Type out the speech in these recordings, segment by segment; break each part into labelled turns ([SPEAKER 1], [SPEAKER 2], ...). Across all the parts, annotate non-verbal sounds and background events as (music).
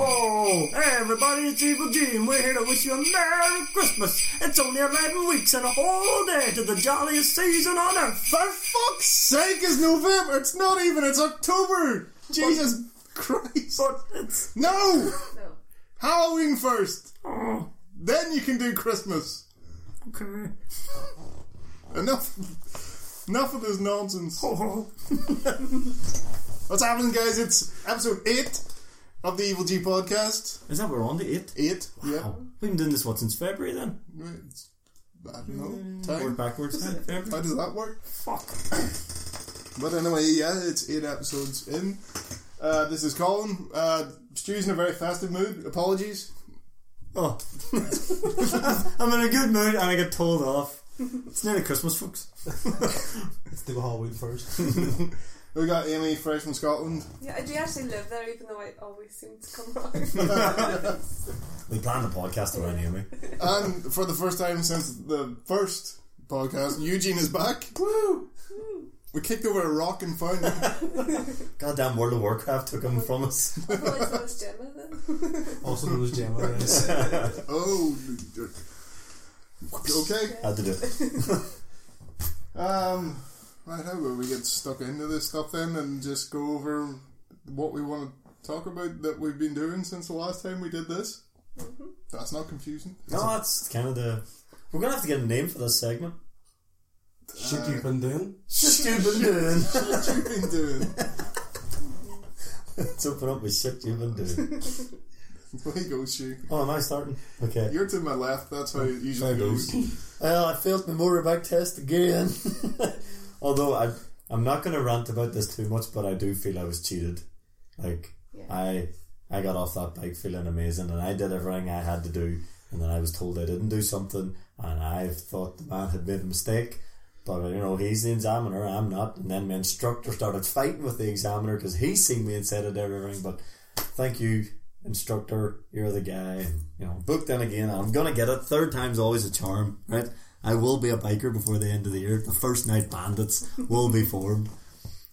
[SPEAKER 1] Hello, everybody, it's Evil Gene. We're here to wish you a Merry Christmas. It's only 11 weeks and a whole day to the jolliest season on earth.
[SPEAKER 2] For fuck's sake, it's November! It's not even, it's October! Jesus Christ!
[SPEAKER 1] But it's.
[SPEAKER 2] No!
[SPEAKER 3] No.
[SPEAKER 2] Halloween first!
[SPEAKER 1] Oh,
[SPEAKER 2] Then you can do Christmas!
[SPEAKER 1] okay.
[SPEAKER 2] Enough. Enough of this nonsense.
[SPEAKER 1] Oh, oh.
[SPEAKER 2] What's happening, guys? It's episode 8 of the Evil G podcast.
[SPEAKER 1] Is that we're on the 8?
[SPEAKER 2] 8? Yeah.
[SPEAKER 1] Oh, we've been doing this, what, since February then?
[SPEAKER 2] It's- I don't know.
[SPEAKER 1] Or
[SPEAKER 2] Time.
[SPEAKER 1] backwards? (laughs) February?
[SPEAKER 2] How does that work?
[SPEAKER 1] Fuck.
[SPEAKER 2] But anyway, yeah, it's eight episodes in. Uh, this is Colin. Uh, Stu's in a very festive mood. Apologies.
[SPEAKER 1] Oh. (laughs) I'm in a good mood and I get told off. It's nearly Christmas, folks.
[SPEAKER 4] Let's do Halloween first.
[SPEAKER 2] We got Amy, fresh from Scotland.
[SPEAKER 3] Yeah, I do actually live there, even though I always seem to come (laughs) around.
[SPEAKER 1] We planned a podcast around Amy.
[SPEAKER 2] And for the first time since the first podcast, Eugene is back.
[SPEAKER 1] Woo!
[SPEAKER 2] We kicked over a rock and
[SPEAKER 1] (laughs)
[SPEAKER 2] found him.
[SPEAKER 1] Goddamn World of Warcraft took him from us.
[SPEAKER 3] Probably so much Gemma then.
[SPEAKER 4] also known as Gemma. Reyes.
[SPEAKER 2] oh. Okay.
[SPEAKER 1] Had to do it.
[SPEAKER 2] Um, right, how about we get stuck into this stuff then and just go over what we want to talk about that we've been doing since the last time we did this?
[SPEAKER 3] Mm-hmm.
[SPEAKER 2] That's not confusing.
[SPEAKER 1] No, that's kind of the. We're gonna have to get a name for this segment.
[SPEAKER 4] Shit you've been doing.
[SPEAKER 1] Stupid doing.
[SPEAKER 2] What you been doing? (laughs)
[SPEAKER 1] Let's open up with shit you've been doing.
[SPEAKER 2] There you go, Stu.
[SPEAKER 1] (laughs) Oh, am I starting? Okay.
[SPEAKER 2] You're to my left. That's how it usually
[SPEAKER 1] Fair
[SPEAKER 2] goes.
[SPEAKER 1] Well, I failed my motorbike test again. (laughs) Although I, I'm not gonna rant about this too much, but I do feel I was cheated. Like
[SPEAKER 3] Yeah.
[SPEAKER 1] I, I got off that bike feeling amazing, and I did everything I had to do, and then I was told I didn't do something, and I thought the man had made a mistake. But you know, he's the examiner, I'm not. And then my instructor started fighting with the examiner because he seen me and said I did everything. But thank you, instructor. You're the guy. You know, booked in again. I'm gonna get it. Third time's always a charm, right? I will be a biker before the end of the year. The first night bandits will be formed.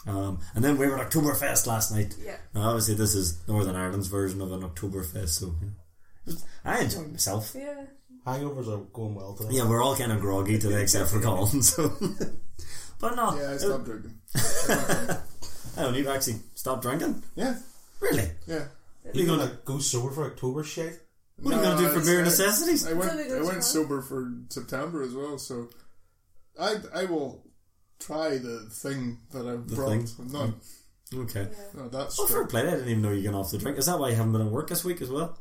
[SPEAKER 1] Um, and then we were at Oktoberfest last night.
[SPEAKER 3] Yeah.
[SPEAKER 1] Now, obviously, this is Northern Ireland's version of an Oktoberfest, so you know, I enjoyed myself.
[SPEAKER 3] Yeah.
[SPEAKER 4] Hangovers are going well today.
[SPEAKER 1] Yeah, we're all kind of groggy today, except for Colin. So, (laughs) but no,
[SPEAKER 2] (laughs) Yeah, I
[SPEAKER 1] it-
[SPEAKER 2] stopped drinking.
[SPEAKER 1] Oh, and you've actually stopped drinking?
[SPEAKER 2] Yeah,
[SPEAKER 1] Really?
[SPEAKER 2] yeah.
[SPEAKER 1] What are you
[SPEAKER 4] You're
[SPEAKER 1] gonna
[SPEAKER 4] gonna go sober for October shit?
[SPEAKER 1] What are you gonna do for beer
[SPEAKER 2] I-
[SPEAKER 1] necessities?
[SPEAKER 2] I went.
[SPEAKER 3] It's only good
[SPEAKER 2] I
[SPEAKER 3] to
[SPEAKER 2] went
[SPEAKER 3] have.
[SPEAKER 2] sober for September as well. So, I I will try the thing that I've
[SPEAKER 1] The
[SPEAKER 2] brought.
[SPEAKER 1] thing? Mm.
[SPEAKER 2] No,
[SPEAKER 1] Okay.
[SPEAKER 2] no, that's
[SPEAKER 1] Oh, fair
[SPEAKER 2] strict.
[SPEAKER 1] play. I didn't even know you got off the drink. Is that why you haven't been at work this week as well?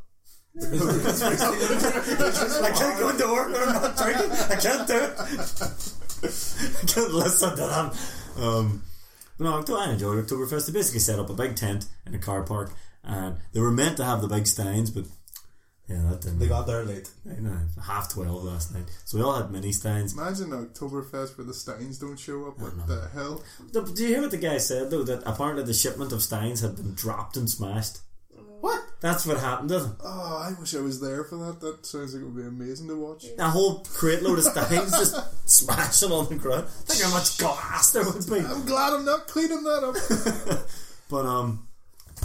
[SPEAKER 1] I can't go into work when I'm not drinking. I can't do it. (laughs) I can't listen to them. Um, but no, Octo- I enjoyed Oktoberfest. They basically set up a big tent in a car park, and they were meant to have the big steins, but yeah, that didn't.
[SPEAKER 4] They got there late.
[SPEAKER 1] I know, half twelve last night, so we all had mini steins.
[SPEAKER 2] Imagine Oktoberfest where the Steins don't show up. What
[SPEAKER 1] no.
[SPEAKER 2] the hell?
[SPEAKER 1] Do do you hear what the guy said though? That apparently the shipment of steins had been dropped and smashed.
[SPEAKER 2] What?
[SPEAKER 1] That's what happened, doesn't it?
[SPEAKER 2] Oh, I wish I was there for that. That sounds like it would be amazing to watch.
[SPEAKER 1] A whole crate load of steins just smashing on the ground. Think how much glass there would be.
[SPEAKER 2] I'm glad I'm not cleaning that up. (laughs)
[SPEAKER 1] But um,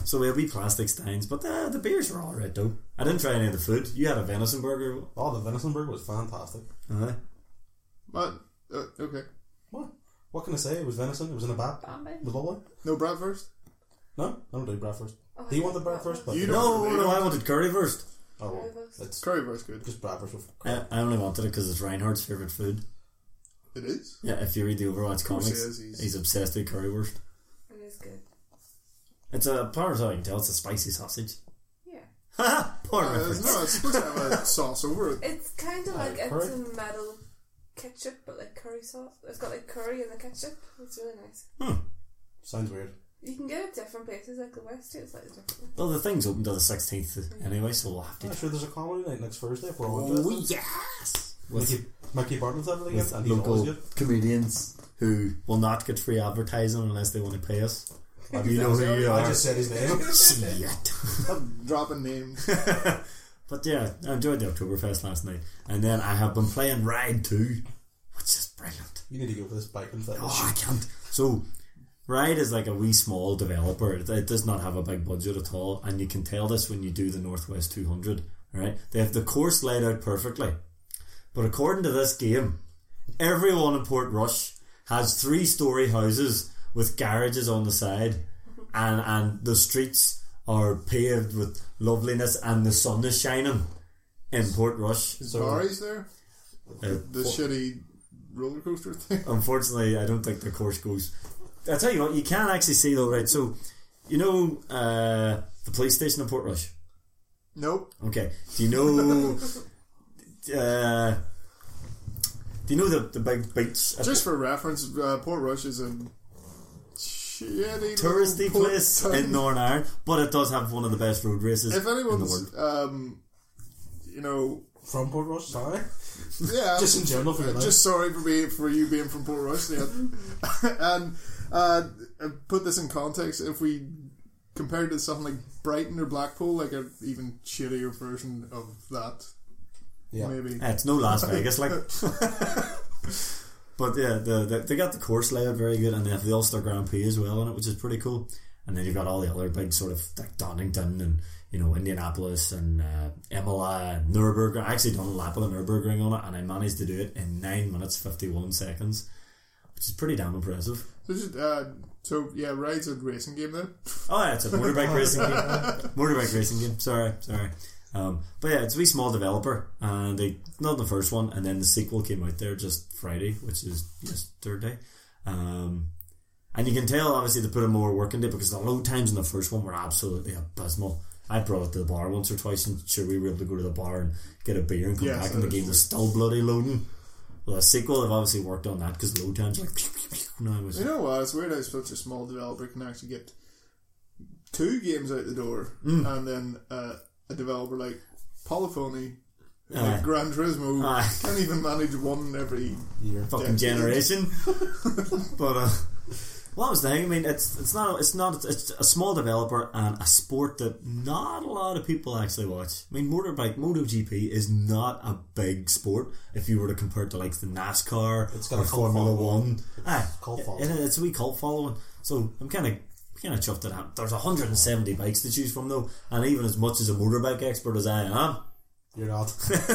[SPEAKER 1] so we will be plastic steins. But uh, the the beers were all right though. I didn't try any of the food. You had a venison burger.
[SPEAKER 4] Oh, the venison burger was fantastic.
[SPEAKER 1] Uh,
[SPEAKER 2] but uh, okay,
[SPEAKER 4] What? What can I say? It was venison. It was in a bat. (laughs)
[SPEAKER 3] Bombay?
[SPEAKER 4] The bubble.
[SPEAKER 2] no brat first.
[SPEAKER 4] No, I don't do breakfast.
[SPEAKER 3] Oh,
[SPEAKER 4] Do you
[SPEAKER 3] I
[SPEAKER 4] want the
[SPEAKER 3] did that
[SPEAKER 4] breakfast?
[SPEAKER 3] one.
[SPEAKER 4] But
[SPEAKER 2] You don't.
[SPEAKER 1] no, no, I wanted curry first.
[SPEAKER 4] Oh, well,
[SPEAKER 3] Currywurst.
[SPEAKER 4] it's
[SPEAKER 2] Currywurst good.
[SPEAKER 4] just breakfast with.
[SPEAKER 1] I, I only wanted it because it's Reinhardt's favorite food.
[SPEAKER 2] It is.
[SPEAKER 1] Yeah, if you read the Overwatch comics,
[SPEAKER 2] says he's-
[SPEAKER 1] he's obsessed with currywurst.
[SPEAKER 3] It is good.
[SPEAKER 1] It's a, as far as I can tell, it's a spicy sausage. (laughs)
[SPEAKER 3] Yeah.
[SPEAKER 1] Ha! Poor
[SPEAKER 2] Uh,
[SPEAKER 1] reference.
[SPEAKER 2] (laughs) no, it's supposed to
[SPEAKER 1] (laughs)
[SPEAKER 2] have a sauce over it.
[SPEAKER 3] It's kind of like
[SPEAKER 4] curry.
[SPEAKER 3] it's a metal ketchup, but like curry sauce. It's got like curry in the ketchup. It's really nice.
[SPEAKER 4] Sounds weird.
[SPEAKER 3] You can get it different places, like the West too. It's like different.
[SPEAKER 1] Well, the thing's open till the 16th anyway, so we'll have to.
[SPEAKER 4] I'm sure there's a comedy night next Thursday if we're all interested.
[SPEAKER 1] Oh, yes! With,
[SPEAKER 4] Mickey, Mickey Barton's having it
[SPEAKER 1] with
[SPEAKER 4] again, and he's always
[SPEAKER 1] local
[SPEAKER 4] good.
[SPEAKER 1] comedians who will not get free advertising unless they want to pay us. You know who you
[SPEAKER 4] I
[SPEAKER 1] are.
[SPEAKER 4] just said his name. (laughs)
[SPEAKER 1] Shit.
[SPEAKER 2] I'm
[SPEAKER 1] (laughs)
[SPEAKER 2] dropping names.
[SPEAKER 1] But yeah, I enjoyed the Oktoberfest last night. And then I have been playing Ride 2, which is brilliant.
[SPEAKER 4] You need to go for this biking thing.
[SPEAKER 1] Oh, I can't. So, Ride is like a wee small developer. It, it does not have a big budget at all, and you can tell this when you do the Northwest 200. All right, they have the course laid out perfectly, but according to this game, everyone in Port Rush has three-story houses with garages on the side, and and the streets are paved with loveliness, and the sun is shining in Port Rush.
[SPEAKER 2] Is
[SPEAKER 4] So-
[SPEAKER 2] Barry's there?
[SPEAKER 1] Uh,
[SPEAKER 2] The shitty roller coaster thing. (laughs)
[SPEAKER 1] Unfortunately, I don't think the course goes. I tell you what, you can actually see though, right? So, you know, uh, the police station in Portrush.
[SPEAKER 2] Nope.
[SPEAKER 1] Okay, do you know? (laughs) uh, do you know the the big beach? at
[SPEAKER 2] Just for reference, uh, Port Rush is a shitty little
[SPEAKER 1] touristy
[SPEAKER 2] port
[SPEAKER 1] place
[SPEAKER 2] town.
[SPEAKER 1] in Northern Ireland, but it does have one of the best road races.
[SPEAKER 2] If
[SPEAKER 1] in the world.
[SPEAKER 2] anyone's, um, you know,
[SPEAKER 4] From Port Rush, sorry.
[SPEAKER 1] (laughs)
[SPEAKER 2] yeah,
[SPEAKER 4] Just in general for
[SPEAKER 2] Uh,
[SPEAKER 4] your life.
[SPEAKER 2] just sorry for being for you being from Port Royce, (laughs)
[SPEAKER 3] Mm-hmm.
[SPEAKER 2] and uh, uh, put this in context, if we compared to something like Brighton or Blackpool, like an even shittier version of that,
[SPEAKER 4] Yeah.
[SPEAKER 2] maybe.
[SPEAKER 1] Eh, it's no Las Vegas, like. (laughs) but yeah, the, the, they got the course layout very good, and they have the Ulster Grand Prix as well on it, which is pretty cool. And then you've got all the other big sort of like Donington and you know Indianapolis and uh, Imola and Nurburgring. I actually done a lap of the Nurburgring on it, and I managed to do it in nine minutes fifty one seconds, which is pretty damn impressive.
[SPEAKER 2] So, just, uh, so yeah, rides a racing game then.
[SPEAKER 1] Oh, yeah, it's a motorbike racing game. motorbike racing game. Sorry, sorry. Um, but yeah, it's a wee small developer, and they not the first one, and then the sequel came out there just Friday, which is yesterday. Um, and you can tell obviously they put in more work into it because the load times in the first one were absolutely abysmal. I brought it to the bar once or twice, and sure we were able to go to the bar and get a beer and come
[SPEAKER 2] Yeah,
[SPEAKER 1] back,
[SPEAKER 2] so
[SPEAKER 1] and the
[SPEAKER 2] there's-
[SPEAKER 1] game was still bloody loading. Well, the sequel they've obviously worked on that because load times like (laughs) pew, pew, pew, now was
[SPEAKER 2] You know what? It's weird how such a small developer can actually get two games out the door,
[SPEAKER 1] Hmm. mm.
[SPEAKER 2] and then uh, a developer like Polyphony,
[SPEAKER 1] Aye. Ah.
[SPEAKER 2] like Gran Turismo,
[SPEAKER 1] Aye.
[SPEAKER 2] can't even manage one every.
[SPEAKER 4] Year.
[SPEAKER 1] fucking
[SPEAKER 2] Yeah.
[SPEAKER 4] (laughs)
[SPEAKER 1] generation. but uh, what was the thing? I mean, it's it's not it's not it's a small developer and a sport that not a lot of people actually watch. I mean, motorbike MotoGP is not a big sport if you were to compare it to like the NASCAR
[SPEAKER 4] It's got
[SPEAKER 1] or
[SPEAKER 4] a cult
[SPEAKER 1] Formula
[SPEAKER 4] following.
[SPEAKER 1] One. Ah,
[SPEAKER 4] cult
[SPEAKER 1] it-
[SPEAKER 4] following.
[SPEAKER 1] it- it's a wee cult following. So I'm kind of. Kind of chuffed it out. There's 170 bikes to choose from though, and even as much as a motorbike expert as I am,
[SPEAKER 4] You're not.
[SPEAKER 1] (laughs)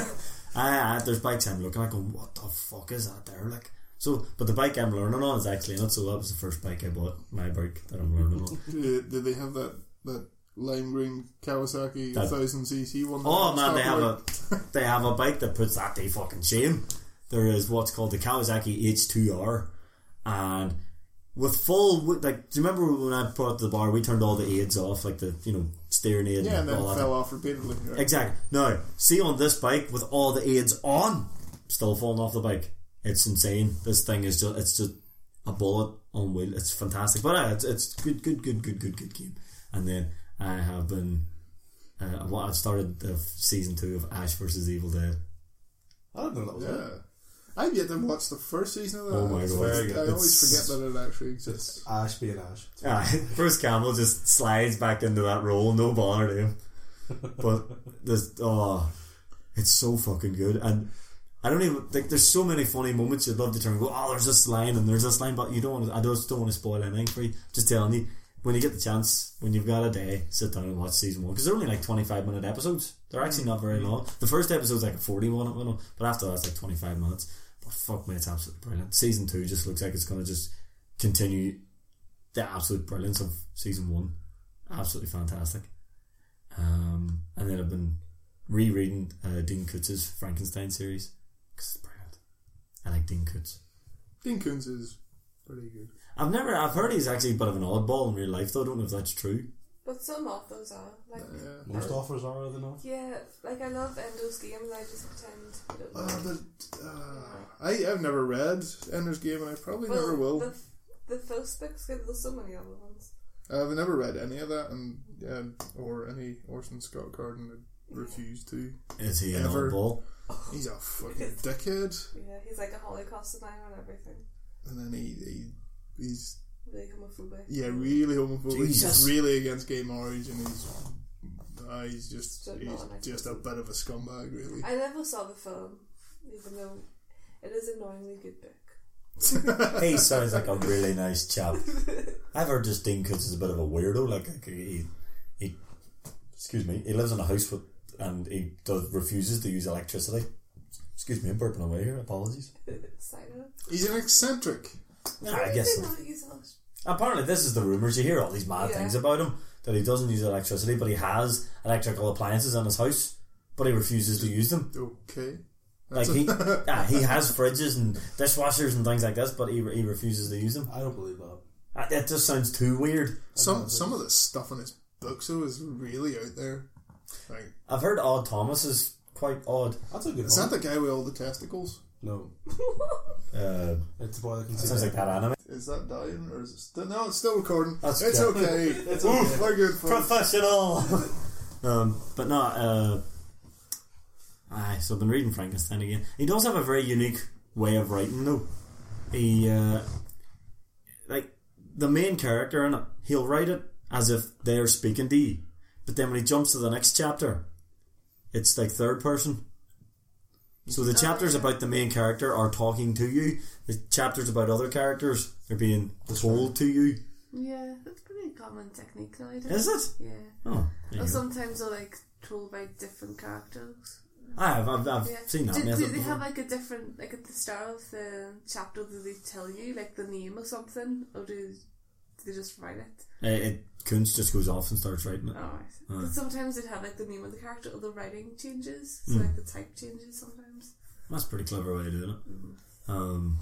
[SPEAKER 1] I, I, Ah, there's bikes I'm looking at going, what the fuck is that there? Like, so, but the bike I'm learning on is actually not, so that was the first bike I bought, my bike that I'm learning on.
[SPEAKER 2] Did, did they have that that lime green Kawasaki
[SPEAKER 1] That-
[SPEAKER 2] 1000cc
[SPEAKER 1] (laughs)
[SPEAKER 2] one?
[SPEAKER 1] Oh
[SPEAKER 2] that
[SPEAKER 1] man, they
[SPEAKER 2] stopped
[SPEAKER 1] have
[SPEAKER 2] work?
[SPEAKER 1] a, (laughs) they have a bike that puts that to fucking shame. There is what's called the Kawasaki H2R, and with full, with, like, do you remember when I brought it to the bar, we turned all the aids off, like the, you know, steering aid
[SPEAKER 2] yeah, and then
[SPEAKER 1] all
[SPEAKER 2] it
[SPEAKER 1] that.
[SPEAKER 2] fell off repeatedly. Right?
[SPEAKER 1] Exactly. Now, see on this bike with all the aids on, still falling off the bike. It's insane. This thing is just it's just a bullet on wheel. It's fantastic. But uh, it's it's good, good, good, good, good, good game. And then I have been. Uh, well, I've started the f- season two of Ash versus Evil Dead.
[SPEAKER 4] I don't know that was it.
[SPEAKER 2] Yeah. I've yet to watch the first season of that.
[SPEAKER 1] Oh my
[SPEAKER 2] It's-
[SPEAKER 1] God. Very
[SPEAKER 2] I
[SPEAKER 1] good.
[SPEAKER 2] always
[SPEAKER 1] It's-
[SPEAKER 2] forget that it actually exists.
[SPEAKER 4] It's Ash being Ash.
[SPEAKER 1] Uh, (laughs) Bruce Campbell just slides back into that role, no bother to him. But this, oh, it's so fucking good. And I don't even like. There's so many funny moments you'd love to turn and go, oh, there's this line and there's this line, but you don't. want to, I just don't want to spoil anything for you. Just telling you when you get the chance, when you've got a day, sit down and watch season one because they're only like 25 minute episodes. They're actually not very long. The first episode's like a 41 at minute, but after that's like 25 minutes. But fuck me, it's absolutely brilliant. Season two just looks like it's gonna just continue the absolute brilliance of season one. Absolutely fantastic. Um, and then I've been rereading uh, Dean Coots' Frankenstein series because it's brilliant. I like Dean Coots.
[SPEAKER 2] Dean Koontz is pretty good.
[SPEAKER 1] I've never, I've heard he's actually a bit of an oddball in real life, though. I don't know if that's true.
[SPEAKER 3] But some of those are. Like,
[SPEAKER 2] Yeah.
[SPEAKER 4] Most offers are, are they not?
[SPEAKER 3] yeah, like I love Endo's games, I just pretend I don't know.
[SPEAKER 2] Uh, but, uh, I, I've never read Ender's Game, and I probably
[SPEAKER 3] Well,
[SPEAKER 2] never will.
[SPEAKER 3] The, the first book's good, there's so many other ones.
[SPEAKER 2] I've never read any of that, and um, or any Orson Scott Card, and I refuse to.
[SPEAKER 1] Is he an
[SPEAKER 2] Ever.
[SPEAKER 1] oddball?
[SPEAKER 2] He's a
[SPEAKER 3] (laughs)
[SPEAKER 2] fucking dickhead,
[SPEAKER 3] Yeah, he's like a Holocaust denier and everything.
[SPEAKER 2] and then he, he he's
[SPEAKER 3] Really homophobic.
[SPEAKER 2] yeah really homophobic.
[SPEAKER 1] Jesus.
[SPEAKER 2] He's really against gay marriage, and he's uh, he's just
[SPEAKER 3] Just not
[SPEAKER 2] he's
[SPEAKER 3] an actor.
[SPEAKER 2] just a bit of a scumbag, really.
[SPEAKER 3] (laughs) I never saw the film, even though it is an annoyingly good book.
[SPEAKER 1] he sounds like a really nice chap. I've heard just Dean Coots is a bit of a weirdo. Like like, he, he, excuse me, he lives in a house with, and he does refuses to use electricity. Excuse me, I'm burping away here. Apologies.
[SPEAKER 3] Simon.
[SPEAKER 2] He's an eccentric.
[SPEAKER 1] Nah, I guess.
[SPEAKER 3] They don't use (laughs) those.
[SPEAKER 1] Apparently, this is the rumors. You hear all these mad
[SPEAKER 3] Yeah.
[SPEAKER 1] things about him that he doesn't use electricity, but he has electrical appliances in his house, but he refuses to use them.
[SPEAKER 2] Okay.
[SPEAKER 1] Like he, yeah, he has fridges and dishwashers and things like this, but he, he refuses to use them.
[SPEAKER 4] I don't believe that.
[SPEAKER 1] Uh, That just sounds too weird.
[SPEAKER 2] Some some of the stuff in his books though is really out there. Like,
[SPEAKER 1] I've heard Odd Thomas is quite odd.
[SPEAKER 4] That's a good
[SPEAKER 2] is
[SPEAKER 4] one.
[SPEAKER 2] that the guy with all the testicles?
[SPEAKER 4] no,
[SPEAKER 1] Uh,
[SPEAKER 4] it's the boy that can see.
[SPEAKER 1] sounds like that anime.
[SPEAKER 2] Is that dying or is it still? No, it's still recording.
[SPEAKER 1] That's
[SPEAKER 2] (laughs) it's
[SPEAKER 1] good.
[SPEAKER 2] okay.
[SPEAKER 4] It's
[SPEAKER 2] Oof,
[SPEAKER 4] okay.
[SPEAKER 2] We're good. Folks.
[SPEAKER 1] Professional! (laughs) um, but no, uh, aye, so I've been reading Frankenstein again. He does have a very unique way of writing, though. He, uh, like, the main character in it, he'll write it as if they're speaking to you. But then when he jumps to the next chapter, it's like third person. So the chapters about the main character are talking to you. The chapters about other characters are being told to you.
[SPEAKER 3] Yeah, that's pretty common technique nowadays.
[SPEAKER 1] Is it?
[SPEAKER 3] Yeah.
[SPEAKER 1] Oh, there
[SPEAKER 3] Or
[SPEAKER 1] you go.
[SPEAKER 3] sometimes they're like told by different characters.
[SPEAKER 1] I have, Ah, I've, I've
[SPEAKER 3] Yeah.
[SPEAKER 1] seen that
[SPEAKER 3] do,
[SPEAKER 1] method
[SPEAKER 3] do they
[SPEAKER 1] before.
[SPEAKER 3] have like a different like at the start of the chapter? Do they tell you like the name or something, or do, do they just write it?
[SPEAKER 1] Uh, it, Kunz just goes off and starts writing it.
[SPEAKER 3] Oh, right.
[SPEAKER 1] Mm.
[SPEAKER 3] But sometimes they'd have like the name of the character or the writing changes, so
[SPEAKER 1] Mm.
[SPEAKER 3] like the type changes sometimes. Mm.
[SPEAKER 1] That's a pretty clever way of doing it. Um,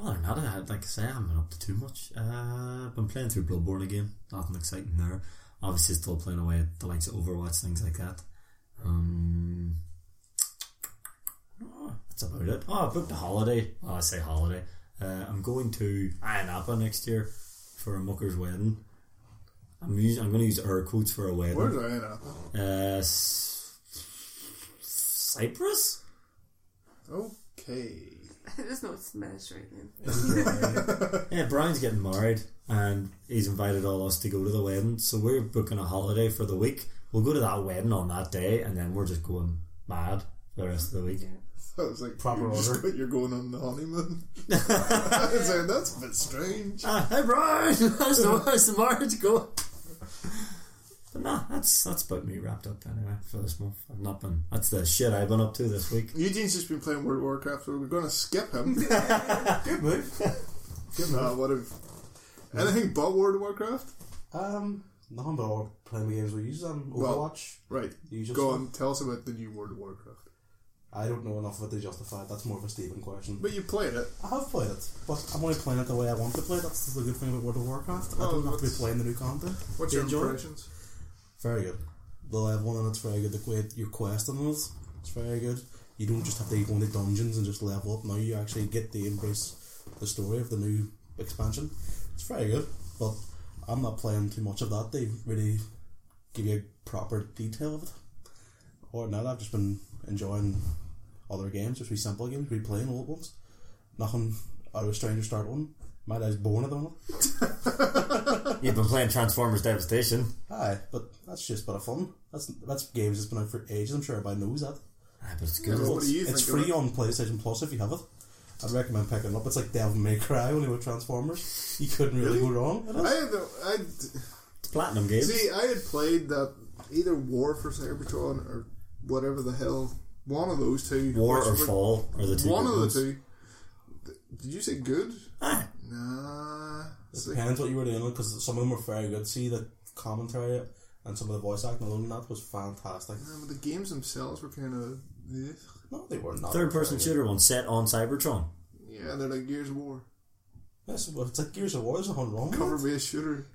[SPEAKER 1] other than that, I, like I say, I haven't been up to too much. Uh, been playing through Bloodborne again. Nothing exciting there. Obviously, still playing away at the likes of Overwatch, things like that. Um, oh, that's about it. Oh, I booked a holiday. Oh, I say holiday. Uh, I'm going to Ayanapa next year for a mucker's wedding. I'm using, I'm going to use air quotes for a wedding.
[SPEAKER 2] Where's Diana?
[SPEAKER 1] Uh, S- Cyprus?
[SPEAKER 2] Okay.
[SPEAKER 3] (laughs) I just know it's Mediterranean.
[SPEAKER 1] Yeah, Brian's getting married and he's invited all us to go to the wedding. So we're booking a holiday for the week. We'll go to that wedding on that day and then we're just going mad for the rest of the week.
[SPEAKER 3] Yeah.
[SPEAKER 2] That was like
[SPEAKER 4] Proper
[SPEAKER 2] you're just-
[SPEAKER 4] order.
[SPEAKER 2] You're going on the
[SPEAKER 4] (laughs)
[SPEAKER 2] honeymoon. (laughs) I was like, that's a bit strange.
[SPEAKER 1] Ah, hey, Brian! (laughs) How's the, how's the marriage going? But nah, that's that's about me wrapped up anyway for this month. I've not been. That's the shit I've been up to this week.
[SPEAKER 2] Eugene's just been playing World of Warcraft, so we're going to skip
[SPEAKER 4] (laughs)
[SPEAKER 2] him.
[SPEAKER 4] good move. good
[SPEAKER 2] uh,
[SPEAKER 4] move.
[SPEAKER 2] what if anything but World of Warcraft?
[SPEAKER 4] (laughs) Um, nothing but all playing the games we use. Um,
[SPEAKER 2] Well,
[SPEAKER 4] Overwatch.
[SPEAKER 2] Right.
[SPEAKER 4] you just
[SPEAKER 2] Go on. Tell us about the new World of Warcraft.
[SPEAKER 4] I don't know enough of it to justify it. That's more of a Stephen question.
[SPEAKER 2] But you played it.
[SPEAKER 4] I have played it, but I'm only playing it the way I want to play it. That's the good thing about World of Warcraft. I
[SPEAKER 2] Oh,
[SPEAKER 4] don't have to be
[SPEAKER 2] that's-
[SPEAKER 4] playing the new content.
[SPEAKER 2] What's
[SPEAKER 4] You
[SPEAKER 2] your
[SPEAKER 4] enjoy it?
[SPEAKER 2] impressions?
[SPEAKER 4] Very good. The level in it's very good. The quest, your quest in it's it's very good. You don't just have to go into dungeons and just level up. Now you actually get to embrace the story of the new expansion. It's very good, but I'm not playing too much of that. They really give you a proper detail of it. Or now I've just been enjoying other games, just wee simple games, replaying playing old ones. Nothing out of a stranger start one. My dad's born at the moment.
[SPEAKER 1] You've been playing Transformers Devastation.
[SPEAKER 4] Aye, but that's just a bit of fun. That's that's games that's been out for ages. I'm sure everybody knows that.
[SPEAKER 1] Ah, but it's good.
[SPEAKER 2] Yeah, what
[SPEAKER 4] It's-
[SPEAKER 2] do you
[SPEAKER 4] it's
[SPEAKER 2] think of
[SPEAKER 4] free
[SPEAKER 2] it?
[SPEAKER 4] on PlayStation Plus if you have it. I'd recommend picking it up. It's like Devil May Cry only with Transformers. You couldn't really, go wrong. It
[SPEAKER 2] I
[SPEAKER 4] is.
[SPEAKER 2] had the, I
[SPEAKER 1] It's platinum games.
[SPEAKER 2] see. I had played that either War for Cybertron or whatever the hell. One of those two.
[SPEAKER 1] War
[SPEAKER 2] Which
[SPEAKER 1] or
[SPEAKER 2] were-
[SPEAKER 1] Fall are the two.
[SPEAKER 2] One
[SPEAKER 1] good
[SPEAKER 2] of
[SPEAKER 1] ones.
[SPEAKER 2] the
[SPEAKER 1] Ah.
[SPEAKER 2] two. Th- Did you say good?
[SPEAKER 1] Aye.
[SPEAKER 2] Nah.
[SPEAKER 4] It
[SPEAKER 2] It's like-
[SPEAKER 4] depends what you were doing because some of them were very good. See the commentary and some of the voice acting alone in that was fantastic.
[SPEAKER 2] nah, but the games themselves were kind of. Yeah,
[SPEAKER 4] No, they were not.
[SPEAKER 1] Third person
[SPEAKER 4] very good.
[SPEAKER 1] shooter one set on Cybertron.
[SPEAKER 2] yeah they're like Gears of War.
[SPEAKER 4] Yes, well, it's like Gears of War. There's nothing wrong with
[SPEAKER 2] Cover
[SPEAKER 4] it.
[SPEAKER 2] based shooter.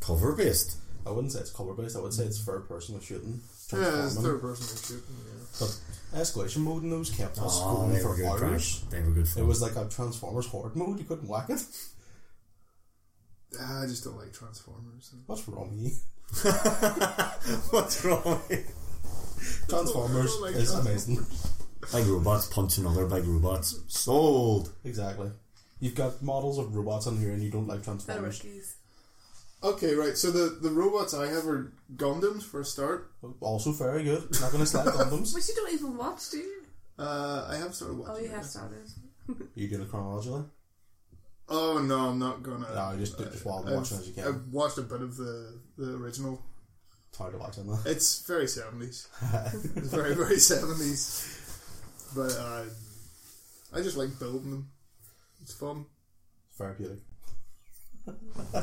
[SPEAKER 1] Cover based.
[SPEAKER 4] I wouldn't say it's cover based. I would say it's third person with shooting.
[SPEAKER 2] Yeah, it's
[SPEAKER 4] Transforming.
[SPEAKER 2] third person shooting. Yeah.
[SPEAKER 4] But escalation mode in those kept us
[SPEAKER 1] Oh,
[SPEAKER 4] going
[SPEAKER 1] they were
[SPEAKER 4] for
[SPEAKER 1] good
[SPEAKER 4] hours.
[SPEAKER 1] crash. They were good
[SPEAKER 4] It
[SPEAKER 1] fun.
[SPEAKER 4] was like a Transformers horde mode. You couldn't whack it. (laughs)
[SPEAKER 2] Ah, I just don't like Transformers.
[SPEAKER 4] What's wrong
[SPEAKER 1] (laughs)
[SPEAKER 4] with you?
[SPEAKER 1] (laughs) What's wrong? Oh
[SPEAKER 4] Transformers
[SPEAKER 2] like
[SPEAKER 4] is amazing.
[SPEAKER 1] Big robots punching other big robots. Sold.
[SPEAKER 4] Exactly. You've got models of robots on here, and you don't like
[SPEAKER 3] They're
[SPEAKER 4] Transformers.
[SPEAKER 3] rookies.
[SPEAKER 2] Okay, right. So the, the robots I have are Gundams for a start.
[SPEAKER 4] Also very
[SPEAKER 1] (laughs)
[SPEAKER 4] good. Not going to slap Gundams.
[SPEAKER 3] Which you don't even watch, do you?
[SPEAKER 2] Uh, I have started
[SPEAKER 3] Oh,
[SPEAKER 2] watching.
[SPEAKER 3] you
[SPEAKER 2] it.
[SPEAKER 3] have started. (laughs)
[SPEAKER 4] You do it chronologically.
[SPEAKER 2] Oh no, I'm not gonna. uh,
[SPEAKER 4] No, just- just while
[SPEAKER 2] I've-
[SPEAKER 4] watching as you can.
[SPEAKER 2] I've watched a bit of the the original.
[SPEAKER 4] It's hard to watch, isn't it?
[SPEAKER 2] It's very seventies. it's very (laughs) very seventies. But uh, I just like building them. It's fun.
[SPEAKER 4] It's (laughs) therapeutic.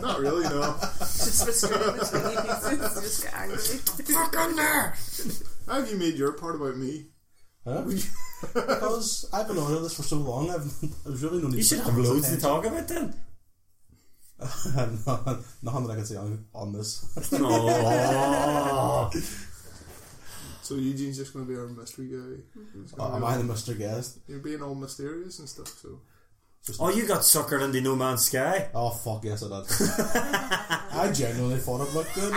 [SPEAKER 2] Not really,
[SPEAKER 4] (laughs)
[SPEAKER 2] no.
[SPEAKER 3] Just frustrated between you pieces. Just get angry.
[SPEAKER 2] Fucking there. How have you made your part about me?
[SPEAKER 4] Huh?
[SPEAKER 1] (laughs)
[SPEAKER 4] because I've been on this for so long, I've (laughs) I was really no need.
[SPEAKER 1] You should have loads to talk about then.
[SPEAKER 4] (laughs) Nothing that I can say on, on this.
[SPEAKER 1] (laughs) No.
[SPEAKER 2] So Eugene's just gonna be our mystery guy. He's gonna
[SPEAKER 4] Am
[SPEAKER 2] be
[SPEAKER 4] I
[SPEAKER 2] all-
[SPEAKER 4] the Mister Guest?
[SPEAKER 2] You're being all mysterious and stuff. So
[SPEAKER 1] oh, you got suckered into No Man's Sky.
[SPEAKER 4] Oh fuck yes, I did. I genuinely thought it looked good.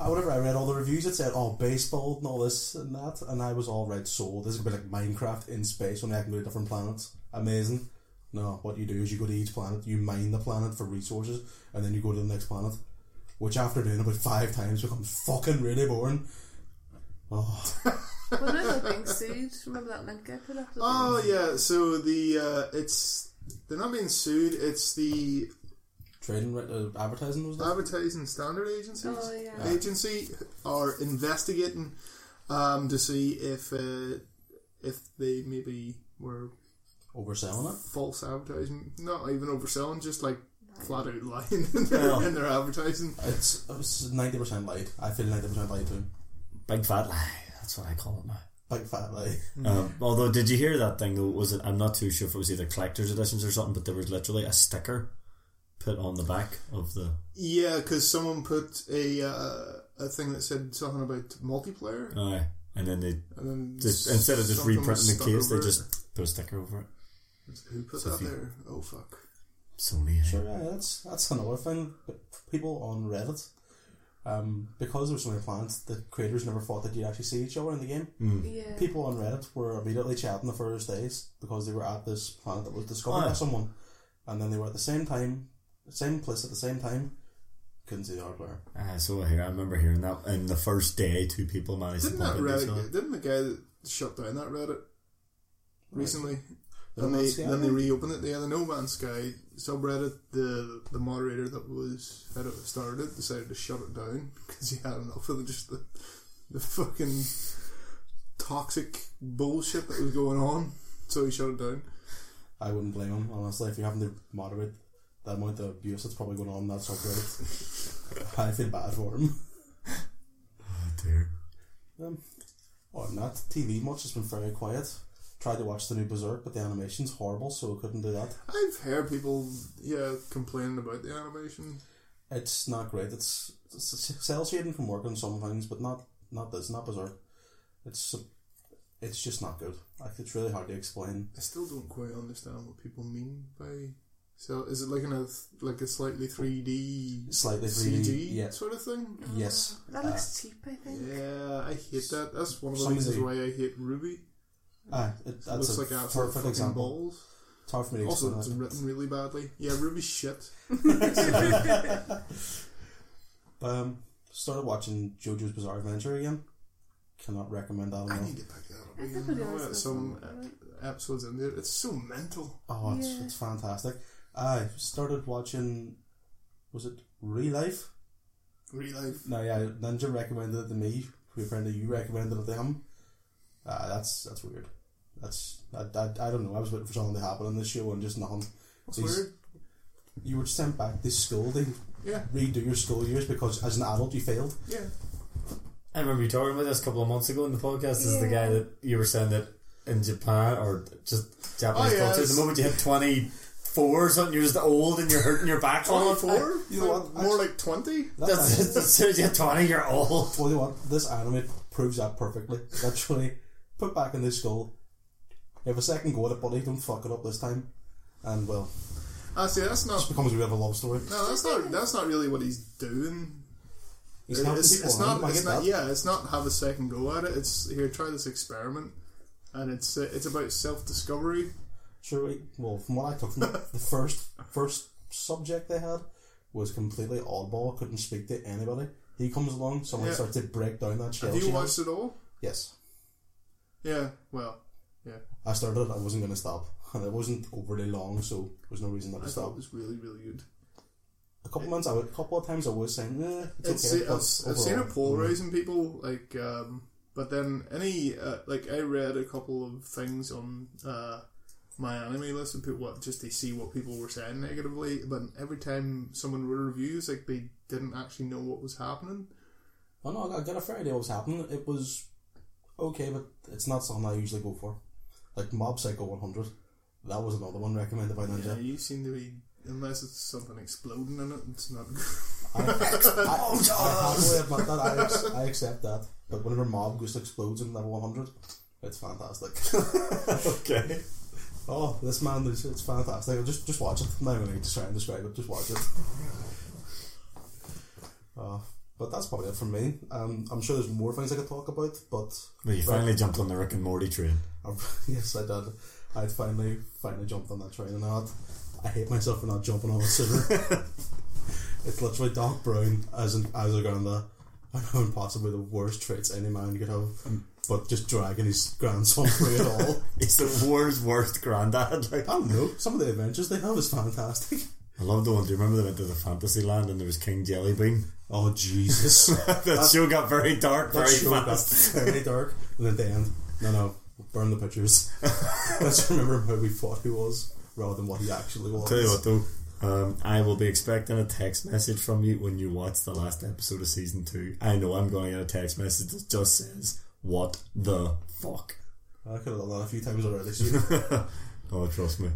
[SPEAKER 4] I, whenever I read all the reviews, it said, "Oh, baseball and all this and that," and I was all right sold. This is a bit like Minecraft in space, only I can go to different planets. Amazing. No, what you do is you go to each planet, you mine the planet for resources, and then you go to the next planet. Which, after doing about five times, becomes fucking really boring. Oh,
[SPEAKER 3] well, no, they're being sued. Remember that link I put up?
[SPEAKER 2] oh yeah, so the uh, it's they're not being sued. It's the
[SPEAKER 4] trading re- uh, advertising was that?
[SPEAKER 2] advertising standard agencies
[SPEAKER 3] Oh, yeah.
[SPEAKER 2] agency are investigating um, to see if uh, if they maybe were
[SPEAKER 4] Overselling it.
[SPEAKER 2] false advertising, not even overselling, just like flat out lying (laughs) in their,
[SPEAKER 1] Yeah.
[SPEAKER 2] in their advertising.
[SPEAKER 4] It's ninety percent light. I feel ninety percent light too.
[SPEAKER 1] Big fat lie. That's what I call it now.
[SPEAKER 4] Big fat light.
[SPEAKER 1] Um, although, did you hear that thing? Though was it? I'm not too sure if it was either collector's editions or something, but there was literally a sticker put on the back of the.
[SPEAKER 2] Yeah, because someone put a uh, a thing that said something about multiplayer,
[SPEAKER 1] Aye. and then they
[SPEAKER 2] and then
[SPEAKER 1] just instead of just
[SPEAKER 2] something was
[SPEAKER 1] reprinting the
[SPEAKER 2] stuck
[SPEAKER 1] case, they
[SPEAKER 2] over it.
[SPEAKER 1] just put a sticker over it.
[SPEAKER 2] who put
[SPEAKER 1] So
[SPEAKER 2] that
[SPEAKER 1] if you-
[SPEAKER 2] there? Oh fuck.
[SPEAKER 1] Sony.
[SPEAKER 4] Sure, yeah, that's that's another thing. People on Reddit, um, because there were so many planets, the creators never thought that you'd actually see each other in the game.
[SPEAKER 2] Hmm.
[SPEAKER 3] yeah.
[SPEAKER 4] People on Reddit were immediately chatting the first days because they were at this planet that was discovered
[SPEAKER 1] Aye.
[SPEAKER 4] by someone, and then they were at the same time, same place at the same time. Couldn't see the other player.
[SPEAKER 1] Ah, so I hear. I remember hearing that. And the first day, two people managed
[SPEAKER 2] Didn't
[SPEAKER 1] to
[SPEAKER 2] that
[SPEAKER 1] bump into each other.
[SPEAKER 2] Reddit? Didn't the guy that shut down that Reddit recently?
[SPEAKER 4] The
[SPEAKER 2] Then
[SPEAKER 4] No
[SPEAKER 2] they
[SPEAKER 4] Man's Sky
[SPEAKER 2] then they
[SPEAKER 4] one?
[SPEAKER 2] reopened it. Yeah, the No Man's Sky subreddit. The the moderator that was had it started it decided to shut it down (laughs) because he had enough of the, just the the fucking toxic bullshit that was going on. So he shut it down.
[SPEAKER 4] I wouldn't blame them honestly. If you're having to moderate the amount of abuse that's probably going on in that subreddit, (laughs) I feel bad for them.
[SPEAKER 1] Oh, dear.
[SPEAKER 4] Um, or not TV much. It's been very quiet. Tried to watch the new Berserk, but the animation's horrible, so I couldn't do that.
[SPEAKER 2] I've heard people yeah complaining about the animation.
[SPEAKER 4] It's not great. It's, it's it's- cell shading can work on some things, but not not this, not Berserk. It's it's just not good. Like it's really hard to explain.
[SPEAKER 2] I still don't quite understand what people mean by so. Is it like in a th- like a slightly three D
[SPEAKER 4] Slightly 3D.
[SPEAKER 2] CG
[SPEAKER 4] Yeah.
[SPEAKER 2] sort of thing.
[SPEAKER 4] Yes.
[SPEAKER 3] That looks cheap, I think.
[SPEAKER 2] Yeah, I hate that. That's one of the
[SPEAKER 4] Some
[SPEAKER 2] reasons
[SPEAKER 4] do.
[SPEAKER 2] why I hate Ruby.
[SPEAKER 4] Ah, it,
[SPEAKER 2] It
[SPEAKER 4] that's
[SPEAKER 2] looks
[SPEAKER 4] a
[SPEAKER 2] like absolute
[SPEAKER 4] perfect
[SPEAKER 2] fucking
[SPEAKER 4] example.
[SPEAKER 2] balls.
[SPEAKER 4] It's hard for me to explain.
[SPEAKER 2] Also, it's
[SPEAKER 4] that.
[SPEAKER 2] written really badly. Yeah, Ruby's shit.
[SPEAKER 4] (laughs) um, started watching JoJo's Bizarre Adventure again. Cannot recommend that
[SPEAKER 2] I
[SPEAKER 4] enough.
[SPEAKER 2] need to pick that up.
[SPEAKER 3] I
[SPEAKER 2] again.
[SPEAKER 3] think we
[SPEAKER 2] Now
[SPEAKER 3] always
[SPEAKER 2] that
[SPEAKER 3] go
[SPEAKER 2] some
[SPEAKER 3] somewhere, right?
[SPEAKER 2] ep- episodes in there. It's so mental.
[SPEAKER 4] Oh, it's,
[SPEAKER 3] Yeah.
[SPEAKER 4] it's fantastic. I started watching, was it Real Life?
[SPEAKER 2] Real life.
[SPEAKER 4] No, yeah, Ninja recommended it to me. Your friend, you recommended it to him. Uh, that's that's weird. That's I, I, I don't know. I was waiting for something to happen on this show and just nothing.
[SPEAKER 2] That's
[SPEAKER 4] These-
[SPEAKER 2] weird.
[SPEAKER 4] You were sent back to school. They
[SPEAKER 2] Yeah,
[SPEAKER 4] redo your school years because as an adult you failed.
[SPEAKER 2] yeah.
[SPEAKER 1] I remember you talking about this a couple of months ago in the podcast. Is the
[SPEAKER 3] Yeah.
[SPEAKER 1] guy that you were saying that in Japan or just Japanese
[SPEAKER 2] Oh, yeah,
[SPEAKER 1] culture?
[SPEAKER 2] it's-
[SPEAKER 1] The moment you hit twenty four or something, you're just old and you're hurting your back.
[SPEAKER 2] Oh,
[SPEAKER 1] all
[SPEAKER 2] (laughs)
[SPEAKER 1] the time.
[SPEAKER 2] 24?
[SPEAKER 4] Oh, You know what?
[SPEAKER 2] More like 20?
[SPEAKER 4] That's
[SPEAKER 1] That's just (laughs)
[SPEAKER 4] (laughs)
[SPEAKER 1] as soon as you're twenty, you're old.
[SPEAKER 4] Well, you know what? This anime proves that perfectly. Literally, put back in this school. Have a second go at it, buddy. Don't fuck it up this time. And well,
[SPEAKER 2] Ah, see, that's
[SPEAKER 4] it
[SPEAKER 2] not.
[SPEAKER 4] becomes a bit of a love story.
[SPEAKER 2] No, that's not. That's not really what he's doing.
[SPEAKER 4] He's helping
[SPEAKER 2] it's,
[SPEAKER 4] people
[SPEAKER 2] it's
[SPEAKER 4] out,
[SPEAKER 2] not,
[SPEAKER 4] I
[SPEAKER 2] it's
[SPEAKER 4] get
[SPEAKER 2] not
[SPEAKER 4] that.
[SPEAKER 2] yeah it's not have a second go at it it's here try this experiment and it's uh, it's about self-discovery
[SPEAKER 4] Sure. we- Well, from what I took from it,
[SPEAKER 2] (laughs)
[SPEAKER 4] the first first subject they had was completely oddball. Couldn't speak to anybody. He comes along, someone
[SPEAKER 2] Yeah.
[SPEAKER 4] starts to break down that shell.
[SPEAKER 2] have you
[SPEAKER 4] she
[SPEAKER 2] watched
[SPEAKER 4] has.
[SPEAKER 2] it all
[SPEAKER 4] Yes,
[SPEAKER 2] yeah well yeah
[SPEAKER 4] I started. it, I wasn't going to stop. and it wasn't overly long, so there was no reason not
[SPEAKER 2] I
[SPEAKER 4] to
[SPEAKER 2] thought it
[SPEAKER 4] stop.
[SPEAKER 2] was really, really good.
[SPEAKER 4] A couple months, I would, a couple of times, I was saying, eh,
[SPEAKER 2] It's,
[SPEAKER 4] it's, okay.
[SPEAKER 2] I've,
[SPEAKER 4] but
[SPEAKER 2] I've seen it
[SPEAKER 4] overall, mm."
[SPEAKER 2] polarizing people, like, um, but then any, uh, like, I read a couple of things on uh, my anime list and people, what, just to see what people were saying negatively, but every time someone wrote reviews, like, they didn't actually know what was happening.
[SPEAKER 4] Oh no, I got a fair idea what was happening. It was okay, but it's not something I usually go for. Like Mob Psycho 100, that was another one recommended by
[SPEAKER 2] Yeah,
[SPEAKER 4] Ninja.
[SPEAKER 2] you seem to be, unless it's something exploding in it, it's not.
[SPEAKER 4] (laughs) I, I, I happily admit that, I, ex- I accept that. But whenever Mob just explodes in level 100, it's fantastic.
[SPEAKER 1] (laughs)
[SPEAKER 4] (laughs)
[SPEAKER 1] okay.
[SPEAKER 4] oh, this man, it's, it's fantastic. Just just watch it. No, no need to try and describe it. Just watch it. Uh, but that's probably it from me. Um, I'm sure there's more things I could talk about, but
[SPEAKER 1] Well, you finally jumped on the Rick and Morty train.
[SPEAKER 4] I- (laughs) yes, I did. I finally finally jumped on that train, and I, I hate myself for not jumping on it sooner. (laughs) it's literally dark brown as an as a granda. I know, and possibly the worst traits any man could have,
[SPEAKER 1] Mm.
[SPEAKER 4] but just dragging his grandson (laughs) through it all.
[SPEAKER 1] It's the world's worst granddad. Like,
[SPEAKER 4] I don't know. Some of the adventures they have is fantastic. (laughs)
[SPEAKER 1] I love the one. Do you remember they went to the fantasy land and there was King Jellybean? (laughs)
[SPEAKER 4] Oh Jesus!
[SPEAKER 1] that, show got very dark
[SPEAKER 4] That
[SPEAKER 1] very
[SPEAKER 4] show got
[SPEAKER 1] fast.
[SPEAKER 4] very dark, and at the end, no, no, burn the
[SPEAKER 1] (laughs)
[SPEAKER 4] pictures. Let's remember how we thought he was rather than what he actually was.
[SPEAKER 1] Tell you what though, um, I will be expecting a text message from you when you watch the last episode of season two. I know I'm going to get a text message that just says, "What the fuck." (laughs)
[SPEAKER 4] I could have done that a few times already. So
[SPEAKER 1] Oh, trust me.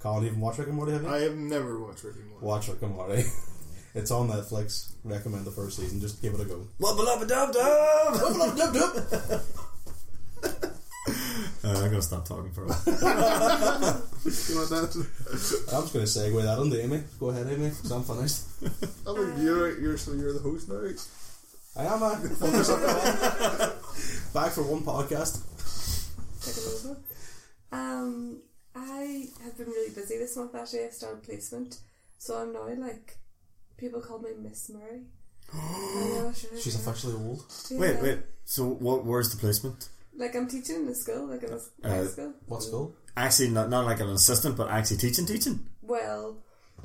[SPEAKER 4] Can't even watch Rick and Morty, have you?
[SPEAKER 2] I have never watched Rick and Morty.
[SPEAKER 4] Watch Rick and Morty. (laughs) it's on Netflix. Recommend the first season. Just give it a (laughs) go.
[SPEAKER 1] Wubba lubba dub dub! Uh, I'm gonna stop talking for a while.
[SPEAKER 2] You want that?
[SPEAKER 4] I was going to segue that into Amy. Go ahead, Amy, 'cause I'm finished.
[SPEAKER 2] I mean, you're, you're, so you're the host now.
[SPEAKER 4] I am. I (laughs) focus on that one. Back for one podcast.
[SPEAKER 1] uh,
[SPEAKER 3] Take it over. Um, I have been really busy this month actually. I started placement, so I'm now like people call me
[SPEAKER 1] (gasps)
[SPEAKER 3] Miss Murray. I know, should I
[SPEAKER 4] She's
[SPEAKER 3] do that?
[SPEAKER 4] officially old.
[SPEAKER 3] Yeah.
[SPEAKER 1] Wait, wait. (laughs) So, what? Where's the placement?
[SPEAKER 3] Like I'm teaching in a school, like in a s-
[SPEAKER 1] Uh,
[SPEAKER 3] high school.
[SPEAKER 4] What school?
[SPEAKER 1] Actually, not not like an assistant, but actually teaching, teaching.
[SPEAKER 3] Well,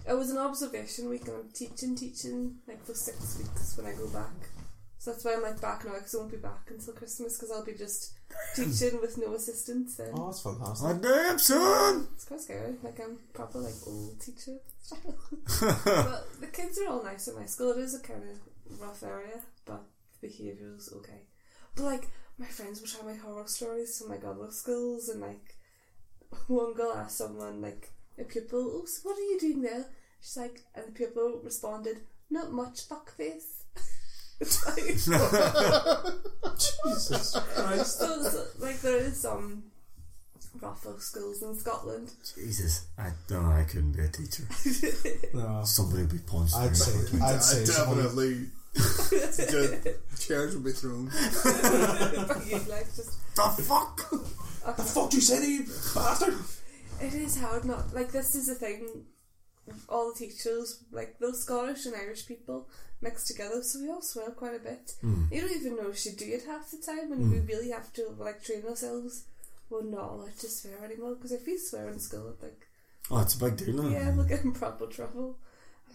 [SPEAKER 3] it was an observation week, and I'm teaching, teaching like for six weeks when I go back. So that's why I'm like back now because I won't be back until Christmas because I'll be
[SPEAKER 1] (laughs)
[SPEAKER 3] just teaching with no assistance. Then
[SPEAKER 4] Oh, that's fantastic.
[SPEAKER 1] Oh, damn son!
[SPEAKER 3] It's quite scary. Like I'm proper like old teacher. but the kids are all nice at my school. It is a kind of rough area, but the behaviour is okay. But like my friends were telling me horror stories from like other schools, and like one girl asked someone like a pupil, "Oh, so what are you doing there?" She's like, and the pupil responded, "Not much, fuckface." It's like,
[SPEAKER 4] (laughs) Jesus Christ.
[SPEAKER 3] so, so, like there is some rougher schools in Scotland. (laughs)
[SPEAKER 1] Jesus, I no, I couldn't be a teacher.
[SPEAKER 4] No.
[SPEAKER 1] Somebody would be punched.
[SPEAKER 4] I'd
[SPEAKER 1] in
[SPEAKER 4] say,
[SPEAKER 1] the fucking-
[SPEAKER 4] I'd say
[SPEAKER 2] I
[SPEAKER 4] someone,
[SPEAKER 2] definitely. just, chairs would be thrown.
[SPEAKER 3] But you, like just
[SPEAKER 1] the fuck.
[SPEAKER 4] the fuck you said, you bastard?
[SPEAKER 3] It is hard not like this is the thing. All the teachers, like those Scottish and Irish people, mixed together, so we all swear quite a bit.
[SPEAKER 1] Hmm.
[SPEAKER 3] You don't even know if you do it half the time, and we really have to like train ourselves. We're not allowed to swear anymore because if we swear in school, like
[SPEAKER 1] Oh, it's a big deal. isn't it?
[SPEAKER 3] yeah, we'll get in proper trouble.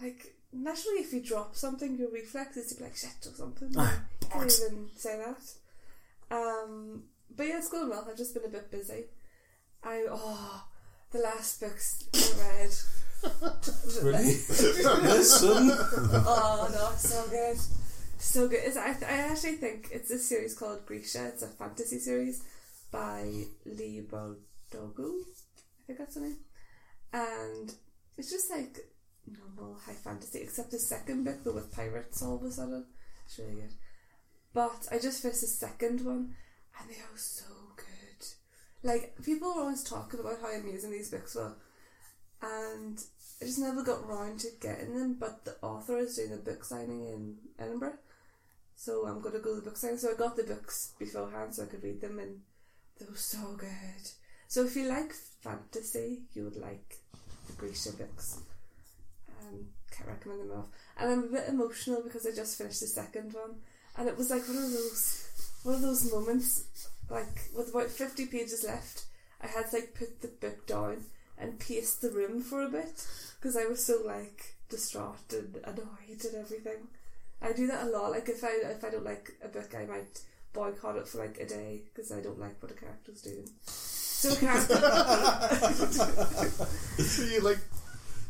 [SPEAKER 3] Like naturally, if you drop something, your reflex is to be like shit or something.
[SPEAKER 1] Ah,
[SPEAKER 3] You can't
[SPEAKER 1] bollocks.
[SPEAKER 3] even say that. Um, but yeah, it's going well. I've just been a bit busy. I oh, the last books I read.
[SPEAKER 1] (laughs)
[SPEAKER 4] Really? (laughs)
[SPEAKER 3] (laughs)
[SPEAKER 4] Listen.
[SPEAKER 3] oh no, it's so good, so good. It's, I, I actually think it's a series called Grisha. It's a fantasy series by Lee Bardugo. I think that's the name. And it's just like normal high fantasy, except the second book, though, with pirates all of a sudden. It's really good. But I just finished the second one, and they are so good. Like, people were always talking about how amazing these books were, and I just never got round to getting them. But the author is doing a book signing in Edinburgh, so I'm going to go to the book signing. So I got the books beforehand so I could read them, and they were so good. So if you like fantasy, you would like the Grisha books. Um, can't recommend them enough. And I'm a bit emotional because I just finished the second one, and it was like one of those one of those moments, like with about fifty pages left, I had to like put the book down and pace the room for a bit because I was so like distraught and annoyed and everything. I do that a lot. Like if I if I don't like a book, I might boycott it for like a day because I don't like what a character's doing. So a (laughs) character.
[SPEAKER 2] (laughs) So you like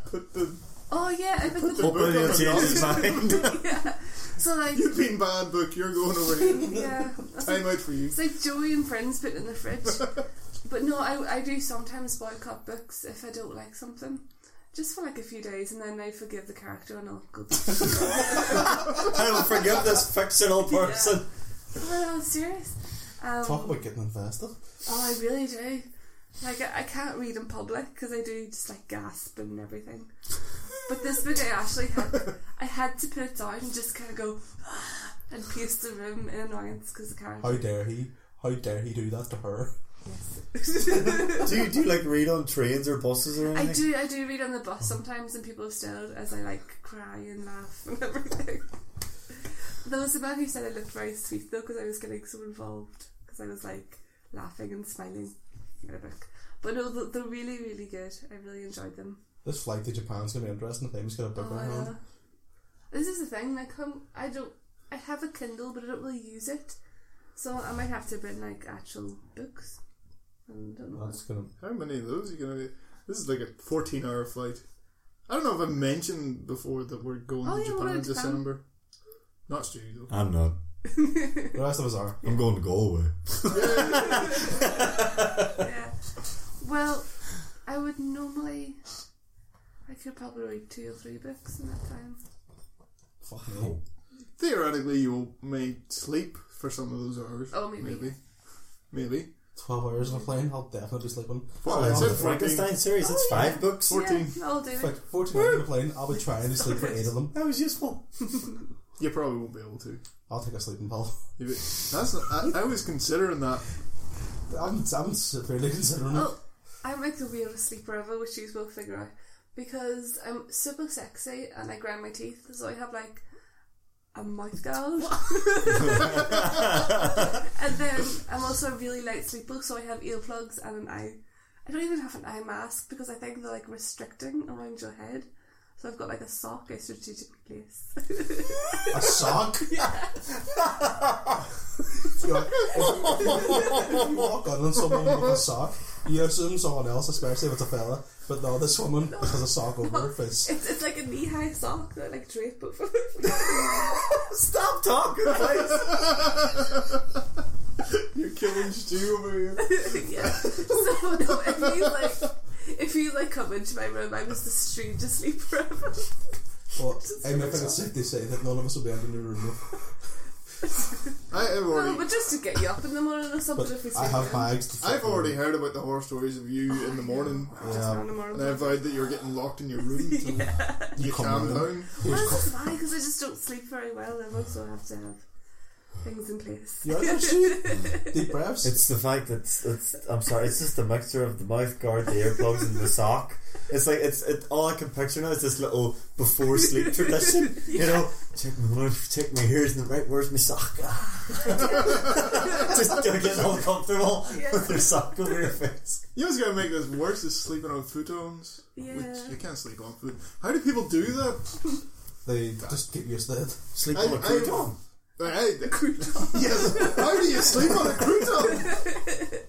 [SPEAKER 2] put the
[SPEAKER 3] oh yeah, I put the book.
[SPEAKER 1] Hopefully he'll change his mind.
[SPEAKER 3] yeah. So like
[SPEAKER 2] you've been bad book. You're going over here.
[SPEAKER 3] yeah, that's
[SPEAKER 2] Time out for you.
[SPEAKER 3] It's like Joey and friends put in the fridge. but no, I, I do sometimes boycott books if I don't like something. Just for like a few days, and then I forgive the character and I'll go. back.
[SPEAKER 1] I will forgive this fictional person.
[SPEAKER 3] but Oh, I'm serious. Um,
[SPEAKER 4] Talk about getting invested.
[SPEAKER 3] Oh, I really do. Like, I, I can't read in public because I do just like gasp and everything. But this book, I actually had, I had to put it down and just kind of go (gasps) and pace the room in annoyance because the character.
[SPEAKER 4] How dare he? How dare he do that to her?
[SPEAKER 1] Do you do you like read on trains or buses or
[SPEAKER 3] I
[SPEAKER 1] anything?
[SPEAKER 3] do, I do read on the bus sometimes, and people have stared as I like cry and laugh and (laughs) everything. there was a man who said I looked very sweet though, because I was getting so involved, because I was like laughing and smiling at a book. But no, th- they're really, really good. I really enjoyed them.
[SPEAKER 4] This flight to Japan's gonna be interesting. If I'm just gonna book my
[SPEAKER 3] Oh,
[SPEAKER 4] hand.
[SPEAKER 3] yeah. This is the thing. Like, home, I don't. I have a Kindle, but I don't really use it, so I might have to bring like actual books. I don't know.
[SPEAKER 4] That's gonna.
[SPEAKER 2] How many of those are you gonna? Do? This is like a 14 hour flight. I don't know if I mentioned before that we're going
[SPEAKER 3] Oh,
[SPEAKER 2] to
[SPEAKER 3] yeah, we're
[SPEAKER 2] Japan in
[SPEAKER 3] going to Japan.
[SPEAKER 2] December. Not Stu though.
[SPEAKER 1] I'm not.
[SPEAKER 3] (laughs)
[SPEAKER 4] The rest of us are.
[SPEAKER 1] I'm going to Galway.
[SPEAKER 3] yeah. Well, I would normally. I could probably read two or three books in that time.
[SPEAKER 4] Fuck
[SPEAKER 2] Oh,
[SPEAKER 4] no.
[SPEAKER 2] Theoretically, you will, may sleep for some of those hours.
[SPEAKER 3] Oh, maybe.
[SPEAKER 2] maybe, maybe.
[SPEAKER 4] Twelve hours on a plane. I'll definitely be sleeping.
[SPEAKER 1] I'm
[SPEAKER 2] Well, I
[SPEAKER 1] on
[SPEAKER 2] said
[SPEAKER 1] the
[SPEAKER 2] 14.
[SPEAKER 1] Frankenstein series. It's
[SPEAKER 3] Oh, yeah.
[SPEAKER 1] five books.
[SPEAKER 2] Fourteen.
[SPEAKER 3] Yeah, I'll do it.
[SPEAKER 4] Like fourteen hours on a plane. I'll be trying to sleep for eight of them.
[SPEAKER 1] That was useful.
[SPEAKER 2] (laughs) You probably won't be able to.
[SPEAKER 4] I'll take a sleeping pill. (laughs)
[SPEAKER 2] If it- That's not, I, I was considering that.
[SPEAKER 4] I'm, I'm severely considering it.
[SPEAKER 3] Oh, I make the weird sleep forever, which you will figure out. Because I'm super sexy and I grind my teeth, so I have like a mouth gouge. and then I'm also a really light sleeper, so I have earplugs and an eye. I don't even have an eye mask because I think they're like restricting around your head. So I've got like a sock I strategically place. (laughs)
[SPEAKER 4] A sock? (laughs)
[SPEAKER 3] yeah.
[SPEAKER 4] You know, if, you- if you walk on and someone with a sock, you assume someone else, especially if it's a fella, but no, this woman has a sock over her face.
[SPEAKER 3] It's, it's like a knee high sock that I like drape over.
[SPEAKER 1] (laughs) Stop
[SPEAKER 3] (laughs)
[SPEAKER 1] talking, please.
[SPEAKER 2] You're killing Stu over here.
[SPEAKER 3] yeah. So no, if you like, if you like come into my room, I was just streamed to
[SPEAKER 2] (laughs)
[SPEAKER 3] sleep forever.
[SPEAKER 4] But I mean, I think it's safe to say that none of us will be out in the room.
[SPEAKER 2] I have
[SPEAKER 3] No,
[SPEAKER 2] already,
[SPEAKER 3] but just to get you up in the morning or something. if we
[SPEAKER 4] But
[SPEAKER 3] sleep
[SPEAKER 4] I have
[SPEAKER 3] in.
[SPEAKER 4] bags to
[SPEAKER 2] I've already heard about the horror stories of you in
[SPEAKER 1] (laughs)
[SPEAKER 2] the morning,
[SPEAKER 3] Just
[SPEAKER 4] Yeah.
[SPEAKER 3] around the morning.
[SPEAKER 2] and I vowed that you were getting locked in your room. To
[SPEAKER 4] You come
[SPEAKER 2] calm
[SPEAKER 4] round.
[SPEAKER 2] down.
[SPEAKER 3] Well, this is why because I just don't sleep very well. I also have to have things in place.
[SPEAKER 4] You're actually deep breaths.
[SPEAKER 1] It's the fact that it's, it's. I'm sorry. It's just a mixture of the mouth guard, the earplugs, and the sock. It's like it's it, all I can picture now is this little before
[SPEAKER 3] (laughs)
[SPEAKER 1] sleep tradition. You know, check my mouth, check my ears, and right. Where's my
[SPEAKER 3] (laughs)
[SPEAKER 1] sock? (laughs) just they're getting all comfortable with their sock over your face.
[SPEAKER 2] You know what's gonna make this worse is sleeping on futons. Which
[SPEAKER 3] Yeah.
[SPEAKER 2] you can't sleep on food. How do people do that?
[SPEAKER 4] they just get used to it.
[SPEAKER 1] Sleep
[SPEAKER 2] I-
[SPEAKER 1] on a
[SPEAKER 2] I-
[SPEAKER 1] crouton.
[SPEAKER 3] (laughs)
[SPEAKER 1] (laughs)
[SPEAKER 2] Like, Uh, hey, the crouton. (laughs) yes. How do you sleep on a crouton?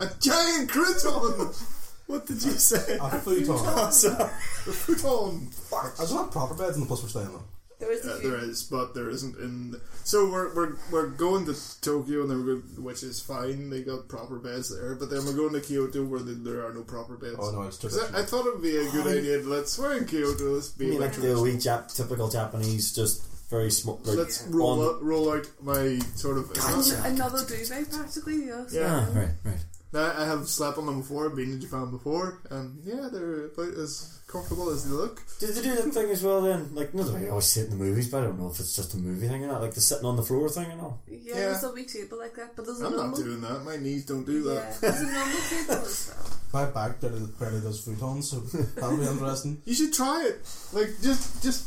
[SPEAKER 2] a giant crouton.
[SPEAKER 1] What did you say?
[SPEAKER 2] (laughs)
[SPEAKER 4] A futon.
[SPEAKER 1] I'm sorry.
[SPEAKER 2] A futon.
[SPEAKER 4] There's not proper beds in the place we're staying on.
[SPEAKER 3] (laughs) There is
[SPEAKER 2] Yeah,
[SPEAKER 3] a few.
[SPEAKER 2] Uh, there is, but there isn't in. The, so we're, we're we're going to Tokyo, and then we're going, which is fine. They got proper beds there, but then we're going to Kyoto, where the, there are no proper beds.
[SPEAKER 4] Oh no, it's too
[SPEAKER 2] So I thought it would be a good idea. to Let's we're in Kyoto. Let's be
[SPEAKER 1] You mean like
[SPEAKER 2] like
[SPEAKER 1] the wee Jap, typical Japanese, just very small. Like,
[SPEAKER 2] Let's roll
[SPEAKER 1] on-
[SPEAKER 2] out, roll out my sort of.
[SPEAKER 1] Gotcha.
[SPEAKER 3] Another duvet, practically. Yeah. so-
[SPEAKER 2] Yeah.
[SPEAKER 1] Ah, right, right.
[SPEAKER 2] Now, I have slept on them before, been in Japan before, and yeah, they're about as comfortable as they look.
[SPEAKER 1] Did they do that thing as well then? Like, no, they always see it in the movies, but I don't know if it's just a movie thing or not. Like the sitting on the floor thing or not.
[SPEAKER 3] Yeah,
[SPEAKER 2] Yeah.
[SPEAKER 3] there's a wee table like that, but there's a
[SPEAKER 2] I'm
[SPEAKER 3] normal.
[SPEAKER 2] not doing that. My knees don't do
[SPEAKER 3] Mm-hmm. yeah,
[SPEAKER 2] that.
[SPEAKER 3] there's a normal table as well.
[SPEAKER 2] (laughs)
[SPEAKER 4] My back barely, barely does futons, so that'll
[SPEAKER 2] (laughs)
[SPEAKER 4] be interesting.
[SPEAKER 2] You should try it. Like just, just.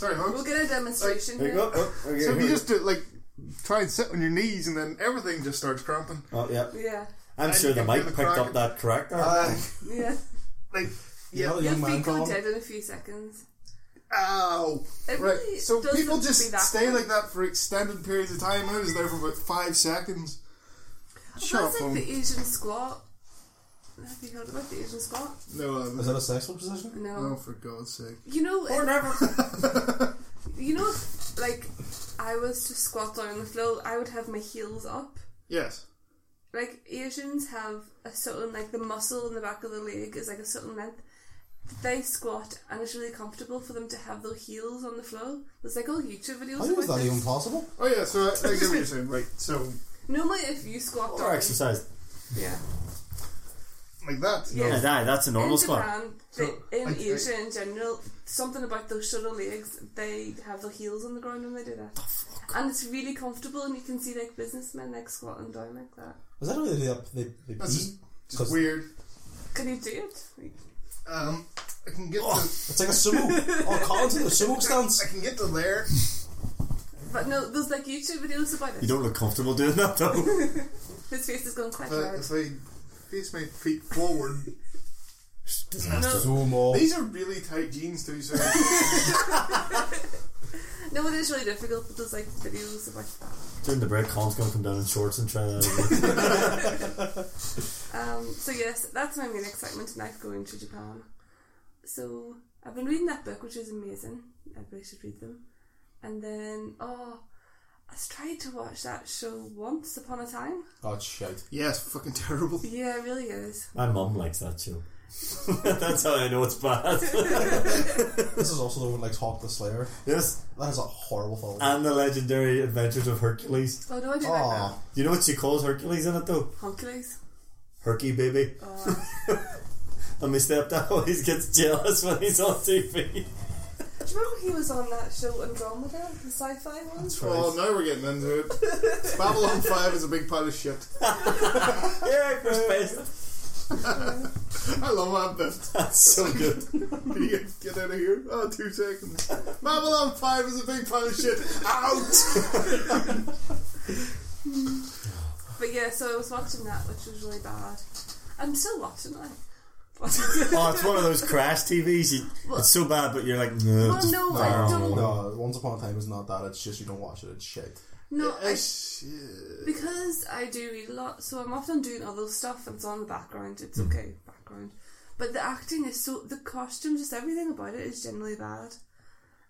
[SPEAKER 2] Sorry,
[SPEAKER 3] We'll
[SPEAKER 2] Hugs.
[SPEAKER 3] get a demonstration.
[SPEAKER 1] There you
[SPEAKER 3] here.
[SPEAKER 1] go. Oh, okay,
[SPEAKER 2] So
[SPEAKER 1] here
[SPEAKER 2] if you
[SPEAKER 1] we
[SPEAKER 2] just do, like try and sit on your knees, and then everything just starts cramping.
[SPEAKER 1] go. Oh, yeah.
[SPEAKER 3] Yeah.
[SPEAKER 1] I'm
[SPEAKER 2] And
[SPEAKER 1] sure
[SPEAKER 2] you
[SPEAKER 1] the
[SPEAKER 2] can
[SPEAKER 1] mic
[SPEAKER 2] do the
[SPEAKER 1] picked up
[SPEAKER 2] Kraken.
[SPEAKER 1] that correct. there.
[SPEAKER 2] Uh, (laughs)
[SPEAKER 3] Yeah.
[SPEAKER 2] like,
[SPEAKER 4] You
[SPEAKER 2] yeah.
[SPEAKER 4] know the
[SPEAKER 3] You'll
[SPEAKER 4] young
[SPEAKER 3] be
[SPEAKER 4] man
[SPEAKER 3] called
[SPEAKER 4] called.
[SPEAKER 3] dead in a few seconds.
[SPEAKER 2] Ow.
[SPEAKER 3] It
[SPEAKER 2] Right.
[SPEAKER 3] really
[SPEAKER 2] So
[SPEAKER 3] does
[SPEAKER 2] people
[SPEAKER 3] look to be
[SPEAKER 2] just
[SPEAKER 3] that
[SPEAKER 2] stay
[SPEAKER 3] bad.
[SPEAKER 2] like that for extended periods of time. I was there for about five seconds. Shut
[SPEAKER 3] Well,
[SPEAKER 2] up,
[SPEAKER 3] that's like
[SPEAKER 2] um,
[SPEAKER 3] the Asian squat. Have you heard about the Asian squat?
[SPEAKER 2] No, um,
[SPEAKER 4] Is that a sexual position?
[SPEAKER 3] No.
[SPEAKER 2] no, for God's sake.
[SPEAKER 3] You know,
[SPEAKER 1] or
[SPEAKER 3] if-
[SPEAKER 1] never.
[SPEAKER 3] (laughs) you know, if, like I was to squat down on the floor, I would have my heels up.
[SPEAKER 2] Yes.
[SPEAKER 3] Like Asians have a certain like the muscle in the back of the leg is like a certain length. They squat and it's really comfortable for them to have their heels on the floor. There's like all YouTube videos.
[SPEAKER 4] How is
[SPEAKER 3] about
[SPEAKER 4] that
[SPEAKER 3] this.
[SPEAKER 4] even possible?
[SPEAKER 2] Oh yeah. So I, I get what you're saying. Right. So
[SPEAKER 3] Normally, if you squat
[SPEAKER 1] Or
[SPEAKER 3] down,
[SPEAKER 1] exercise.
[SPEAKER 3] yeah,
[SPEAKER 2] like that.
[SPEAKER 3] Yeah.
[SPEAKER 1] Yeah, that- that's a normal
[SPEAKER 3] in
[SPEAKER 1] squat.
[SPEAKER 3] Japan,
[SPEAKER 2] So,
[SPEAKER 3] they, in
[SPEAKER 2] I- I-
[SPEAKER 3] Asia in general, something about those shuttle legs, they have their heels on the ground when they do that. And it's really comfortable, and you can see like businessmen like squatting down like that.
[SPEAKER 4] Is that uh, how they do that? They, they
[SPEAKER 2] That's
[SPEAKER 4] pee?
[SPEAKER 2] just,
[SPEAKER 4] 'Cause-
[SPEAKER 2] just weird.
[SPEAKER 3] Can you do it? Like,
[SPEAKER 2] Um, I can get
[SPEAKER 4] Oh,
[SPEAKER 2] to
[SPEAKER 4] it's like a sumo.
[SPEAKER 2] (laughs)
[SPEAKER 4] oh, Colin's in the sumo stance.
[SPEAKER 2] I can get to there.
[SPEAKER 3] But no, there's like YouTube videos about
[SPEAKER 1] You
[SPEAKER 3] it.
[SPEAKER 1] don't look comfortable doing that though. (laughs)
[SPEAKER 3] His face is going quite
[SPEAKER 2] But
[SPEAKER 3] loud.
[SPEAKER 2] if I face my feet forward,
[SPEAKER 3] No.
[SPEAKER 4] (laughs) Sumo.
[SPEAKER 2] these are really tight jeans too. So
[SPEAKER 3] No, it is really difficult, but there's like videos about that.
[SPEAKER 1] During the break, Colin's gonna come down in shorts and try that. again.
[SPEAKER 3] Um, so yes, that's my main excitement tonight going to Japan. So I've been reading that book, which is amazing. Everybody should read them. And then oh, I was trying to watch that show Once Upon a Time.
[SPEAKER 4] Oh, shit.
[SPEAKER 2] (laughs) yes, fucking terrible.
[SPEAKER 3] Yeah, it really is.
[SPEAKER 1] My mum likes that show. (laughs) That's how I know it's bad. (laughs)
[SPEAKER 4] This is also the one like Hawk the Slayer.
[SPEAKER 1] yes,
[SPEAKER 4] That is a horrible film.
[SPEAKER 3] Uh,
[SPEAKER 1] and the legendary adventures of Hercules.
[SPEAKER 3] Oh no, I do like that.
[SPEAKER 4] Aw.
[SPEAKER 1] You know what she calls Hercules in it though?
[SPEAKER 3] Hercules.
[SPEAKER 1] Herky baby.
[SPEAKER 3] Oh, (laughs)
[SPEAKER 1] And my stepdad (laughs) always gets jealous when he's on TV.
[SPEAKER 3] do you remember he was on that show Andromeda, the sci-fi one?
[SPEAKER 4] That's
[SPEAKER 2] Oh,
[SPEAKER 4] right.
[SPEAKER 2] now we're getting into
[SPEAKER 3] (laughs)
[SPEAKER 2] it. Babylon 5 is a big pile of shit.
[SPEAKER 1] (laughs) yeah, for space.
[SPEAKER 2] I love
[SPEAKER 3] (laughs)
[SPEAKER 2] that
[SPEAKER 1] That's so good.
[SPEAKER 2] bit. Can you get out of here? Oh, two seconds. Babylon 5 is a big pile of shit. Out!
[SPEAKER 3] But yeah, so I was watching that, which was really bad. I'm still watching it. (laughs) But
[SPEAKER 1] Oh, it's one of those crash TVs. You, it's so bad, but you're like, no.
[SPEAKER 3] Well,
[SPEAKER 1] just-
[SPEAKER 3] no, I don't.
[SPEAKER 4] No, Once Upon a Time is not that. It's just you don't watch it. It's shit.
[SPEAKER 3] No, I,
[SPEAKER 2] Uh, shit.
[SPEAKER 3] because I do read a lot, so I'm often doing other stuff and it's on the background. It's
[SPEAKER 4] Mm.
[SPEAKER 3] okay, background. But the acting is so. The costume, just everything about it is generally bad.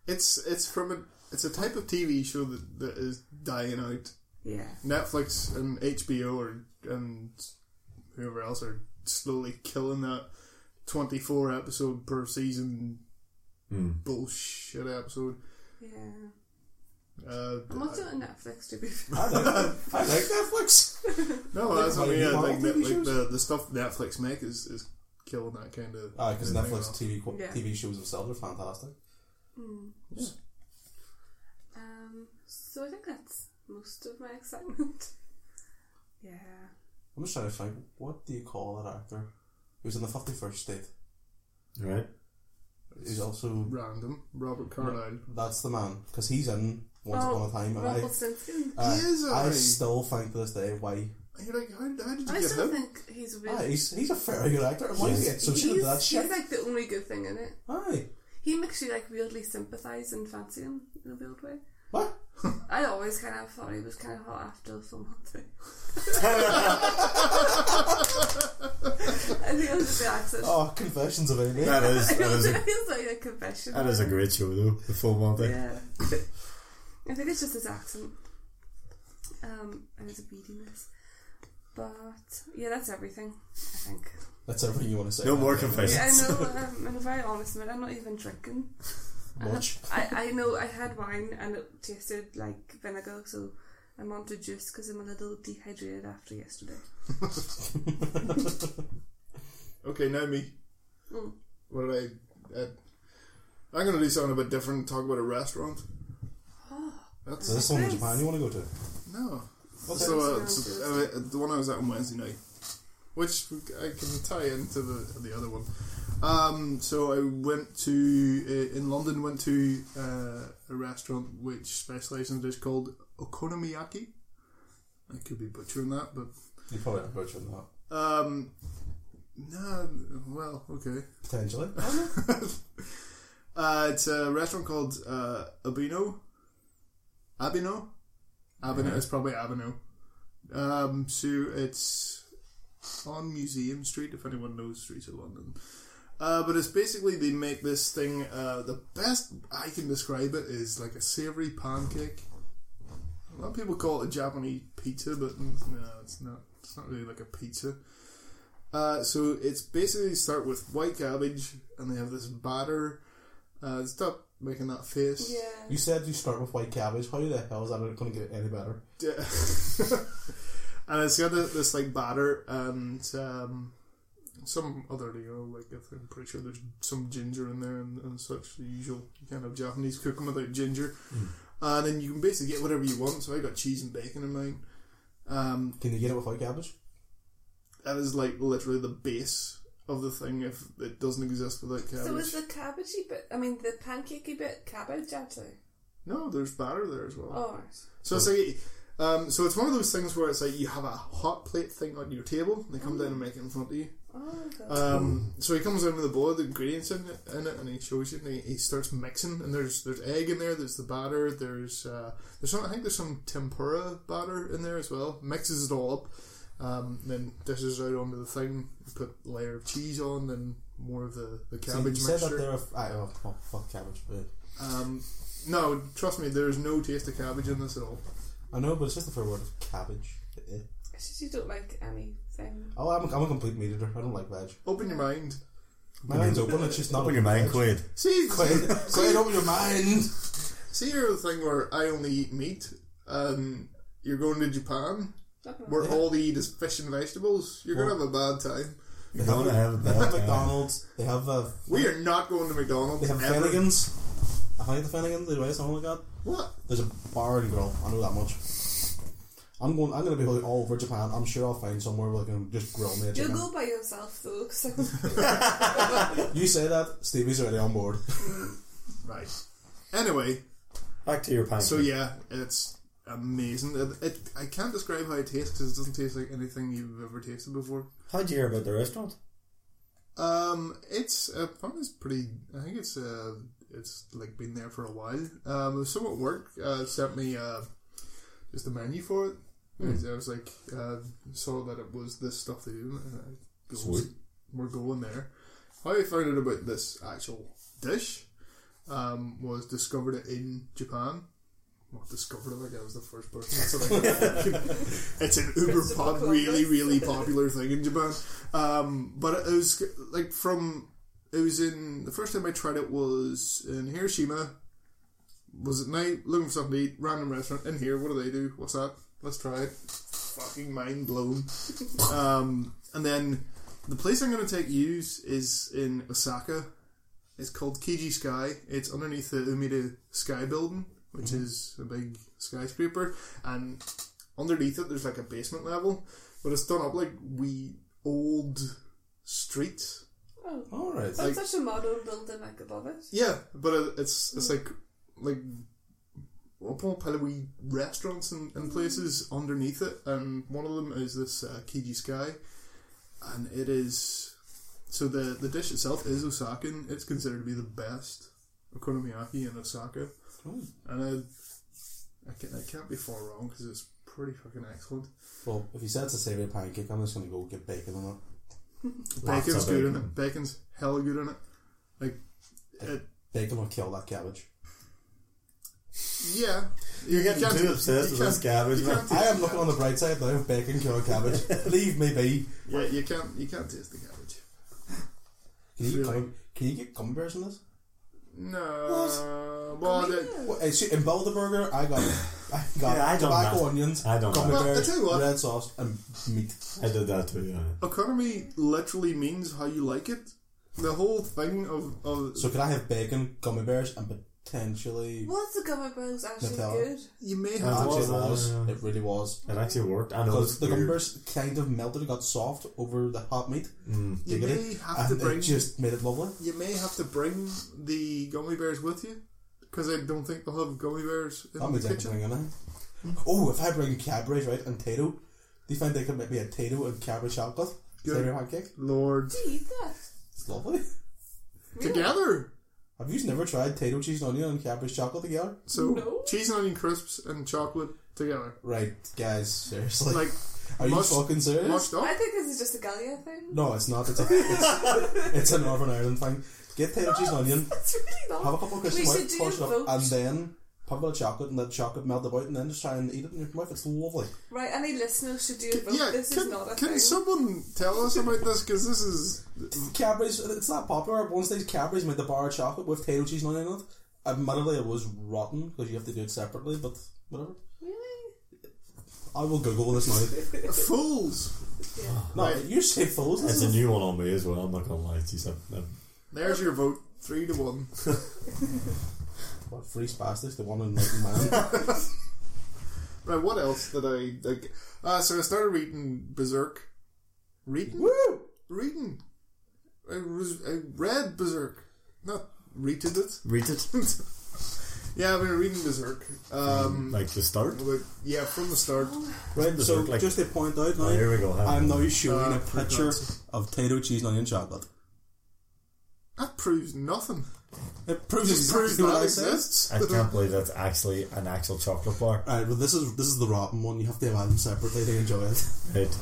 [SPEAKER 2] It's, it's from a... It's a type of TV show that, that is dying out.
[SPEAKER 3] Yeah.
[SPEAKER 2] Netflix and HBO or and whoever else are slowly killing that twenty-four episode per season bullshit episode.
[SPEAKER 3] Yeah.
[SPEAKER 2] Uh,
[SPEAKER 3] I'm watching it on Netflix, to be
[SPEAKER 4] (laughs)
[SPEAKER 3] fair.
[SPEAKER 4] I like, I like Netflix.
[SPEAKER 2] No, that's what I
[SPEAKER 4] Like
[SPEAKER 2] mean. I
[SPEAKER 4] Marvel
[SPEAKER 2] think that,
[SPEAKER 4] TV
[SPEAKER 2] like
[SPEAKER 4] shows?
[SPEAKER 2] the, the stuff Netflix make is, is killing that kind of.
[SPEAKER 4] Because
[SPEAKER 2] thing
[SPEAKER 4] Ah, Oh, Netflix
[SPEAKER 2] off.
[SPEAKER 4] TV qu-
[SPEAKER 3] Yeah.
[SPEAKER 4] TV shows themselves are fantastic.
[SPEAKER 3] Mm. Um, so I think that's most of my excitement. (laughs) yeah.
[SPEAKER 4] I'm just trying to think. What do you call that actor? Who's in the Fifty First State?
[SPEAKER 1] Right?
[SPEAKER 4] He's also
[SPEAKER 2] Random Robert Carlyle.
[SPEAKER 4] that's the man because he's in Once
[SPEAKER 3] Oh,
[SPEAKER 4] Upon a Time, and I,
[SPEAKER 3] Rumpelstiltskin.
[SPEAKER 4] uh,
[SPEAKER 2] He is
[SPEAKER 4] I
[SPEAKER 2] alright.
[SPEAKER 4] still think to this day why
[SPEAKER 2] You're like, how, how did you
[SPEAKER 3] I
[SPEAKER 2] get
[SPEAKER 3] still
[SPEAKER 2] him?
[SPEAKER 3] think he's
[SPEAKER 4] Aye,
[SPEAKER 3] really.
[SPEAKER 4] he's, he's a very good actor. Why is he get some shit into
[SPEAKER 3] he's,
[SPEAKER 4] that shit?
[SPEAKER 3] he's like the only good thing in it.
[SPEAKER 4] Aye.
[SPEAKER 3] He makes you like weirdly sympathise and fancy him in a weird way.
[SPEAKER 4] What?
[SPEAKER 3] (laughs) I always kind of thought he was kind of hot after Film Hot Three. (laughs) I think it was just the accent. (laughs)
[SPEAKER 4] Oh, Confessions of Amy.
[SPEAKER 1] That is,
[SPEAKER 3] it
[SPEAKER 1] that is,
[SPEAKER 3] was (laughs)
[SPEAKER 1] a,
[SPEAKER 3] it was like a confession.
[SPEAKER 1] that is a great show though. The full Monty.
[SPEAKER 3] Yeah. I think it's just his accent. Um, and his obedience. But yeah, that's everything. I think.
[SPEAKER 4] That's everything you want to say.
[SPEAKER 1] No more
[SPEAKER 3] Yeah, I
[SPEAKER 1] confessions.
[SPEAKER 3] know. Um, I'm very honest, man. I'm not even drinking.
[SPEAKER 4] Much.
[SPEAKER 3] I, I know I had wine and it tasted like vinegar, so I'm on to juice because I'm a little dehydrated after yesterday.
[SPEAKER 2] Okay, now me.
[SPEAKER 3] Mm.
[SPEAKER 2] What did I? Uh, I'm gonna do something a bit different. Talk about a restaurant.
[SPEAKER 4] Oh,
[SPEAKER 2] That's
[SPEAKER 4] So this one in Japan you want to go to?
[SPEAKER 2] no.
[SPEAKER 4] What's
[SPEAKER 2] So uh,
[SPEAKER 3] that?
[SPEAKER 2] it's- uh, the one I was at on Wednesday night, which I can tie into the the other one. Um, so I went to uh, in London. Went to uh, a restaurant which specialises in a dish called okonomiyaki. I could be butchering that, but
[SPEAKER 4] You probably have butchered that.
[SPEAKER 2] Um, nah, well, okay.
[SPEAKER 4] Potentially.
[SPEAKER 2] Uh, it's a restaurant called uh, Abino. Abino? Abino.
[SPEAKER 1] Yeah.
[SPEAKER 2] It's probably Abino. Um, so it's on Museum Street, if anyone knows streets of London. Uh, but it's basically they make this thing. Uh, the best I can describe it is like a savory pancake. A lot of people call it a Japanese pizza, but no, it's not. It's not really like a pizza. Uh, so it's basically start with white cabbage, and they have this batter. Uh, stop making that face.
[SPEAKER 3] Yeah.
[SPEAKER 4] You said you start with white cabbage. How the hell is that going to get any better?
[SPEAKER 2] Yeah. (laughs) and it's got this, this like batter and um, some other deal. Like I think- I'm pretty sure there's some ginger in there and, and such the usual kind of Japanese cooking without ginger.
[SPEAKER 4] Mm.
[SPEAKER 2] And then you can basically get whatever you want. So I got cheese and bacon in mine. Um,
[SPEAKER 4] Can you get it with white cabbage?
[SPEAKER 2] that is like literally the base of the thing. If it doesn't exist without cabbage,
[SPEAKER 3] So is the cabbagey bit? I mean, the pancakey bit cabbage actually.
[SPEAKER 2] no, there's batter there as well.
[SPEAKER 3] Oh,
[SPEAKER 2] So it's like, um, so it's one of those things where it's like you have a hot plate thing on your table, and they come down and make it in front of you.
[SPEAKER 3] oh, God.
[SPEAKER 4] Uh,
[SPEAKER 2] Um,
[SPEAKER 4] Hmm.
[SPEAKER 2] so he comes in with a bowl of the ingredients in it, in it and he shows you, and he, he starts mixing. And there's there's egg in there, there's the batter, there's uh, there's some, I think there's some tempura batter in there as well. Mixes it all up, um, then dishes it out onto the thing. Put a layer of cheese on, then more of the the
[SPEAKER 4] So
[SPEAKER 2] cabbage
[SPEAKER 4] you said
[SPEAKER 2] mixture.
[SPEAKER 4] that there are. I, oh, oh, fuck cabbage. Yeah.
[SPEAKER 2] um, no, trust me, there's no taste of cabbage in this at all.
[SPEAKER 4] I know, but it's just the fair word of cabbage. Eh.
[SPEAKER 3] It's just you don't like anything.
[SPEAKER 4] Oh, I'm a, I'm a complete meat eater. I don't like veg.
[SPEAKER 2] Open your mind.
[SPEAKER 4] My mind's open. It's just not
[SPEAKER 1] Open your
[SPEAKER 4] (laughs)
[SPEAKER 1] mind,
[SPEAKER 4] veg.
[SPEAKER 1] Quaid.
[SPEAKER 2] See,
[SPEAKER 4] Quaid, Quaid, open
[SPEAKER 1] (laughs)
[SPEAKER 4] your mind.
[SPEAKER 2] see, you're the thing where I only eat meat. Um, you're going to Japan.
[SPEAKER 3] Nothing.
[SPEAKER 2] where all they eat is fish and vegetables, you're going to have a bad time.
[SPEAKER 1] You're going to have a
[SPEAKER 4] They have
[SPEAKER 1] bad time.
[SPEAKER 4] McDonald's. They have uh,
[SPEAKER 2] We are not going to McDonald's.
[SPEAKER 4] they have
[SPEAKER 2] ever.
[SPEAKER 4] Fennigan's. I think the Fennigan's. They do something like that.
[SPEAKER 2] What?
[SPEAKER 4] There's a bar and grill. I know that much. I'm going. I'm going to be all over Japan. I'm sure I'll find somewhere where I can just grill me a
[SPEAKER 3] You'll
[SPEAKER 4] chicken.
[SPEAKER 3] go by yourself though,
[SPEAKER 4] (laughs)
[SPEAKER 3] so
[SPEAKER 4] You say that, Stevie's already on board.
[SPEAKER 2] Right. Anyway,
[SPEAKER 1] Back to your pancake.
[SPEAKER 2] so yeah, it's amazing. It, it, I can't describe how it tastes because it doesn't taste like anything you've ever tasted before.
[SPEAKER 1] How'd you hear about the restaurant?
[SPEAKER 2] Um, it's uh, probably it's pretty. I think it's uh, it's like been there for a while. Um, someone at work uh, sent me uh, just the menu for it. And I was like, uh, saw that it was this stuff they do. And I goes,
[SPEAKER 1] Sweet.
[SPEAKER 2] We're going there. How I found out about this actual dish um, was discovered it in Japan. Well, discovered it like I was the first person. So like, it's an uber
[SPEAKER 3] Christopher
[SPEAKER 2] pop,
[SPEAKER 3] Columbus.
[SPEAKER 2] really, really popular thing in Japan. Um, but it was like from it was in the first time I tried it was in Hiroshima. Was at night looking for something to eat, random restaurant in here. What do they do? What's that? Let's try it. Fucking mind blown. um, and then the place I'm going to take you is in Osaka. It's called Kiji Sky. It's underneath the Umeda Sky Building, which is a big skyscraper, and underneath it there's like a basement level, but it's done up like we old streets.
[SPEAKER 3] oh,
[SPEAKER 4] Alright.
[SPEAKER 3] that's such a modern building like above it.
[SPEAKER 2] Yeah, but it- it's it's like like upon Palawi restaurants and, and places underneath it, and one of them is this uh, Kiji Sky, and it is so the the dish itself is osakan. It's considered to be the best okonomiyaki in Osaka,
[SPEAKER 4] Hmm.
[SPEAKER 2] and I I can't, I can't be far wrong because it's pretty fucking excellent.
[SPEAKER 4] Well, if you said it's a savory pancake, I'm just going to go get bacon on
[SPEAKER 1] Lots
[SPEAKER 2] Bacon's
[SPEAKER 1] of
[SPEAKER 2] good in
[SPEAKER 1] bacon.
[SPEAKER 2] it. Bacon's hella good in it. Like
[SPEAKER 4] it. Bacon will kill that cabbage.
[SPEAKER 2] yeah,
[SPEAKER 1] You're getting
[SPEAKER 2] can't-
[SPEAKER 1] too obsessed with
[SPEAKER 2] you
[SPEAKER 1] this
[SPEAKER 2] can't-
[SPEAKER 1] cabbage,
[SPEAKER 2] you
[SPEAKER 1] man.
[SPEAKER 2] can't-
[SPEAKER 4] I am looking on the bright side now. Bacon kill cabbage.
[SPEAKER 1] (laughs)
[SPEAKER 4] Leave me be.
[SPEAKER 2] Yeah, you can't you can't taste the cabbage.
[SPEAKER 4] Can you, get
[SPEAKER 2] Really?
[SPEAKER 4] cum- can you get gummy bears in this?
[SPEAKER 2] No. Well, the,
[SPEAKER 4] Well, uh, see, in Bilderberger, I got I got
[SPEAKER 1] Yeah, I don't
[SPEAKER 4] tobacco,
[SPEAKER 1] know.
[SPEAKER 4] onions,
[SPEAKER 1] I don't
[SPEAKER 4] gummy
[SPEAKER 1] know.
[SPEAKER 2] Well, I
[SPEAKER 4] bears,
[SPEAKER 2] tell you what.
[SPEAKER 4] red sauce, and meat.
[SPEAKER 1] I did that too, yeah.
[SPEAKER 2] economy literally means how you like it. The whole thing of, of
[SPEAKER 4] So could I have bacon, gummy bears, and potentially?
[SPEAKER 3] What's the gummy bears actually
[SPEAKER 4] Nutella.
[SPEAKER 3] good?
[SPEAKER 2] you may
[SPEAKER 4] It
[SPEAKER 2] have.
[SPEAKER 1] Uh,
[SPEAKER 4] actually
[SPEAKER 1] was, uh,
[SPEAKER 4] was. It really was.
[SPEAKER 1] It actually worked. I know
[SPEAKER 4] Because
[SPEAKER 1] it's
[SPEAKER 4] the gummy
[SPEAKER 1] weird.
[SPEAKER 4] bears kind of melted, it got soft over the hot meat.
[SPEAKER 1] Mm.
[SPEAKER 2] you
[SPEAKER 4] diggity,
[SPEAKER 2] may have to
[SPEAKER 4] and
[SPEAKER 2] bring.
[SPEAKER 4] it just made it lovely.
[SPEAKER 2] you may have to bring the gummy bears with you because I don't think they'll have gummy bears in
[SPEAKER 4] That
[SPEAKER 2] the
[SPEAKER 4] means I
[SPEAKER 2] kitchen.
[SPEAKER 4] can bring anything. Oh, if I bring cabbage, right, and potato, They find they can make me a potato and cabbage shotgun.
[SPEAKER 2] Good.
[SPEAKER 4] Potato pancake.
[SPEAKER 2] Lord.
[SPEAKER 3] Do you eat that?
[SPEAKER 4] It's lovely.
[SPEAKER 3] Really?
[SPEAKER 2] Together!
[SPEAKER 4] Have you never tried potato cheese and onion and cabbage chocolate together?
[SPEAKER 2] So,
[SPEAKER 3] No.
[SPEAKER 2] cheese and onion crisps and chocolate together.
[SPEAKER 4] Right, guys, seriously.
[SPEAKER 2] Like,
[SPEAKER 4] Are you
[SPEAKER 2] must-
[SPEAKER 4] fucking serious?
[SPEAKER 2] mushed up.
[SPEAKER 3] I think this is just a Gallia thing.
[SPEAKER 4] No, it's not. It's a, (laughs) it's, it's a Northern Ireland thing. Get potato cheese and onion.
[SPEAKER 3] (laughs) It's really not.
[SPEAKER 4] Have a couple of crisps,
[SPEAKER 3] We should
[SPEAKER 4] melt,
[SPEAKER 3] do
[SPEAKER 4] polish it
[SPEAKER 3] vote.
[SPEAKER 4] up, and then pop a bit of chocolate and let chocolate melt about, and then just try and eat it in your mouth. It's lovely.
[SPEAKER 3] Right, any listeners should do a vote.
[SPEAKER 2] Yeah,
[SPEAKER 3] this
[SPEAKER 2] can,
[SPEAKER 3] is not a
[SPEAKER 2] can
[SPEAKER 3] thing.
[SPEAKER 2] someone tell us about this? Because this
[SPEAKER 3] (laughs)
[SPEAKER 2] is.
[SPEAKER 4] Cadbury's, it's not popular. At one stage, Cadbury's made the bar of chocolate with potato cheese and onion in it. Admittedly, it was rotten because you have to do it separately, but whatever.
[SPEAKER 3] Really?
[SPEAKER 4] I will Google this now.
[SPEAKER 2] Fools!
[SPEAKER 4] no, you say fools. This
[SPEAKER 1] It's a
[SPEAKER 4] is
[SPEAKER 1] new one on me as well. I'm not gonna lie. Jeez, I've, I've,
[SPEAKER 2] There's your vote. Three to one.
[SPEAKER 4] what, free spastics, the one in Mountain Man.
[SPEAKER 1] (laughs)
[SPEAKER 2] Right, what else did I. Like, uh, so, I started reading Berserk. Reading?
[SPEAKER 4] Woo!
[SPEAKER 2] Reading. I, was, I read Berserk. Not readed it.
[SPEAKER 1] read it
[SPEAKER 2] Yeah, I've been reading Berserk. Um,
[SPEAKER 1] (laughs) Mm, like the start.
[SPEAKER 2] but yeah, from the start.
[SPEAKER 4] Right, so
[SPEAKER 1] Berserk, like-
[SPEAKER 4] just to point out now,
[SPEAKER 1] Oh, here we go. have
[SPEAKER 4] I'm
[SPEAKER 1] one.
[SPEAKER 4] now showing
[SPEAKER 2] Uh,
[SPEAKER 4] a picture of potato cheese and onion chocolate.
[SPEAKER 2] That proves nothing.
[SPEAKER 4] It proves
[SPEAKER 2] Just proves
[SPEAKER 4] exactly
[SPEAKER 2] that
[SPEAKER 4] what I said.
[SPEAKER 2] exists. (laughs)
[SPEAKER 1] I can't believe that's actually an actual chocolate bar.
[SPEAKER 4] Alright, well this is this is the rotten one. You have to have them separately to enjoy it.
[SPEAKER 1] Right.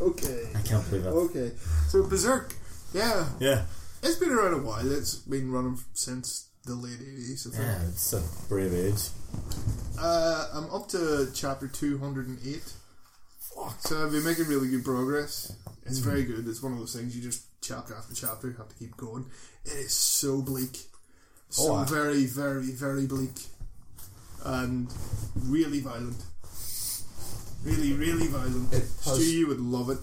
[SPEAKER 2] Okay.
[SPEAKER 1] I can't believe that.
[SPEAKER 2] Okay. So Berserk, yeah,
[SPEAKER 1] Yeah.
[SPEAKER 2] it's been around a while. It's been running since the late eighties, I think.
[SPEAKER 1] Yeah, it's a brave age.
[SPEAKER 2] Uh, I'm up to chapter two hundred and eight. So I've been making really good progress.
[SPEAKER 4] Mm.
[SPEAKER 2] It's very good. It's one of those things you just chapter after chapter have to keep going. It is so bleak, so
[SPEAKER 4] Oh, I-
[SPEAKER 2] very, very, very bleak, and really violent. Really, really violent.
[SPEAKER 4] It has-
[SPEAKER 2] Stu, you would love
[SPEAKER 4] (laughs)
[SPEAKER 2] it.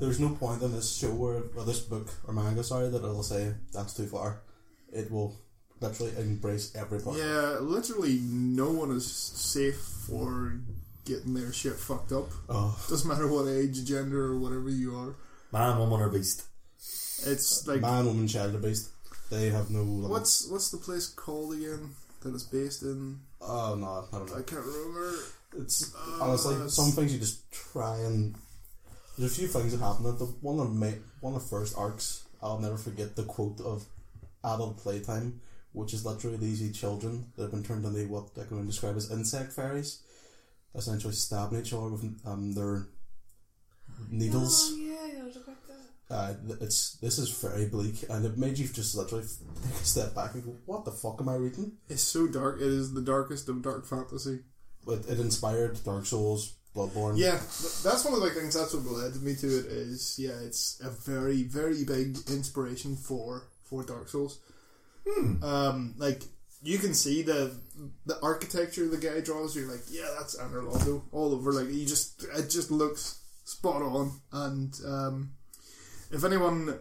[SPEAKER 4] There's no point in this show or, or this book or manga, sorry, that it'll say that's too far. It will literally embrace every part.
[SPEAKER 2] Yeah, literally no one is safe for getting their shit fucked up.
[SPEAKER 4] Oh,
[SPEAKER 2] Doesn't matter what age, gender, or whatever you are.
[SPEAKER 1] Man, woman, or beast.
[SPEAKER 2] It's like
[SPEAKER 4] man, woman, child, or beast. They have no. Limits.
[SPEAKER 2] what's what's the place called again that it's based in?
[SPEAKER 4] Oh no, I don't
[SPEAKER 2] I
[SPEAKER 4] know.
[SPEAKER 2] can't remember.
[SPEAKER 4] It's honestly
[SPEAKER 2] it's-
[SPEAKER 4] some things you just try and. There's a few things that happen. The one of my, one of the first arcs, I'll never forget the quote of adult playtime, which is literally these children that have been turned into what I can describe as insect fairies, essentially stabbing each other with um, their needles.
[SPEAKER 3] Oh, yeah, I heard about that.
[SPEAKER 4] Uh, th- it's this is very bleak, and it made you just literally (laughs) take a step back and go, "What the fuck am I reading?"
[SPEAKER 2] It's so dark. It is the darkest of dark fantasy.
[SPEAKER 4] But it inspired Dark Souls, Bloodborne.
[SPEAKER 2] Yeah, th- that's one of the things that's what led me to it. Is yeah, it's a very very big inspiration for for Dark Souls.
[SPEAKER 4] Hmm.
[SPEAKER 2] Um, like you can see the the architecture the guy draws. You're like, yeah, that's Anorlando all over. Like you just it just looks spot on. And um, if anyone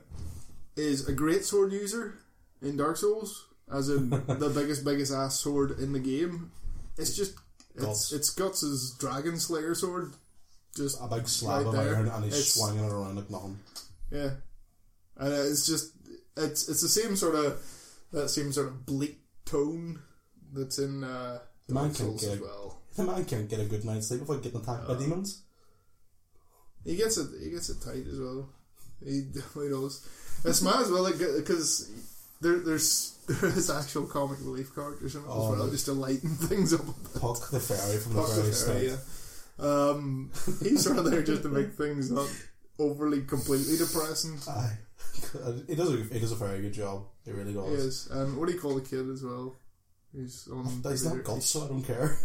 [SPEAKER 2] is a great sword user in Dark Souls, as
[SPEAKER 4] (laughs)
[SPEAKER 2] in the biggest biggest ass sword in the game, it's just
[SPEAKER 4] Guts.
[SPEAKER 2] it's, it's Guts' Dragon Slayer sword. Just
[SPEAKER 4] a big
[SPEAKER 2] Right
[SPEAKER 4] slab of
[SPEAKER 2] there.
[SPEAKER 4] iron and he's
[SPEAKER 2] It's-
[SPEAKER 4] swinging it around like nothing.
[SPEAKER 2] Yeah, and it's just it's it's the same sort of that same sort of bleak tone that's in uh,
[SPEAKER 4] The man
[SPEAKER 2] Dark Souls
[SPEAKER 4] can't
[SPEAKER 2] as
[SPEAKER 4] get-
[SPEAKER 2] well.
[SPEAKER 4] The man can't get a good night's sleep without getting attacked by demons.
[SPEAKER 2] He gets it. He gets it tight as well. He (laughs) definitely does. It's might as well because there there's (laughs) there is actual comic relief characters in it
[SPEAKER 4] Oh,
[SPEAKER 2] as well,
[SPEAKER 4] no.
[SPEAKER 2] just to lighten (laughs) things up.
[SPEAKER 4] Puck the fairy from
[SPEAKER 2] Puck
[SPEAKER 4] the
[SPEAKER 2] the
[SPEAKER 4] fairy
[SPEAKER 2] fairy,
[SPEAKER 4] state.
[SPEAKER 2] yeah. Um, he's (laughs) sort of there just to make things not overly completely depressing.
[SPEAKER 4] Aye. (laughs) He does, a, he does a very good job. He really
[SPEAKER 2] Yes,
[SPEAKER 4] does.
[SPEAKER 2] and what do you call the kid as well? He's on.
[SPEAKER 4] Oh, He's not guts, so I don't care.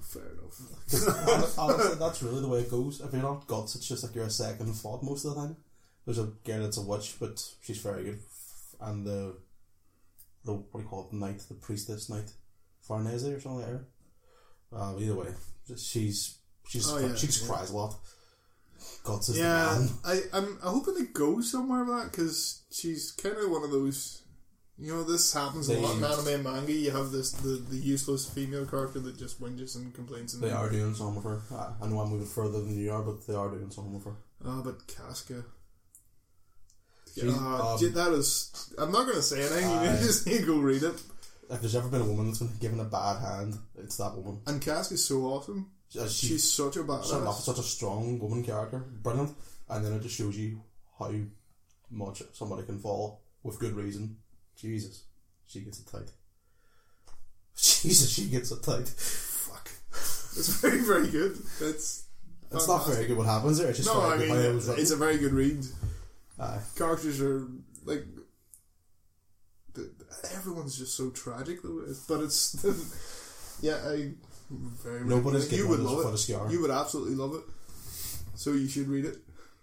[SPEAKER 2] Fair enough. (laughs)
[SPEAKER 4] Honestly, that's really the way it goes. If you're not guts, it's just like you're a second thought most of the time. There's a girl that's a witch, but she's very good. And the, the what do you call it, knight, the priestess knight, Farnese or something like that. Uh, either way, she's she's
[SPEAKER 2] Oh, yeah,
[SPEAKER 4] she just
[SPEAKER 2] yeah.
[SPEAKER 4] cries a lot. Guts is the
[SPEAKER 2] Yeah,
[SPEAKER 4] man.
[SPEAKER 2] I, I'm, I'm hoping it goes somewhere with that because she's kind of one of those. You know, this happens a lot in
[SPEAKER 4] They-
[SPEAKER 2] anime and manga. You have this the, the useless female character that just whinges and complains. And
[SPEAKER 4] They are doing something with her. I- I know I'm moving further than you are, but they are doing something with her.
[SPEAKER 2] Ah, but Casca.
[SPEAKER 4] She's,
[SPEAKER 2] Ah,
[SPEAKER 4] um,
[SPEAKER 2] gee, that is. I'm not going to say anything. (laughs) You
[SPEAKER 4] I-
[SPEAKER 2] just need to go read it.
[SPEAKER 4] If there's ever been a woman that's been given a bad hand, it's that woman.
[SPEAKER 2] And Casca's so awesome.
[SPEAKER 4] as she,
[SPEAKER 2] She's such a
[SPEAKER 4] started off
[SPEAKER 2] badass.
[SPEAKER 4] as such a strong woman character, brilliant, and then it just shows you how much somebody can fall with good reason. Jesus, she gets it tight. (laughs) Jesus, she gets it tight.
[SPEAKER 2] Fuck. It's (laughs) very, very good. It's
[SPEAKER 4] It's not very good what happens there. It's just
[SPEAKER 2] No,
[SPEAKER 4] very
[SPEAKER 2] I
[SPEAKER 4] good
[SPEAKER 2] mean,
[SPEAKER 4] how it was
[SPEAKER 2] it's
[SPEAKER 4] written.
[SPEAKER 2] a very good read.
[SPEAKER 4] Aye.
[SPEAKER 2] Characters are like. th- Everyone's just so tragic, though, it's- but it's (laughs) yeah. I very very you
[SPEAKER 4] Nobody's getting
[SPEAKER 2] would
[SPEAKER 4] on this
[SPEAKER 2] love
[SPEAKER 4] for
[SPEAKER 2] it.
[SPEAKER 4] the scar.
[SPEAKER 2] You would absolutely love it. So you should read it.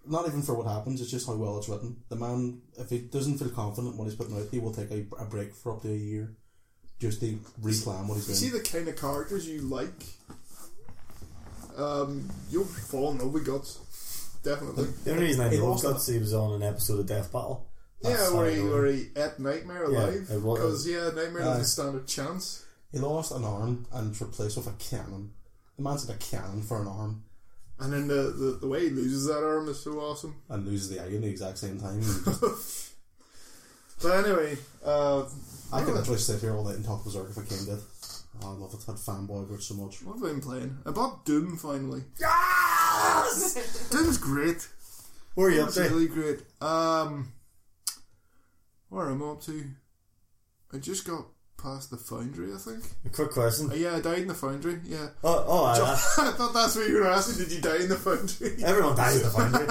[SPEAKER 4] not even for what happens, it's just how well it's written. The man, if he doesn't feel confident in what he's putting out, he will take a, a break for up to a year just to replan what he's
[SPEAKER 2] You see
[SPEAKER 4] doing.
[SPEAKER 2] the kind of characters you like. Um, you'll fall in love with guts, definitely.
[SPEAKER 1] The only reason I
[SPEAKER 4] He
[SPEAKER 1] know
[SPEAKER 4] lost
[SPEAKER 1] Gutsy was on an episode of Death Battle.
[SPEAKER 2] Yeah,
[SPEAKER 1] That's
[SPEAKER 2] where
[SPEAKER 1] how I
[SPEAKER 2] he,
[SPEAKER 1] know.
[SPEAKER 2] where he ate Nightmare
[SPEAKER 1] Yeah,
[SPEAKER 2] alive.
[SPEAKER 1] it was-
[SPEAKER 2] Because, yeah, Nightmare
[SPEAKER 4] Aye.
[SPEAKER 2] doesn't stand a chance.
[SPEAKER 4] He lost an arm and it's replaced with a cannon. The man's got a cannon for an arm
[SPEAKER 2] And then the, the, the way he loses that arm is so awesome.
[SPEAKER 4] and loses the eye at the exact same time. And just-
[SPEAKER 2] But anyway, uh,
[SPEAKER 4] I could literally sit here all night and talk Berserk if I came to it. Oh, I love it. That fanboy word so much.
[SPEAKER 2] what have I been playing? I bought Doom finally.
[SPEAKER 3] (laughs)
[SPEAKER 1] Yes!
[SPEAKER 2] Doom's great.
[SPEAKER 1] Where are you up
[SPEAKER 2] Doom's
[SPEAKER 1] to?
[SPEAKER 2] really great. Um, where am I up to? I just got past the Foundry, I think.
[SPEAKER 1] A quick
[SPEAKER 2] Uh,
[SPEAKER 1] question.
[SPEAKER 2] yeah, I died in the Foundry, yeah. (laughs)
[SPEAKER 1] Oh, oh I, I-
[SPEAKER 2] I thought that's what you were asking. Did you die in the Foundry?
[SPEAKER 1] Everyone dies at the foundry.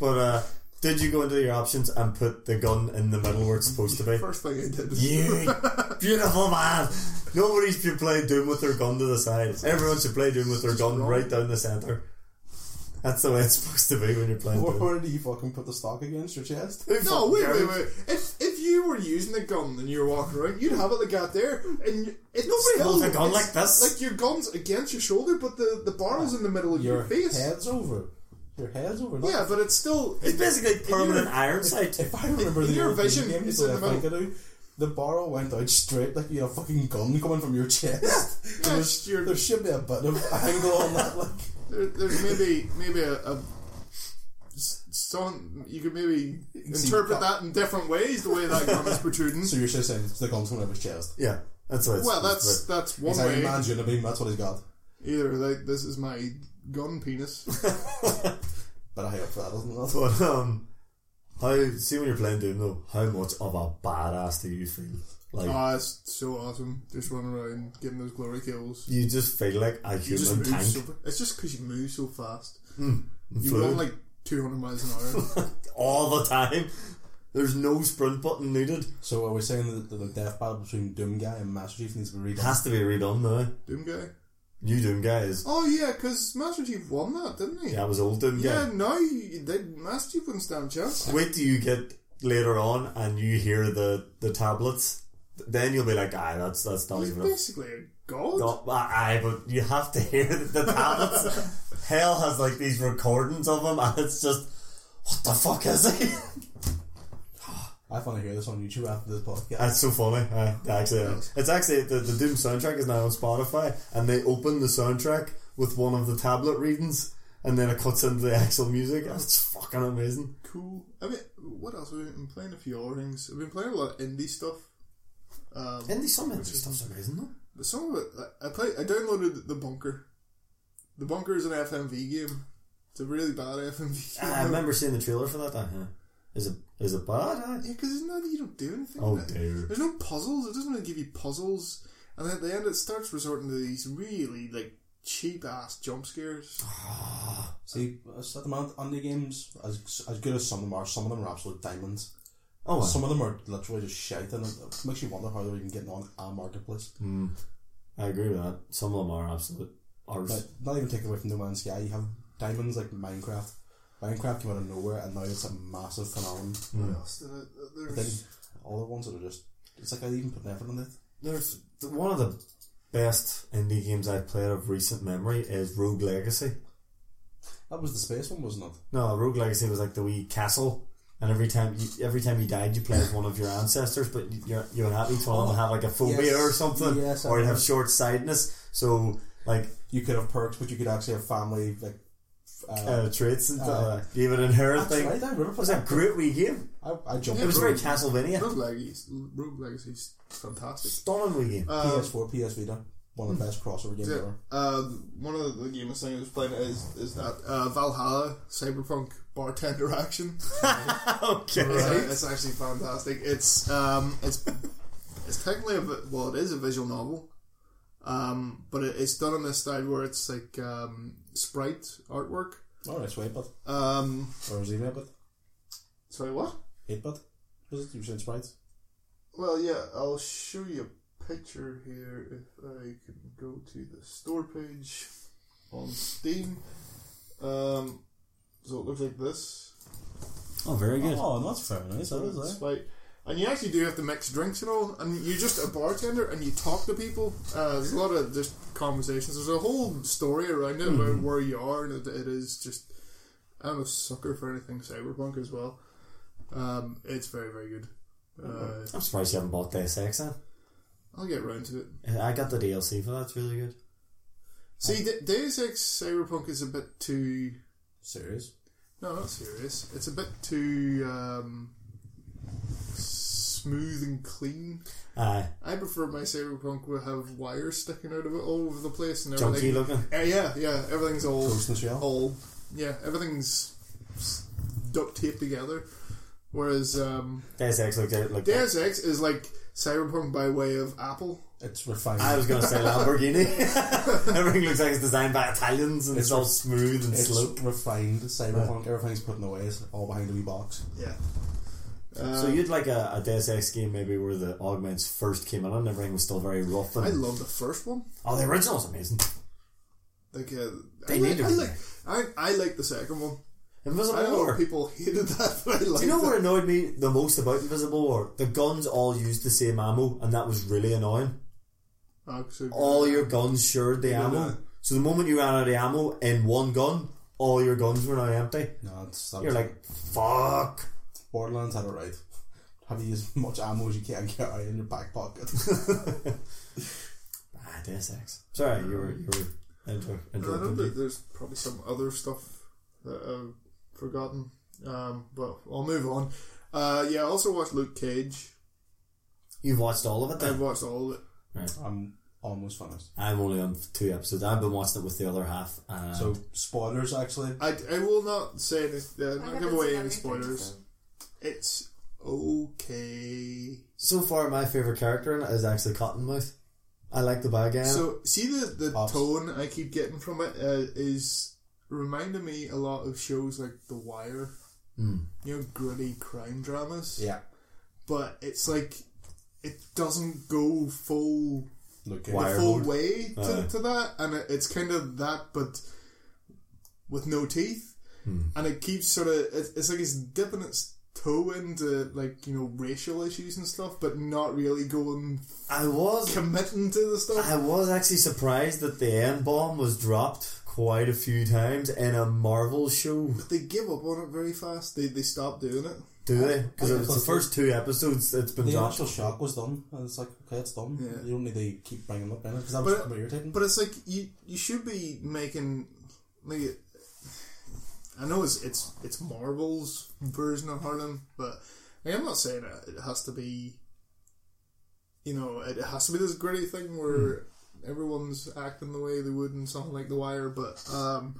[SPEAKER 1] but uh, did you go into your options and put the gun in the middle where it's (laughs) supposed to be?
[SPEAKER 2] First thing I did.
[SPEAKER 1] You beautiful man. Nobody should play Doom with their gun to the side. Everyone should play Doom with their gun
[SPEAKER 2] wrong.
[SPEAKER 1] right down the centre. That's the way it's supposed to be when you're playing
[SPEAKER 4] Where,
[SPEAKER 1] Doom.
[SPEAKER 4] where do you fucking put the stock against your chest?
[SPEAKER 1] Who
[SPEAKER 2] No,
[SPEAKER 1] fucking
[SPEAKER 2] wait, wait,
[SPEAKER 1] cares?
[SPEAKER 2] wait. If if you were using a gun and you were walking around, you'd have it like out there, and you- it's nobody
[SPEAKER 1] Still
[SPEAKER 2] else.
[SPEAKER 1] a gun
[SPEAKER 2] it's-
[SPEAKER 1] like this? Ah,
[SPEAKER 2] like your gun's against your shoulder, but the the barrel's in the middle of your,
[SPEAKER 4] Your
[SPEAKER 2] face.
[SPEAKER 4] head's over. Your head's over. not-
[SPEAKER 2] Yeah, but it's still
[SPEAKER 1] It's basically permanent
[SPEAKER 2] your-
[SPEAKER 1] iron sight.
[SPEAKER 4] If I remember
[SPEAKER 2] In
[SPEAKER 4] the
[SPEAKER 2] your
[SPEAKER 4] old
[SPEAKER 2] vision,
[SPEAKER 4] game
[SPEAKER 2] it's
[SPEAKER 4] that
[SPEAKER 2] in the
[SPEAKER 4] I think I do, the barrel went out straight like you had a fucking gun coming from your chest.
[SPEAKER 2] Yeah,
[SPEAKER 4] there,
[SPEAKER 2] it's your-
[SPEAKER 4] there should be a bit of angle on that. Like,
[SPEAKER 2] there, there's maybe maybe a. a s- some you could maybe
[SPEAKER 4] see,
[SPEAKER 2] interpret that in different ways. The way that gun is protruding.
[SPEAKER 4] so you're just saying it's the gun's coming out of his chest.
[SPEAKER 1] Yeah, (laughs) that's what it's
[SPEAKER 2] Well,
[SPEAKER 1] supposed
[SPEAKER 2] that's
[SPEAKER 1] to
[SPEAKER 2] that's one
[SPEAKER 4] He's like
[SPEAKER 2] way.
[SPEAKER 4] a man's unibeam. That's what he's got.
[SPEAKER 2] Either like this is my gun penis.
[SPEAKER 4] But I hate for that, doesn't
[SPEAKER 1] be.
[SPEAKER 4] it?
[SPEAKER 1] But um, how see when you're playing Doom though? How much of a badass do you feel? Like
[SPEAKER 2] Ah, it's so awesome. Just running around getting those glory kills.
[SPEAKER 1] you just feel like a
[SPEAKER 2] You just
[SPEAKER 1] human
[SPEAKER 2] move
[SPEAKER 1] tank.
[SPEAKER 2] so, it's just because you move so fast. You
[SPEAKER 1] fluid.
[SPEAKER 2] run like 200 miles an
[SPEAKER 1] (laughs)
[SPEAKER 2] hour.
[SPEAKER 1] all the time. There's no sprint button needed.
[SPEAKER 4] So are we saying that the, the death battle between Doom Guy and Master Chief needs to be redone?
[SPEAKER 1] Has to be redone now.
[SPEAKER 2] Doom guy.
[SPEAKER 1] New Doom guy is
[SPEAKER 2] Oh yeah, because Master Chief won that, didn't he?
[SPEAKER 1] that was old Doom
[SPEAKER 2] Yeah,
[SPEAKER 1] guy.
[SPEAKER 2] no, you, they, Master Chief wouldn't stand a chance.
[SPEAKER 1] Wait till you get later on and you hear the the tablets. Then you'll be like, ah, that's that's not
[SPEAKER 2] He's
[SPEAKER 1] even. A,
[SPEAKER 2] basically a god.
[SPEAKER 1] not, aye, but you have to hear the, the (laughs) tablets. Hell has like these recordings of him, and it's just what the fuck is he?
[SPEAKER 4] I finally hear this on YouTube after this podcast.
[SPEAKER 1] That's so funny. Uh, actually, it's actually the, the Doom soundtrack is now on Spotify, and they open the soundtrack with one of the tablet readings, and then it cuts into the actual music. and It's fucking amazing.
[SPEAKER 2] Cool. I mean, what else? I've been playing a few other things. I've been playing a lot of indie stuff. Um,
[SPEAKER 1] And the some of the stuff's amazing though.
[SPEAKER 2] but some of it, I, I play. I downloaded the Bunker. The Bunker is an FMV game. It's a really bad (laughs) FMV. game.
[SPEAKER 1] Ah, I remember seeing the trailer for that. Though. Yeah. Is it is it bad? huh?
[SPEAKER 2] Yeah, because it's not that you don't do anything.
[SPEAKER 1] Oh
[SPEAKER 2] with it.
[SPEAKER 1] dear.
[SPEAKER 2] There's no puzzles. It doesn't really give you puzzles. And at the end, it starts resorting to these really like cheap ass jump
[SPEAKER 1] (sighs)
[SPEAKER 2] scares.
[SPEAKER 4] See, at the moment, indie games, as, as good as some of them are, some of them are absolute diamonds.
[SPEAKER 1] Oh, well.
[SPEAKER 4] Some of them are literally just shite, and it makes you wonder how they're even getting on a marketplace.
[SPEAKER 1] I agree with that. Some of them are absolute. arse.
[SPEAKER 4] But not even taken away from No Man's Sky, you have diamonds like Minecraft. Minecraft came out of nowhere, and now it's a massive phenomenon.
[SPEAKER 2] What else did I-
[SPEAKER 4] But then
[SPEAKER 2] There's
[SPEAKER 4] other ones that are just. It's like I even put an effort in it.
[SPEAKER 1] There's th- one of the best indie games I've played of recent memory is Rogue Legacy.
[SPEAKER 4] That was the space one, wasn't it?
[SPEAKER 1] No, Rogue Legacy was like the wee castle, and every time you, every time you died, you played as one of your ancestors, but you- you're, you would have each one of them have like a phobia
[SPEAKER 4] Yes.
[SPEAKER 1] or something,
[SPEAKER 4] Yes, I
[SPEAKER 1] or you'd have
[SPEAKER 4] remember.
[SPEAKER 1] short sightness. So like
[SPEAKER 4] You could have perks, but you could actually have family. Like, uh,
[SPEAKER 1] uh, traits and uh,
[SPEAKER 4] Uh,
[SPEAKER 1] you would inherit
[SPEAKER 4] that's
[SPEAKER 1] thing.
[SPEAKER 4] right. I remember
[SPEAKER 1] It was a great wee game.
[SPEAKER 4] I, I jumped.
[SPEAKER 1] It was very
[SPEAKER 4] into
[SPEAKER 1] Castlevania,
[SPEAKER 2] Rogue Legacy's Rogue Legacy's fantastic.
[SPEAKER 4] Uh,
[SPEAKER 1] stunning wee game.
[SPEAKER 2] Um,
[SPEAKER 4] PS4, PS Vita. One
[SPEAKER 1] hmm.
[SPEAKER 4] of the best crossover games
[SPEAKER 2] Yeah.
[SPEAKER 4] ever.
[SPEAKER 2] Uh, one of the games thing I was playing is is that uh, Valhalla Cyberpunk bartender (laughs) action.
[SPEAKER 1] okay.
[SPEAKER 2] It's- It's actually fantastic. It's um, it's it's technically a vi- well, it is a visual novel, um, but it, it's done in this style where it's like um, sprite artwork.
[SPEAKER 4] Alright, so 8 bit.
[SPEAKER 2] Um,
[SPEAKER 4] Or was it 8 bit?
[SPEAKER 2] sorry, what?
[SPEAKER 4] 8 bit? Was it? You said sprites?
[SPEAKER 2] Well, yeah, I'll show you a picture here if I can go to the store page on Steam. Um, so it looks like this.
[SPEAKER 1] Oh, very good.
[SPEAKER 4] Oh, no, that's fair nice. That is, eh?
[SPEAKER 2] It's like- and you actually do have to mix drinks and all, and you're just a bartender and you talk to people. Uh, there's a lot of just conversations. There's a whole story around it about where you are, and it, it is just. I'm a sucker for anything cyberpunk as well. Um, it's very, very good. Uh,
[SPEAKER 1] I'm surprised you haven't bought Deus Ex then.
[SPEAKER 2] I'll get round to it.
[SPEAKER 1] I got the DLC for that. It's really good.
[SPEAKER 2] See, De- Deus Ex Cyberpunk is a bit too.
[SPEAKER 4] Serious.
[SPEAKER 2] No, not serious. It's a bit too um, smooth and clean.
[SPEAKER 1] Aye,
[SPEAKER 2] I prefer my cyberpunk will have wires sticking out of it all over the place and
[SPEAKER 1] junky
[SPEAKER 2] everything.
[SPEAKER 1] looking.
[SPEAKER 2] Uh, yeah, yeah, everything's
[SPEAKER 1] Oh.
[SPEAKER 2] all,
[SPEAKER 4] Ghost in the Shell.
[SPEAKER 2] all, yeah, everything's s- duct taped together. Wheas um,
[SPEAKER 1] Deus Ex looks out like.
[SPEAKER 2] Deus Ex is like cyberpunk by way of Apple.
[SPEAKER 4] It's refined.
[SPEAKER 1] I was going to say Lamborghini.
[SPEAKER 2] (laughs)
[SPEAKER 1] Everything looks like it's designed by Italians and it's,
[SPEAKER 4] It's-
[SPEAKER 1] all smooth and
[SPEAKER 4] it's
[SPEAKER 1] slow.
[SPEAKER 4] refined cyberpunk. Everything's put in the ways, all behind a wee box.
[SPEAKER 2] Yeah. Uh,
[SPEAKER 1] So you'd like a, a Deus Ex game maybe where the augments first came out and everything was still very rough. And,
[SPEAKER 2] I love the first one.
[SPEAKER 1] oh, the original's amazing.
[SPEAKER 2] Like uh,
[SPEAKER 1] They
[SPEAKER 2] I,
[SPEAKER 1] need
[SPEAKER 2] like,
[SPEAKER 1] to
[SPEAKER 2] I
[SPEAKER 1] be
[SPEAKER 2] like I, I like the second one. I
[SPEAKER 1] Invisible
[SPEAKER 2] know
[SPEAKER 1] War.
[SPEAKER 2] people (laughs) hated that, but I like.
[SPEAKER 1] Do you know what annoyed me the most about Invisible War? The guns all used the same ammo, and that was really annoying. All your guns shared the ammo.
[SPEAKER 2] that.
[SPEAKER 1] So the moment you ran out of ammo in one gun, all your guns were now empty.
[SPEAKER 4] No, it's that
[SPEAKER 1] You're
[SPEAKER 4] was-
[SPEAKER 1] like, fuck.
[SPEAKER 4] Borderlands had it right. (laughs) Have you as much ammo as you can carry in your back pocket? (laughs)
[SPEAKER 1] (laughs) Ah, Deus Ex. Sorry, you were you were inter-
[SPEAKER 2] I know
[SPEAKER 1] interrupting.
[SPEAKER 2] that
[SPEAKER 1] me.
[SPEAKER 2] there's probably some other stuff that I've forgotten, um, but I'll move on. Uh, yeah, I also watched Luke Cage.
[SPEAKER 1] You've watched all of it
[SPEAKER 2] I've
[SPEAKER 1] then?
[SPEAKER 2] watched all of it.
[SPEAKER 4] I'm almost finished.
[SPEAKER 1] I'm only on two episodes. I've been watching it with the other half. And
[SPEAKER 4] So spoilers, actually.
[SPEAKER 2] I, I will not say any, uh,
[SPEAKER 3] I
[SPEAKER 2] not
[SPEAKER 3] haven't
[SPEAKER 2] give away
[SPEAKER 3] seen
[SPEAKER 2] any
[SPEAKER 3] anything,
[SPEAKER 2] spoilers.
[SPEAKER 3] so-
[SPEAKER 2] It's okay.
[SPEAKER 1] so far, my favorite character in it is actually Cottonmouth. I like the bad guy. in it.
[SPEAKER 2] So see the the
[SPEAKER 4] Pops.
[SPEAKER 2] tone I keep getting from it uh, is reminding me a lot of shows like The Wire.
[SPEAKER 1] Mm.
[SPEAKER 2] You know, gritty crime dramas.
[SPEAKER 4] Yeah.
[SPEAKER 2] But it's like it doesn't go full
[SPEAKER 4] Look,
[SPEAKER 1] Why?
[SPEAKER 2] the
[SPEAKER 1] Fire
[SPEAKER 2] full
[SPEAKER 1] mode.
[SPEAKER 2] way to,
[SPEAKER 1] Aye.
[SPEAKER 2] to that, and it, it's kind of that, but with no teeth,
[SPEAKER 1] Hmm.
[SPEAKER 2] and it keeps sort of it, it's like it's dipping its toe into like you know racial issues and stuff, but not really going
[SPEAKER 1] I was
[SPEAKER 2] committing to the stuff.
[SPEAKER 1] I was actually surprised that the N bomb was dropped quite a few times in a Marvel show.
[SPEAKER 2] But they give up on it very fast. They they stop doing it.
[SPEAKER 1] Do they? Because
[SPEAKER 4] I-
[SPEAKER 1] it was the first two episodes it's been
[SPEAKER 4] The
[SPEAKER 1] dropped.
[SPEAKER 4] actual shock was done, and it's like, okay, it's done.
[SPEAKER 2] Yeah.
[SPEAKER 4] You don't need to keep bringing it up in it because that was
[SPEAKER 2] But-
[SPEAKER 4] a bit irritating.
[SPEAKER 2] But it's like you you should be making like. I know it's it's it's Marvel's version of Harlem, but like, I'm not saying it, it has to be. You know, it has to be this gritty thing where everyone's acting the way they would in something like The Wire, but um,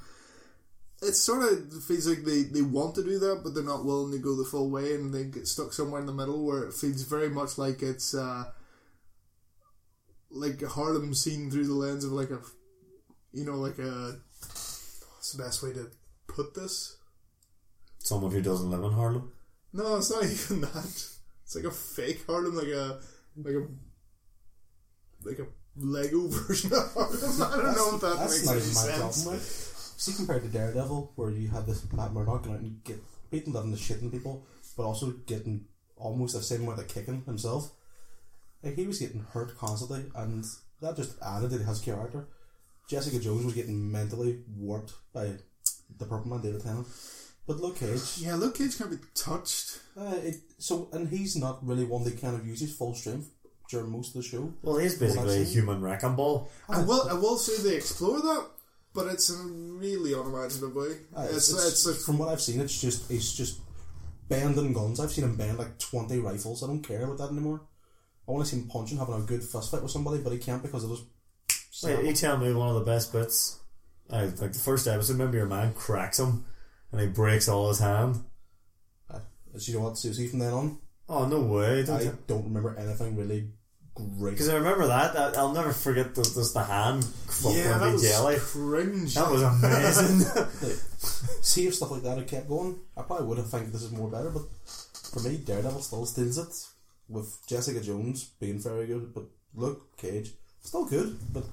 [SPEAKER 2] it sort of feels like they, they want to do that, but they're not willing to go the full way, and they get stuck somewhere in the middle where it feels very much like it's uh, like Harlem seen through the lens of like a, you know, like a. What's the best way to put this?
[SPEAKER 1] Someone who doesn't live in Harlem.
[SPEAKER 2] No, it's not (laughs) even that. It's like a fake Harlem, like a like a like a Lego (laughs) version of Harlem. I don't know if that
[SPEAKER 4] That's
[SPEAKER 2] makes
[SPEAKER 4] not
[SPEAKER 2] any
[SPEAKER 4] even my
[SPEAKER 2] sense.
[SPEAKER 4] problem. Right? See, compared to Daredevil, where you had this Matt Murdock going out and get beating living the shitting people, but also getting almost the same amount of kicking himself. Like he was getting hurt constantly, and that just added to his character. Jessica Jones was getting mentally warped by the Purple Man David Tennant. But Luke Cage,
[SPEAKER 2] Yeah, Luke Cage can't be touched.
[SPEAKER 4] uh, it, so and he's not really one that kind of uses full strength during most of the show.
[SPEAKER 1] Well, he's basically a human wrecking ball.
[SPEAKER 2] I
[SPEAKER 4] Oh.
[SPEAKER 2] will. I will say they explore that, but it's in a really unimaginative way.
[SPEAKER 4] Uh,
[SPEAKER 2] it's it's, a,
[SPEAKER 4] from what I've seen, it's just it's just bending guns. I've seen him bend like twenty rifles. I don't care about that anymore. I want to see him punching, having a good fist fight with somebody, but he can't because of those
[SPEAKER 1] Wait, you tell me one of the best bits. I like the first episode. Remember your man cracks him, and he breaks all his hand.
[SPEAKER 4] Do Uh, you know what, Susie? From then on,
[SPEAKER 1] Oh no way! Don't
[SPEAKER 4] I
[SPEAKER 1] you-
[SPEAKER 4] don't remember anything really great.
[SPEAKER 1] Because I remember that. I, I'll never forget the, just the hand fucking
[SPEAKER 2] yeah, that
[SPEAKER 1] with
[SPEAKER 2] was
[SPEAKER 1] the jelly.
[SPEAKER 2] cringe.
[SPEAKER 1] That was
[SPEAKER 2] (laughs)
[SPEAKER 1] amazing.
[SPEAKER 4] See if stuff like that had kept going, I probably would have think this is more better. But for me, Daredevil still steals it with Jessica Jones being very good, but Luke Cage still good, but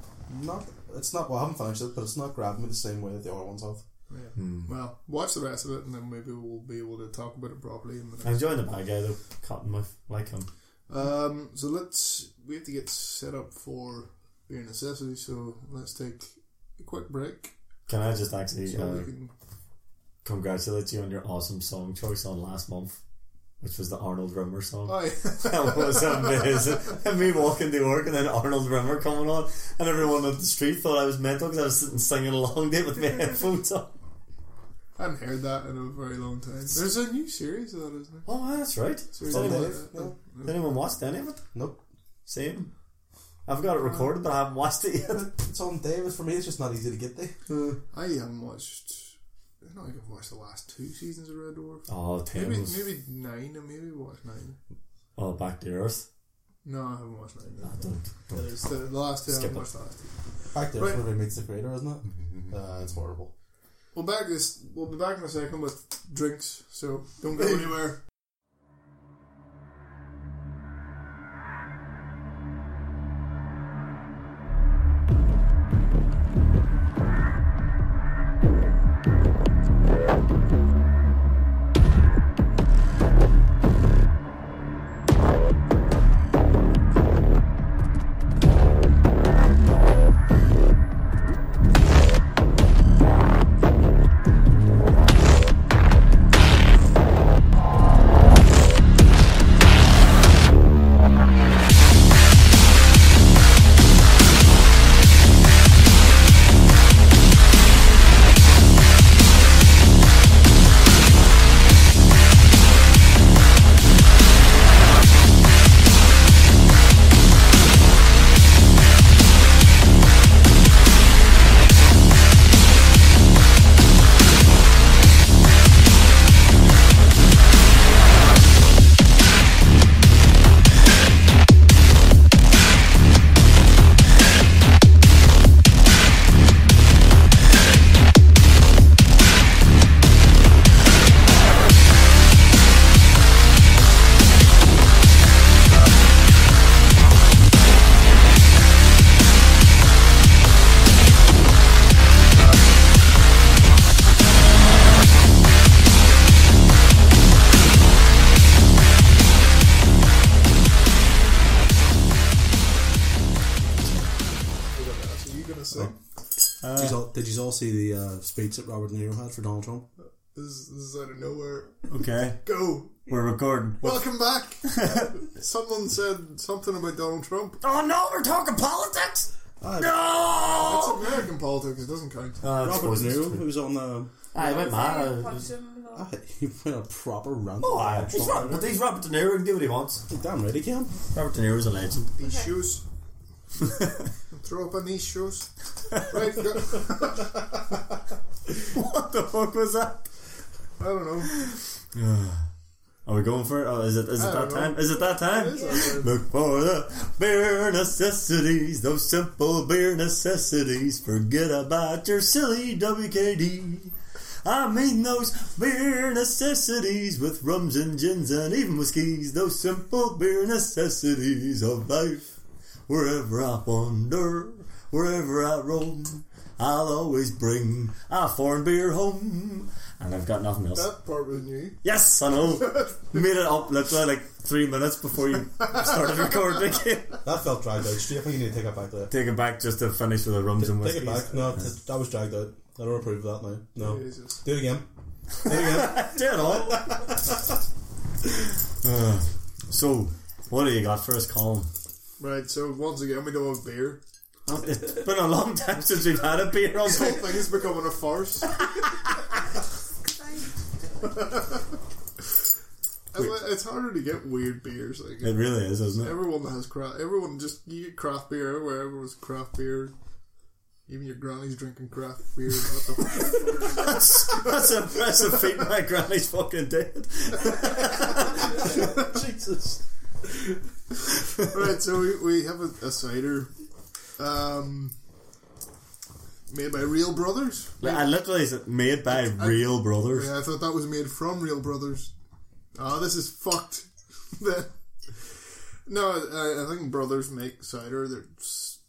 [SPEAKER 4] not. It's not. Well, I haven't finished it, but it's not grabbing me the same way that the other ones have. (laughs)
[SPEAKER 2] Yeah.
[SPEAKER 1] Hmm.
[SPEAKER 2] Well, watch the rest of it, and then maybe we'll be able to talk about it properly in the
[SPEAKER 1] I'm enjoying the bad guy though. Cottonmouth, like him.
[SPEAKER 2] Um, so let's we have to get set up for your necessity. So let's take a quick break
[SPEAKER 1] Can I just actually
[SPEAKER 2] so we
[SPEAKER 1] uh,
[SPEAKER 2] can. (laughs)
[SPEAKER 1] congratulate you on your awesome song choice on last month, which was the Arnold Rimmer song.
[SPEAKER 2] Oh,
[SPEAKER 1] (laughs) That was amazing. and (laughs) me walking to work and then Arnold Rimmer coming on, and everyone on the street thought I was mental because I was sitting singing along there with my (laughs) headphones on.
[SPEAKER 2] I haven't heard that in a very long time. There's a new series of that, isn't there?
[SPEAKER 1] Oh, that's right. Did
[SPEAKER 2] Series
[SPEAKER 4] Sunday,
[SPEAKER 1] anyone,
[SPEAKER 2] of Uh, that.
[SPEAKER 4] yeah.
[SPEAKER 1] did anyone watch any of it?
[SPEAKER 4] Nope,
[SPEAKER 1] Same. I've got it recorded, but I haven't watched it yet. (laughs)
[SPEAKER 4] it's on David. For me, it's just not easy to get there.
[SPEAKER 2] uh, I haven't watched. I don't think I've watched the last two seasons of Red Dwarf.
[SPEAKER 1] Oh,
[SPEAKER 2] Maybe
[SPEAKER 1] Tim's.
[SPEAKER 2] maybe nine. I maybe watched nine.
[SPEAKER 1] Oh, Back to Earth.
[SPEAKER 2] No, I haven't watched nine.
[SPEAKER 1] I don't.
[SPEAKER 2] That is the last two. I
[SPEAKER 1] Skip
[SPEAKER 2] haven't
[SPEAKER 1] it.
[SPEAKER 2] watched the last two.
[SPEAKER 4] Back there,
[SPEAKER 2] Right.
[SPEAKER 4] where they meets the creator, isn't it? (laughs) Uh, it's horrible.
[SPEAKER 2] We'll back this. We'll be back in a second with drinks. So don't go anywhere. So you gonna sing?
[SPEAKER 4] did, you all, did you all see the uh, speech that Robert De Niro had for Donald Trump?
[SPEAKER 2] This, this is out of nowhere.
[SPEAKER 1] Okay,
[SPEAKER 2] Go.
[SPEAKER 1] we're recording.
[SPEAKER 2] Welcome back. Someone said something about Donald Trump.
[SPEAKER 1] Oh no, we're talking politics.
[SPEAKER 4] Ah,
[SPEAKER 2] It's
[SPEAKER 1] No.
[SPEAKER 2] American politics. It doesn't count.
[SPEAKER 1] Uh, I
[SPEAKER 4] Robert
[SPEAKER 1] suppose
[SPEAKER 4] De
[SPEAKER 1] it's
[SPEAKER 4] Niro,
[SPEAKER 1] true.
[SPEAKER 4] who's on the (laughs)
[SPEAKER 1] I went mad. I-
[SPEAKER 3] Question.
[SPEAKER 4] he went a proper rant.
[SPEAKER 1] Oh,
[SPEAKER 4] on
[SPEAKER 1] aye.
[SPEAKER 4] Donald
[SPEAKER 1] He's
[SPEAKER 4] Trump.
[SPEAKER 1] Robert, but he's Robert De Niro. He can do what he wants.
[SPEAKER 4] Damn right he can.
[SPEAKER 1] Robert De Niro's a legend. (laughs)
[SPEAKER 2] These shoes. Throw up on these shoes. Right. Go.
[SPEAKER 1] what the fuck was that?
[SPEAKER 2] I don't know.
[SPEAKER 1] Are we going for it? Oh, is it? Is it
[SPEAKER 2] I
[SPEAKER 1] that
[SPEAKER 2] don't know.
[SPEAKER 1] time? Is it that time?
[SPEAKER 2] It is that time.
[SPEAKER 1] Look for the bare necessities. Those simple bare necessities. Forget about your silly WKD. I mean those bare necessities with rums and gins and even whiskies. Those simple bare necessities of life. Wherever I wander, wherever I roam, I'll always bring a foreign beer home. And I've got nothing else.
[SPEAKER 2] That part was new.
[SPEAKER 1] Yes, I (laughs) know. Made it up literally like three minutes before you started (laughs) recording.
[SPEAKER 4] That felt dragged out. Steve, I think you need to take it back there.
[SPEAKER 1] Take it back just to finish with the rums and
[SPEAKER 4] Take
[SPEAKER 1] whiskeys.
[SPEAKER 4] it back. No, t- that was dragged out. I don't approve of that now. No.
[SPEAKER 2] Jesus.
[SPEAKER 4] Do it again. Do
[SPEAKER 2] (laughs)
[SPEAKER 4] it again.
[SPEAKER 1] Dead on. Uh, (sighs) so, what do you got for us, Colin?
[SPEAKER 2] Right. So once again, we don't have beer.
[SPEAKER 1] Um, It's been a long time since we've had a beer on.
[SPEAKER 2] I think it's becoming a farce. it's harder to get weird beers.
[SPEAKER 1] (laughs)
[SPEAKER 2] Like
[SPEAKER 1] It really is, isn't it?
[SPEAKER 2] Everyone has craft. Everyone just you get craft beer everywhere. Everyone's craft beer Even your granny's drinking craft beer. What the fuck?
[SPEAKER 1] That's, (laughs) that's an impressive feat my granny's fucking dead.
[SPEAKER 4] Jesus.
[SPEAKER 2] Alright, so we, we have a, a cider um, made by Real Brothers.
[SPEAKER 1] Like, I literally said, made by real brothers.
[SPEAKER 2] Yeah, I thought that was made from Real Brothers. Ah, this is fucked. (laughs) no, I, I think brothers make cider. They're s-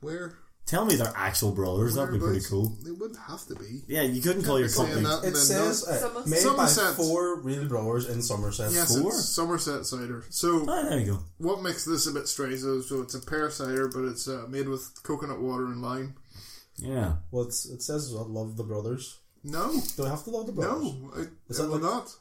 [SPEAKER 2] where?
[SPEAKER 1] Tell me they're actual brothers. That'd be pretty
[SPEAKER 2] Whereabouts?
[SPEAKER 1] cool.
[SPEAKER 2] They would have to be.
[SPEAKER 1] Yeah, you couldn't call your
[SPEAKER 2] Saying
[SPEAKER 1] company.
[SPEAKER 2] that
[SPEAKER 4] It
[SPEAKER 2] and then
[SPEAKER 4] says
[SPEAKER 2] not-
[SPEAKER 4] uh,
[SPEAKER 3] Somerset.
[SPEAKER 4] made
[SPEAKER 2] Somerset.
[SPEAKER 4] by four real brewers in Somerset.
[SPEAKER 2] yes,
[SPEAKER 1] four?
[SPEAKER 2] it's Somerset cider. So
[SPEAKER 1] Ah, there you go.
[SPEAKER 2] what makes this a bit strange is so it's a pear cider, but it's uh, made with coconut water and lime.
[SPEAKER 1] Yeah.
[SPEAKER 4] Well, it's, it says I love the brothers.
[SPEAKER 2] No,
[SPEAKER 4] Do I have to love the brothers?
[SPEAKER 2] no, I,
[SPEAKER 4] Is
[SPEAKER 2] I
[SPEAKER 4] that
[SPEAKER 2] will
[SPEAKER 4] like-
[SPEAKER 2] not.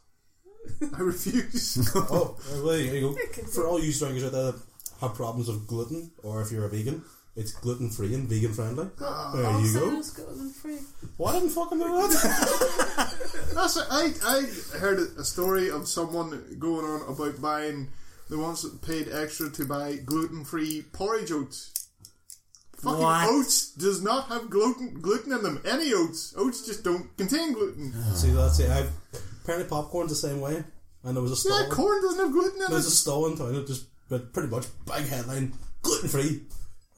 [SPEAKER 2] I (laughs) refuse.
[SPEAKER 4] Oh, well, there you go.
[SPEAKER 3] can
[SPEAKER 4] For all you strangers out there that have problems with gluten, or if you're a vegan, it's gluten free and vegan friendly.
[SPEAKER 2] Ah.
[SPEAKER 4] there you go.
[SPEAKER 3] Someone's got them free.
[SPEAKER 4] Why didn't fucking
[SPEAKER 2] (laughs)
[SPEAKER 4] know that?
[SPEAKER 2] That's it. I I heard a story of someone going on about buying they once paid extra to buy gluten free porridge oats. Fucking
[SPEAKER 1] What?
[SPEAKER 2] oats does not have gluten gluten in them. Any oats, oats just don't contain gluten.
[SPEAKER 4] See, that's it. I've, apparently, popcorn's the same way. And there was a stall.
[SPEAKER 2] yeah, corn doesn't have gluten in
[SPEAKER 4] There's a
[SPEAKER 2] it.
[SPEAKER 4] stall in town that just but pretty much big headline gluten free.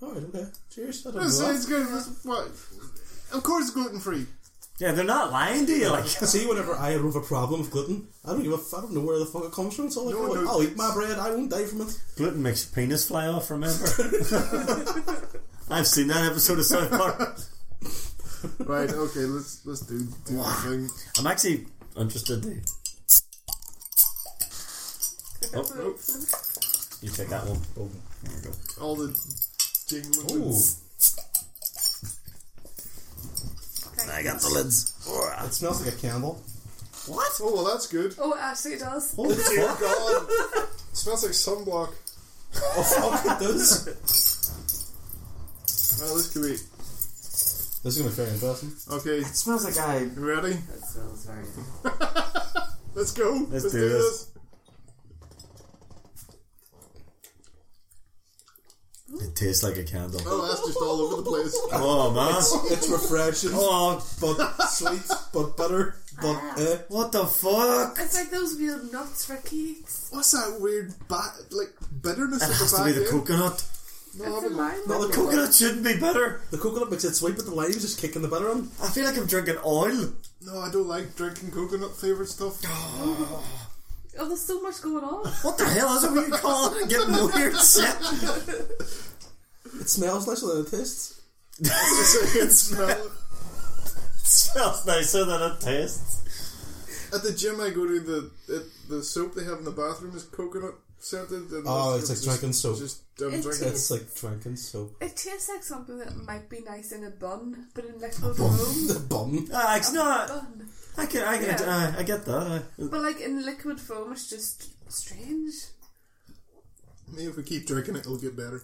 [SPEAKER 4] All right, okay. Cheers. I don't know
[SPEAKER 2] It's,
[SPEAKER 4] that.
[SPEAKER 2] it's good. It's, what? Of course, gluten free.
[SPEAKER 1] Yeah, they're not lying to you. Like,
[SPEAKER 4] See, whenever I have a problem with gluten, I don't give a f- I don't know where the fuck it comes from. So like,
[SPEAKER 2] No,
[SPEAKER 4] oh,
[SPEAKER 2] no.
[SPEAKER 4] I'll eat my bread. I won't die from it.
[SPEAKER 1] gluten makes your penis fly off, remember? (laughs) I've seen that episode of South Park.
[SPEAKER 2] Right. Okay. Let's let's do do the thing.
[SPEAKER 1] I'm actually interested to. Oh, You take that one.
[SPEAKER 4] Oh,
[SPEAKER 1] There you go.
[SPEAKER 2] All the jingling. and-
[SPEAKER 4] Ooh,
[SPEAKER 1] I got the lids.
[SPEAKER 4] it smells like a candle.
[SPEAKER 1] What?
[SPEAKER 2] Oh well, that's good.
[SPEAKER 3] Oh, it actually does.
[SPEAKER 1] Holy
[SPEAKER 3] (laughs)
[SPEAKER 1] fuck.
[SPEAKER 2] God, smells like sunblock.
[SPEAKER 4] Oh fuck, it does.
[SPEAKER 2] Oh, this could be
[SPEAKER 4] This is gonna be very interesting.
[SPEAKER 2] okay.
[SPEAKER 1] It smells like I.
[SPEAKER 2] You ready?
[SPEAKER 3] That smells very good.
[SPEAKER 2] (laughs) Let's go.
[SPEAKER 1] Let's do this. It tastes like a candle.
[SPEAKER 2] Oh, that's just all over the place.
[SPEAKER 1] Oh, man.
[SPEAKER 4] It's refreshing,
[SPEAKER 1] Oh,
[SPEAKER 4] but sweet, but bitter, but eh.
[SPEAKER 1] what the fuck?
[SPEAKER 3] It's like those real nuts for cakes.
[SPEAKER 2] What's that weird, ba- like bitterness
[SPEAKER 1] It
[SPEAKER 2] at
[SPEAKER 1] has
[SPEAKER 2] the
[SPEAKER 1] to
[SPEAKER 2] back
[SPEAKER 1] be the
[SPEAKER 2] end?
[SPEAKER 1] coconut.
[SPEAKER 2] No,
[SPEAKER 3] It's a
[SPEAKER 2] no,
[SPEAKER 3] lime.
[SPEAKER 4] No, the coconut.
[SPEAKER 1] Coconut shouldn't be bitter.
[SPEAKER 4] The coconut makes it sweet, but the lime's just kicking the bitter on.
[SPEAKER 1] I feel like I'm drinking oil.
[SPEAKER 2] no, I don't like drinking coconut flavored
[SPEAKER 1] (laughs)
[SPEAKER 2] stuff.
[SPEAKER 3] Oh, there's so much going on.
[SPEAKER 1] What the hell is it when you call it and get weird shit? (laughs)
[SPEAKER 4] It smells nicer than it tastes.
[SPEAKER 2] It's smell.
[SPEAKER 1] smells nicer than it tastes.
[SPEAKER 2] At the gym I go to, the it, the soap they have in the bathroom is coconut scented. And
[SPEAKER 4] Oh, it's like drinking soap.
[SPEAKER 2] Just um,
[SPEAKER 3] It
[SPEAKER 2] drinking.
[SPEAKER 4] It's like drinking soap. (laughs)
[SPEAKER 3] It tastes like something that might be nice in a bun, but in like
[SPEAKER 2] (laughs)
[SPEAKER 3] little foam.
[SPEAKER 4] The bum.
[SPEAKER 1] Uh, it's not.
[SPEAKER 3] Bun.
[SPEAKER 1] I can. I can.
[SPEAKER 3] Yeah.
[SPEAKER 1] Uh, I get that. Uh,
[SPEAKER 3] But like in liquid foam, it's just strange.
[SPEAKER 2] Maybe if we keep drinking it, it'll get better.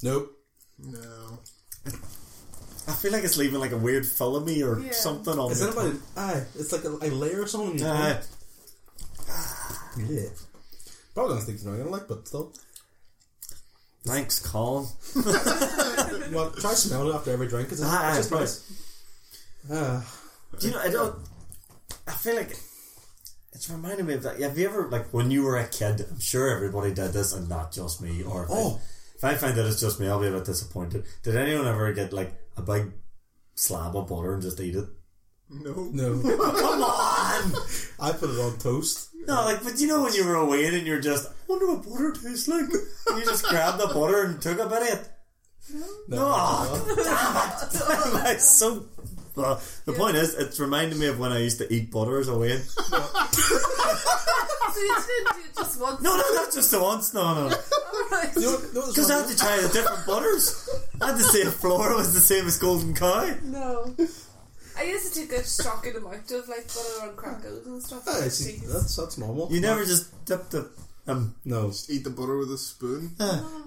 [SPEAKER 4] Nope.
[SPEAKER 2] No.
[SPEAKER 1] I feel like it's leaving like a weird filmy or
[SPEAKER 3] Yeah.
[SPEAKER 1] something on
[SPEAKER 4] Is
[SPEAKER 1] it.
[SPEAKER 4] that about it? Aye, it's like a, a layer of something.
[SPEAKER 1] Uh,
[SPEAKER 4] yeah. Probably not think you're not gonna like, but still.
[SPEAKER 1] thanks, Colin.
[SPEAKER 4] Well, try smelling it after every drink. 'cause It's,
[SPEAKER 1] Aye,
[SPEAKER 4] it's just
[SPEAKER 1] aye,
[SPEAKER 4] nice. Uh,
[SPEAKER 1] Do you know? I don't. I feel like it's reminding me of that. Have you ever like when you were a kid? I'm sure everybody did this, and not just me. Or if,
[SPEAKER 4] Oh.
[SPEAKER 1] I, if I find that it's just me, I'll be a bit disappointed. Did anyone ever get like a big slab of butter and just eat it?
[SPEAKER 2] No.
[SPEAKER 4] no, (laughs)
[SPEAKER 1] Come on.
[SPEAKER 4] I put it on toast.
[SPEAKER 1] No, like, but you know when you were away and you're just, I wonder what butter tastes like. And you just grabbed the butter and took a bit of it.
[SPEAKER 4] No,
[SPEAKER 1] Oh, (laughs) damn it! That's so. Well, the point is, it's reminding me of when I used to eat butter as a wee.
[SPEAKER 3] So you didn't do it just once.
[SPEAKER 1] No, no, not just the once, no, no.
[SPEAKER 3] Alright.
[SPEAKER 4] You know what- you know what's
[SPEAKER 1] Because I
[SPEAKER 4] wrong
[SPEAKER 1] had
[SPEAKER 4] with
[SPEAKER 1] to try the different butters. I had to say Flora was the same as Golden Cow.
[SPEAKER 3] No. I used to take a shocking amount of like butter on crackers and stuff.
[SPEAKER 4] it? Aye, see,
[SPEAKER 3] Jeez.
[SPEAKER 4] Ah, that's that's normal.
[SPEAKER 1] You never just dipped the. Um,
[SPEAKER 4] No,
[SPEAKER 2] Eat the butter with a spoon.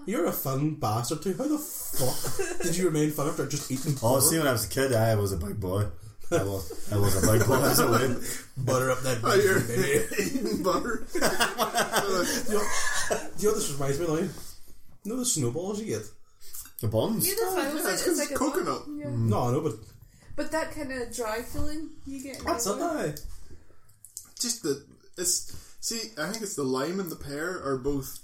[SPEAKER 4] you're a fun bastard too. How the fuck did you remain fun after just eating
[SPEAKER 1] oh,
[SPEAKER 4] butter,
[SPEAKER 1] see, when I was a kid, I was a big boy. I was, I was a big boy as a wee.
[SPEAKER 4] butter up (laughs) that
[SPEAKER 2] Oh, you're
[SPEAKER 4] bitch, baby?
[SPEAKER 2] eating butter. (laughs)
[SPEAKER 4] Do you know, do you know what this reminds me of? now? You know the snowballs you get?
[SPEAKER 1] The buns.
[SPEAKER 3] Yeah, that's why I was
[SPEAKER 2] yeah, it's
[SPEAKER 3] like, it's,
[SPEAKER 2] 'cause
[SPEAKER 3] like
[SPEAKER 2] it's
[SPEAKER 3] a bun.
[SPEAKER 2] coconut.
[SPEAKER 3] Yeah.
[SPEAKER 1] Hmm.
[SPEAKER 4] No, I know, but
[SPEAKER 3] But that kind of dry feeling you get.
[SPEAKER 4] what's
[SPEAKER 3] like,
[SPEAKER 4] up now?
[SPEAKER 2] Just the it's see, I think it's the lime and the pear are both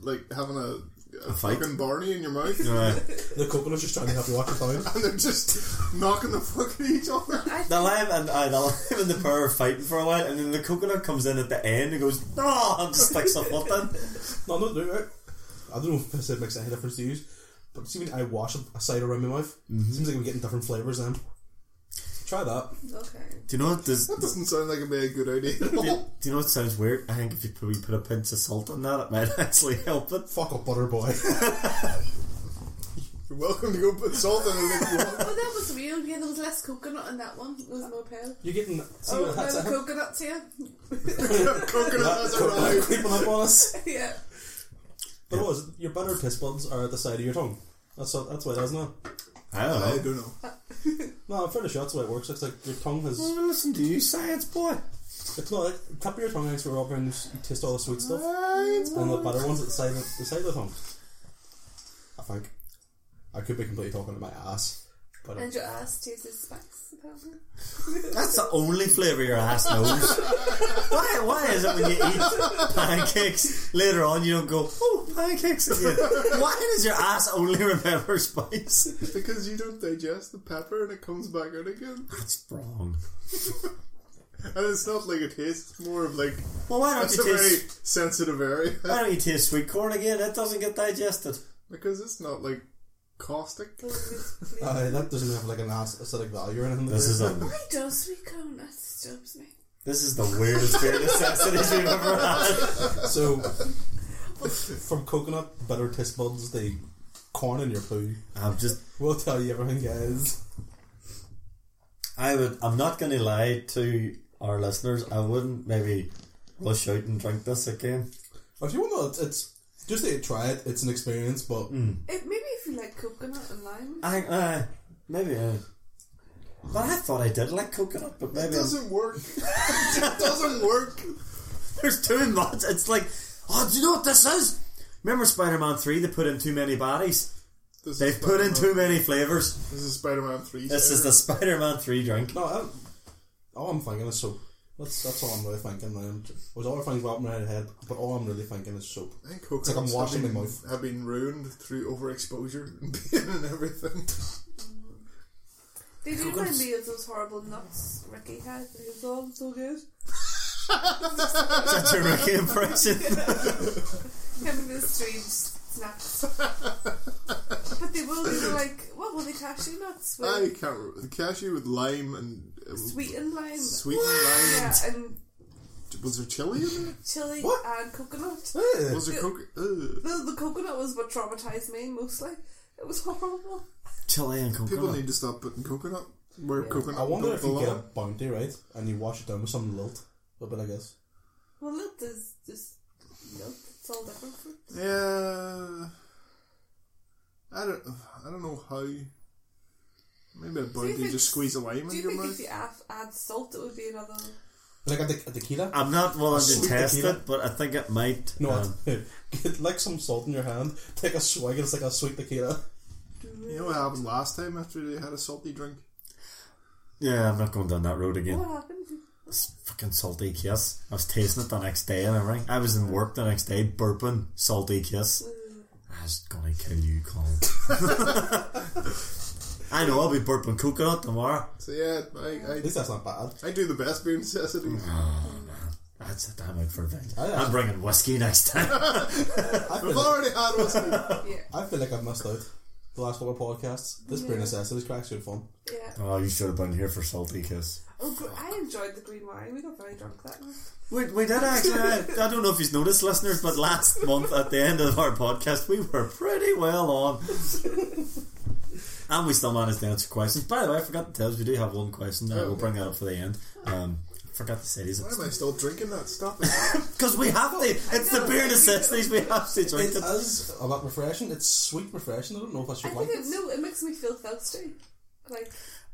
[SPEAKER 2] like having a, a,
[SPEAKER 1] A fight.
[SPEAKER 2] fucking Barney in your mouth,
[SPEAKER 1] Yeah.
[SPEAKER 4] The coconut's just trying to help you watch it down.
[SPEAKER 2] and they're just knocking the fuck at each other.
[SPEAKER 3] I
[SPEAKER 1] The lime and (laughs) uh, the lime and the pear are fighting for a while, and then the coconut comes in at the end and goes, "No," (laughs) and just sticks a foot in.
[SPEAKER 4] No, no, no, no. I don't know if this makes any difference to you, but see when I wash a- a cider around my mouth, seems like I'm getting different flavours then. Try that.
[SPEAKER 3] okay.
[SPEAKER 1] Do you know what does?
[SPEAKER 2] That doesn't sound like it'd be a good idea at
[SPEAKER 1] Do you,
[SPEAKER 2] all.
[SPEAKER 1] do you know what sounds weird? I think if you put, we put a pinch of salt on that, it might (laughs) actually help it.
[SPEAKER 4] Fuck up, butter boy. (laughs)
[SPEAKER 2] You're welcome to go put salt in it (laughs) if you want.
[SPEAKER 3] Oh, that was weird. Yeah, there was less coconut in that one. It was more pale.
[SPEAKER 4] You're getting. See
[SPEAKER 3] Oh,
[SPEAKER 4] what that's
[SPEAKER 3] no,
[SPEAKER 4] (laughs) that,
[SPEAKER 3] coconut here. (laughs)
[SPEAKER 2] Coconut has
[SPEAKER 4] coconut
[SPEAKER 2] arrived.
[SPEAKER 4] creeping up on us.
[SPEAKER 3] yeah.
[SPEAKER 4] But what is it? Your butter piss buds are at the side of your tongue. That's what, that's why, doesn't it?
[SPEAKER 1] I don't
[SPEAKER 2] I
[SPEAKER 1] know.
[SPEAKER 2] don't know.
[SPEAKER 4] No, I'm fairly sure that's the way it works. It's like your tongue has.
[SPEAKER 1] Well, listen to you, science boy.
[SPEAKER 4] It's not like top of your tongue has for rubber and you s- you taste all the sweet stuff.
[SPEAKER 2] Science
[SPEAKER 4] And the butter ones at the side of the side of the tongue. I think. I could be completely talking to my ass. But
[SPEAKER 3] And your ass tastes spice, apparently.
[SPEAKER 1] That's the only flavour your ass knows. (laughs) why? Why is it when you eat pancakes later on you don't go, "Oh, pancakes again"? Why does your ass only (laughs) remember spice?
[SPEAKER 2] Because you don't digest the pepper and it comes back out again.
[SPEAKER 1] That's wrong.
[SPEAKER 2] And it's not like a taste, it's more of like
[SPEAKER 1] Well, why don't
[SPEAKER 2] that's a
[SPEAKER 1] you
[SPEAKER 2] very
[SPEAKER 1] taste?
[SPEAKER 2] sensitive area.
[SPEAKER 1] Why don't you taste sweet corn again? It doesn't get digested.
[SPEAKER 2] Because it's not like caustic.
[SPEAKER 4] Uh, that doesn't have like an ass aesthetic value or anything.
[SPEAKER 1] This is (laughs) a
[SPEAKER 3] Why does sweet corn? That disturbs me.
[SPEAKER 1] this is the weirdest beer necessities we've ever had.
[SPEAKER 4] (laughs) so from coconut butter taste buds, the corn in your poo.
[SPEAKER 1] I'm just
[SPEAKER 4] We'll tell you everything, guys.
[SPEAKER 1] I would I'm not gonna lie to our listeners, I wouldn't maybe rush out and drink this again.
[SPEAKER 4] If you want to, it's just that you try it. It's an experience, but
[SPEAKER 1] Mm.
[SPEAKER 3] It, maybe if you like coconut and lime.
[SPEAKER 1] I uh maybe uh, but I thought I did like coconut, but
[SPEAKER 2] It
[SPEAKER 1] maybe I'm-
[SPEAKER 2] doesn't work. (laughs) it doesn't work.
[SPEAKER 1] (laughs) there's too much. It's like, oh, do you know what this is? Remember Spider-Man Three? They put in too many bodies.
[SPEAKER 2] This
[SPEAKER 1] They've
[SPEAKER 2] is
[SPEAKER 1] put in
[SPEAKER 2] Spider-Man-
[SPEAKER 1] too many flavors.
[SPEAKER 2] This is Spider Man 3.
[SPEAKER 1] This is the Spider-Man Three drink.
[SPEAKER 4] no. I'm, all I'm thinking is soap. That's that's all I'm really thinking. Man. Was all things wrapping around my head, but all I'm really thinking is soap.
[SPEAKER 2] I think coconuts
[SPEAKER 4] like I'm washing
[SPEAKER 2] have
[SPEAKER 4] my
[SPEAKER 2] been-
[SPEAKER 4] mouth.
[SPEAKER 2] Have been ruined through overexposure (laughs) and being and everything.
[SPEAKER 3] They do
[SPEAKER 4] Coconut's-
[SPEAKER 3] remind me of those horrible nuts Ricky had. It was all so good.
[SPEAKER 1] That's your (laughs) Ricky impression.
[SPEAKER 3] Him and his strange
[SPEAKER 2] (laughs)
[SPEAKER 3] snacks. but they will. They were like, what were they cashew nuts with?
[SPEAKER 2] I can't remember. Cashew with lime and. uh,
[SPEAKER 3] Sweet and lime.
[SPEAKER 2] Sweet and lime.
[SPEAKER 3] Yeah, and
[SPEAKER 2] and- Was there chili in there?
[SPEAKER 3] chili
[SPEAKER 4] What?
[SPEAKER 3] and coconut.
[SPEAKER 4] Eh.
[SPEAKER 2] Was there uh, coconut? Ugh.
[SPEAKER 3] The, the coconut was what traumatized me mostly. It was horrible.
[SPEAKER 1] Chile and coconut.
[SPEAKER 2] People need to stop putting coconut where coconut
[SPEAKER 4] I wonder
[SPEAKER 2] don't
[SPEAKER 4] if you get a
[SPEAKER 2] belong.
[SPEAKER 4] bounty right and you wash it down with some lilt. But I guess
[SPEAKER 3] Well, look, there's just milk. It's all different fruit.
[SPEAKER 2] Yeah. I don't. I don't know how. Maybe a bounty
[SPEAKER 3] think-
[SPEAKER 2] just squeeze a lime
[SPEAKER 3] Do
[SPEAKER 2] in
[SPEAKER 3] you
[SPEAKER 2] your
[SPEAKER 3] think
[SPEAKER 2] mouth.
[SPEAKER 3] if you add, add salt, it would be another?
[SPEAKER 4] like a, te- a tequila.
[SPEAKER 1] I'm not willing to
[SPEAKER 4] Sweet
[SPEAKER 1] test
[SPEAKER 4] tequila.
[SPEAKER 1] it, but I think it might.
[SPEAKER 4] No,
[SPEAKER 1] um,
[SPEAKER 4] (laughs) get like some salt in your hand, take a swig, it's like a sweet tequila.
[SPEAKER 2] You know what happened last time after they had a salty drink?
[SPEAKER 1] yeah, I'm not going down that road again.
[SPEAKER 3] What
[SPEAKER 2] (laughs)
[SPEAKER 3] happened?
[SPEAKER 1] It's fucking salty kiss. I was tasting it the next day and everything. I was in work the next day burping salty kiss. I was gonna kill you, Colin. (laughs) I know, I'll be burping coconut tomorrow.
[SPEAKER 2] So yeah, I,
[SPEAKER 4] At least that's not bad.
[SPEAKER 2] I, I do the best beer
[SPEAKER 4] (laughs)
[SPEAKER 2] necessities.
[SPEAKER 1] That's it, I'm out for a drink.
[SPEAKER 4] I
[SPEAKER 1] I'm
[SPEAKER 4] actually-
[SPEAKER 1] bringing whiskey next time. (laughs)
[SPEAKER 4] I feel,
[SPEAKER 2] I've
[SPEAKER 4] like,
[SPEAKER 2] already had one.
[SPEAKER 3] Yeah,
[SPEAKER 4] I feel like I've missed out the last couple of podcasts. This beer
[SPEAKER 3] Yeah.
[SPEAKER 4] necessity is quite actually fun.
[SPEAKER 3] yeah.
[SPEAKER 1] oh, you should have been here for salty kiss.
[SPEAKER 3] Oh, gr- I enjoyed the green wine. We got very drunk that night.
[SPEAKER 1] We, we did actually. I, I don't know if you've noticed, listeners, but last month at the end of our podcast, we were pretty well on. and we still managed to answer questions. By the way, I forgot to tell us we do have one question. I will bring that up for the end. Um, I forgot to say these.
[SPEAKER 2] Why am I still drinking that? Stop it.
[SPEAKER 1] Because we have to. It's the beer necessities. We have to drink
[SPEAKER 4] It
[SPEAKER 1] it.
[SPEAKER 4] is a lot refreshing. It's sweet refreshing. I don't know if I
[SPEAKER 3] I
[SPEAKER 4] should like
[SPEAKER 3] think it,
[SPEAKER 4] it.
[SPEAKER 3] no, it makes me feel thirsty. Like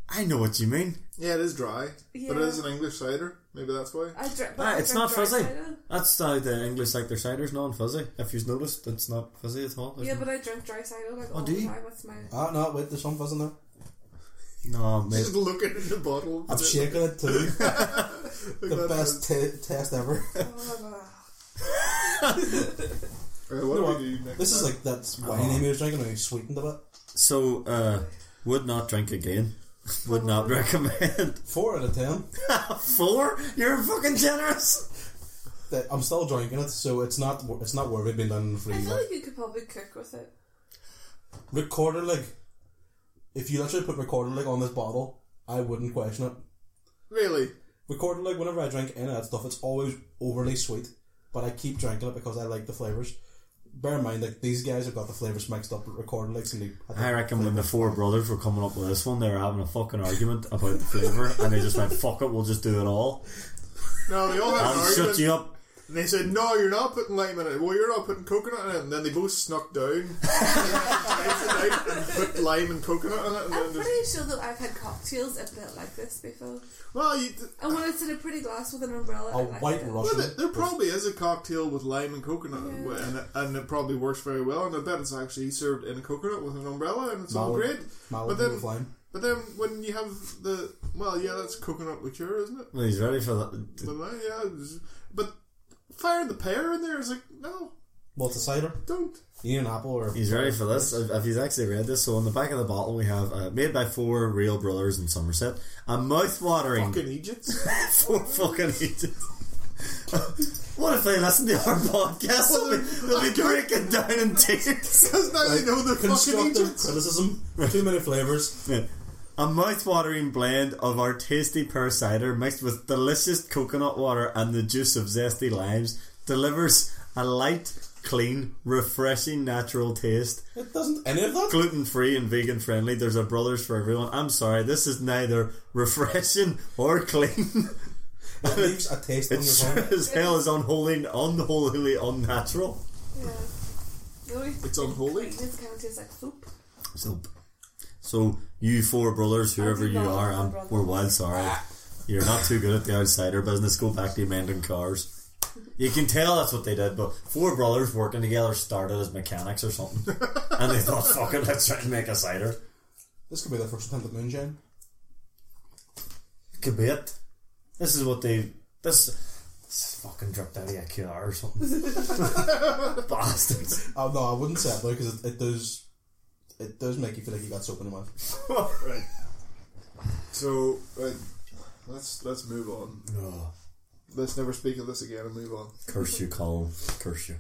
[SPEAKER 1] I know what you mean.
[SPEAKER 2] Yeah, it is dry, but it
[SPEAKER 3] Yeah.
[SPEAKER 2] is an English cider. Maybe that's why.
[SPEAKER 3] I dri- but
[SPEAKER 1] Ah,
[SPEAKER 3] I
[SPEAKER 1] it's
[SPEAKER 3] drink
[SPEAKER 1] not
[SPEAKER 3] dry
[SPEAKER 1] fizzy.
[SPEAKER 3] cider.
[SPEAKER 1] That's how the English like their cider's non-fizzy. If you've noticed, it's not fizzy at all.
[SPEAKER 3] Yeah, but I drink dry cider like
[SPEAKER 1] Oh,
[SPEAKER 3] all
[SPEAKER 1] do
[SPEAKER 3] the
[SPEAKER 1] you?
[SPEAKER 3] time. That's my.
[SPEAKER 1] (laughs)
[SPEAKER 4] Ah, no, wait, there's some fizz in there.
[SPEAKER 1] no, mate.
[SPEAKER 2] Just looking in the bottle.
[SPEAKER 4] I'm shaking it too. the
[SPEAKER 2] Look at
[SPEAKER 4] best t- test ever.
[SPEAKER 3] Oh,
[SPEAKER 2] that. Alright, what
[SPEAKER 4] No,
[SPEAKER 2] do we do next?
[SPEAKER 4] This is
[SPEAKER 2] time?
[SPEAKER 4] like that wine
[SPEAKER 1] Oh.
[SPEAKER 4] he was drinking and he sweetened a bit.
[SPEAKER 1] So, uh, would not drink again. would not recommend.
[SPEAKER 4] Four out of ten.
[SPEAKER 1] Four? You're fucking generous.
[SPEAKER 4] That- I'm still drinking it, so it's not wor- it's not worth it being done in the
[SPEAKER 3] I
[SPEAKER 4] freezer.
[SPEAKER 3] feel like you could probably cook with it.
[SPEAKER 4] recorder like if you literally put recorder like on this bottle, I wouldn't question it.
[SPEAKER 2] really.
[SPEAKER 4] Recorder like whenever I drink any of that stuff, it's always overly sweet, but I keep drinking it because I like the flavors. Bear in mind, like these guys have got the flavors mixed up. But recording like some.
[SPEAKER 1] I reckon when the four brothers were coming up with this one, they were having a fucking argument about the flavour, and they just went, fuck it, we'll just do it all.
[SPEAKER 2] No, they all had an
[SPEAKER 1] I'll shut
[SPEAKER 2] argument.
[SPEAKER 1] you up.
[SPEAKER 2] And they said, "No, you're not putting lime in it. Well, you're not putting coconut in it." And then they both snuck down, and put lime and coconut in it, and
[SPEAKER 3] I'm
[SPEAKER 2] then just
[SPEAKER 3] pretty sure that I've had cocktails a bit like this before.
[SPEAKER 2] well, you,
[SPEAKER 3] And when it's in a pretty glass with an umbrella,
[SPEAKER 4] A
[SPEAKER 3] I like
[SPEAKER 4] white
[SPEAKER 3] it.
[SPEAKER 2] well,
[SPEAKER 4] Russian.
[SPEAKER 2] there, there probably is a cocktail with lime and coconut,
[SPEAKER 3] Yeah.
[SPEAKER 2] and, it, and it probably works very well. And I bet it's actually served in a coconut with an umbrella, and it's all
[SPEAKER 4] Mallow-
[SPEAKER 2] great.
[SPEAKER 4] Mallow
[SPEAKER 2] but then-
[SPEAKER 4] with lime.
[SPEAKER 2] But then when you have the well, yeah, that's coconut liqueur, isn't it?
[SPEAKER 1] Well, he's ready for that.
[SPEAKER 2] But then, yeah, it's- but firing the pear in there is like no,
[SPEAKER 4] Well, it's a cider.
[SPEAKER 2] don't.
[SPEAKER 4] You need an apple or
[SPEAKER 1] He's ready for this. If if he's actually read this, so on the back of the bottle we have uh, made by four real brothers in Somerset, a mouth-watering
[SPEAKER 2] Fucking Egypt. (laughs)
[SPEAKER 1] (laughs) Poor fucking idiots. (laughs) what if they listen to our podcast?
[SPEAKER 2] Well,
[SPEAKER 1] They'll be, they'll be breaking down in tears.
[SPEAKER 2] Because now you know the fucking
[SPEAKER 4] constructive
[SPEAKER 2] Egypt.
[SPEAKER 4] criticism. Too many flavors.
[SPEAKER 1] A mouth-watering blend of our tasty pear cider mixed with delicious coconut water and the juice of zesty limes delivers a light, clean, refreshing, natural
[SPEAKER 4] (laughs)
[SPEAKER 1] taste.
[SPEAKER 4] It doesn't any
[SPEAKER 2] (laughs)
[SPEAKER 4] of that.
[SPEAKER 1] Gluten-free and vegan-friendly. There's a brothers for everyone. I'm sorry, this is neither refreshing or clean.
[SPEAKER 4] It leaves a taste on your
[SPEAKER 1] It's sure
[SPEAKER 4] tongue.
[SPEAKER 1] as hell is unholy, unholily unnatural.
[SPEAKER 3] Yeah. The only
[SPEAKER 2] It's unholy.
[SPEAKER 3] thing is kind of tastes like soup.
[SPEAKER 1] So, so you four brothers, whoever
[SPEAKER 3] I'm
[SPEAKER 1] you
[SPEAKER 3] not
[SPEAKER 1] are,
[SPEAKER 3] a
[SPEAKER 1] I'm,
[SPEAKER 3] brother.
[SPEAKER 1] we're well sorry. You're not too good at the outsider business. Go back to mending cars. You can tell that's what they did, but four brothers working together started as mechanics or (laughs) something, and they thought, "Fuck it, let's try and make a cider."
[SPEAKER 4] This could be the first attempt at moonshine.
[SPEAKER 1] Could be it. This is what they this. This is fucking dropped out of IKEA or (laughs) something. Bastards.
[SPEAKER 4] Oh no, I wouldn't say it though because it, it does. It does make you feel like you got soap in your mouth.
[SPEAKER 2] (laughs) Right. So right, let's let's move on.
[SPEAKER 1] Oh,
[SPEAKER 2] Let's never speak of this again and move (laughs) on.
[SPEAKER 1] curse you, Colin. Curse you.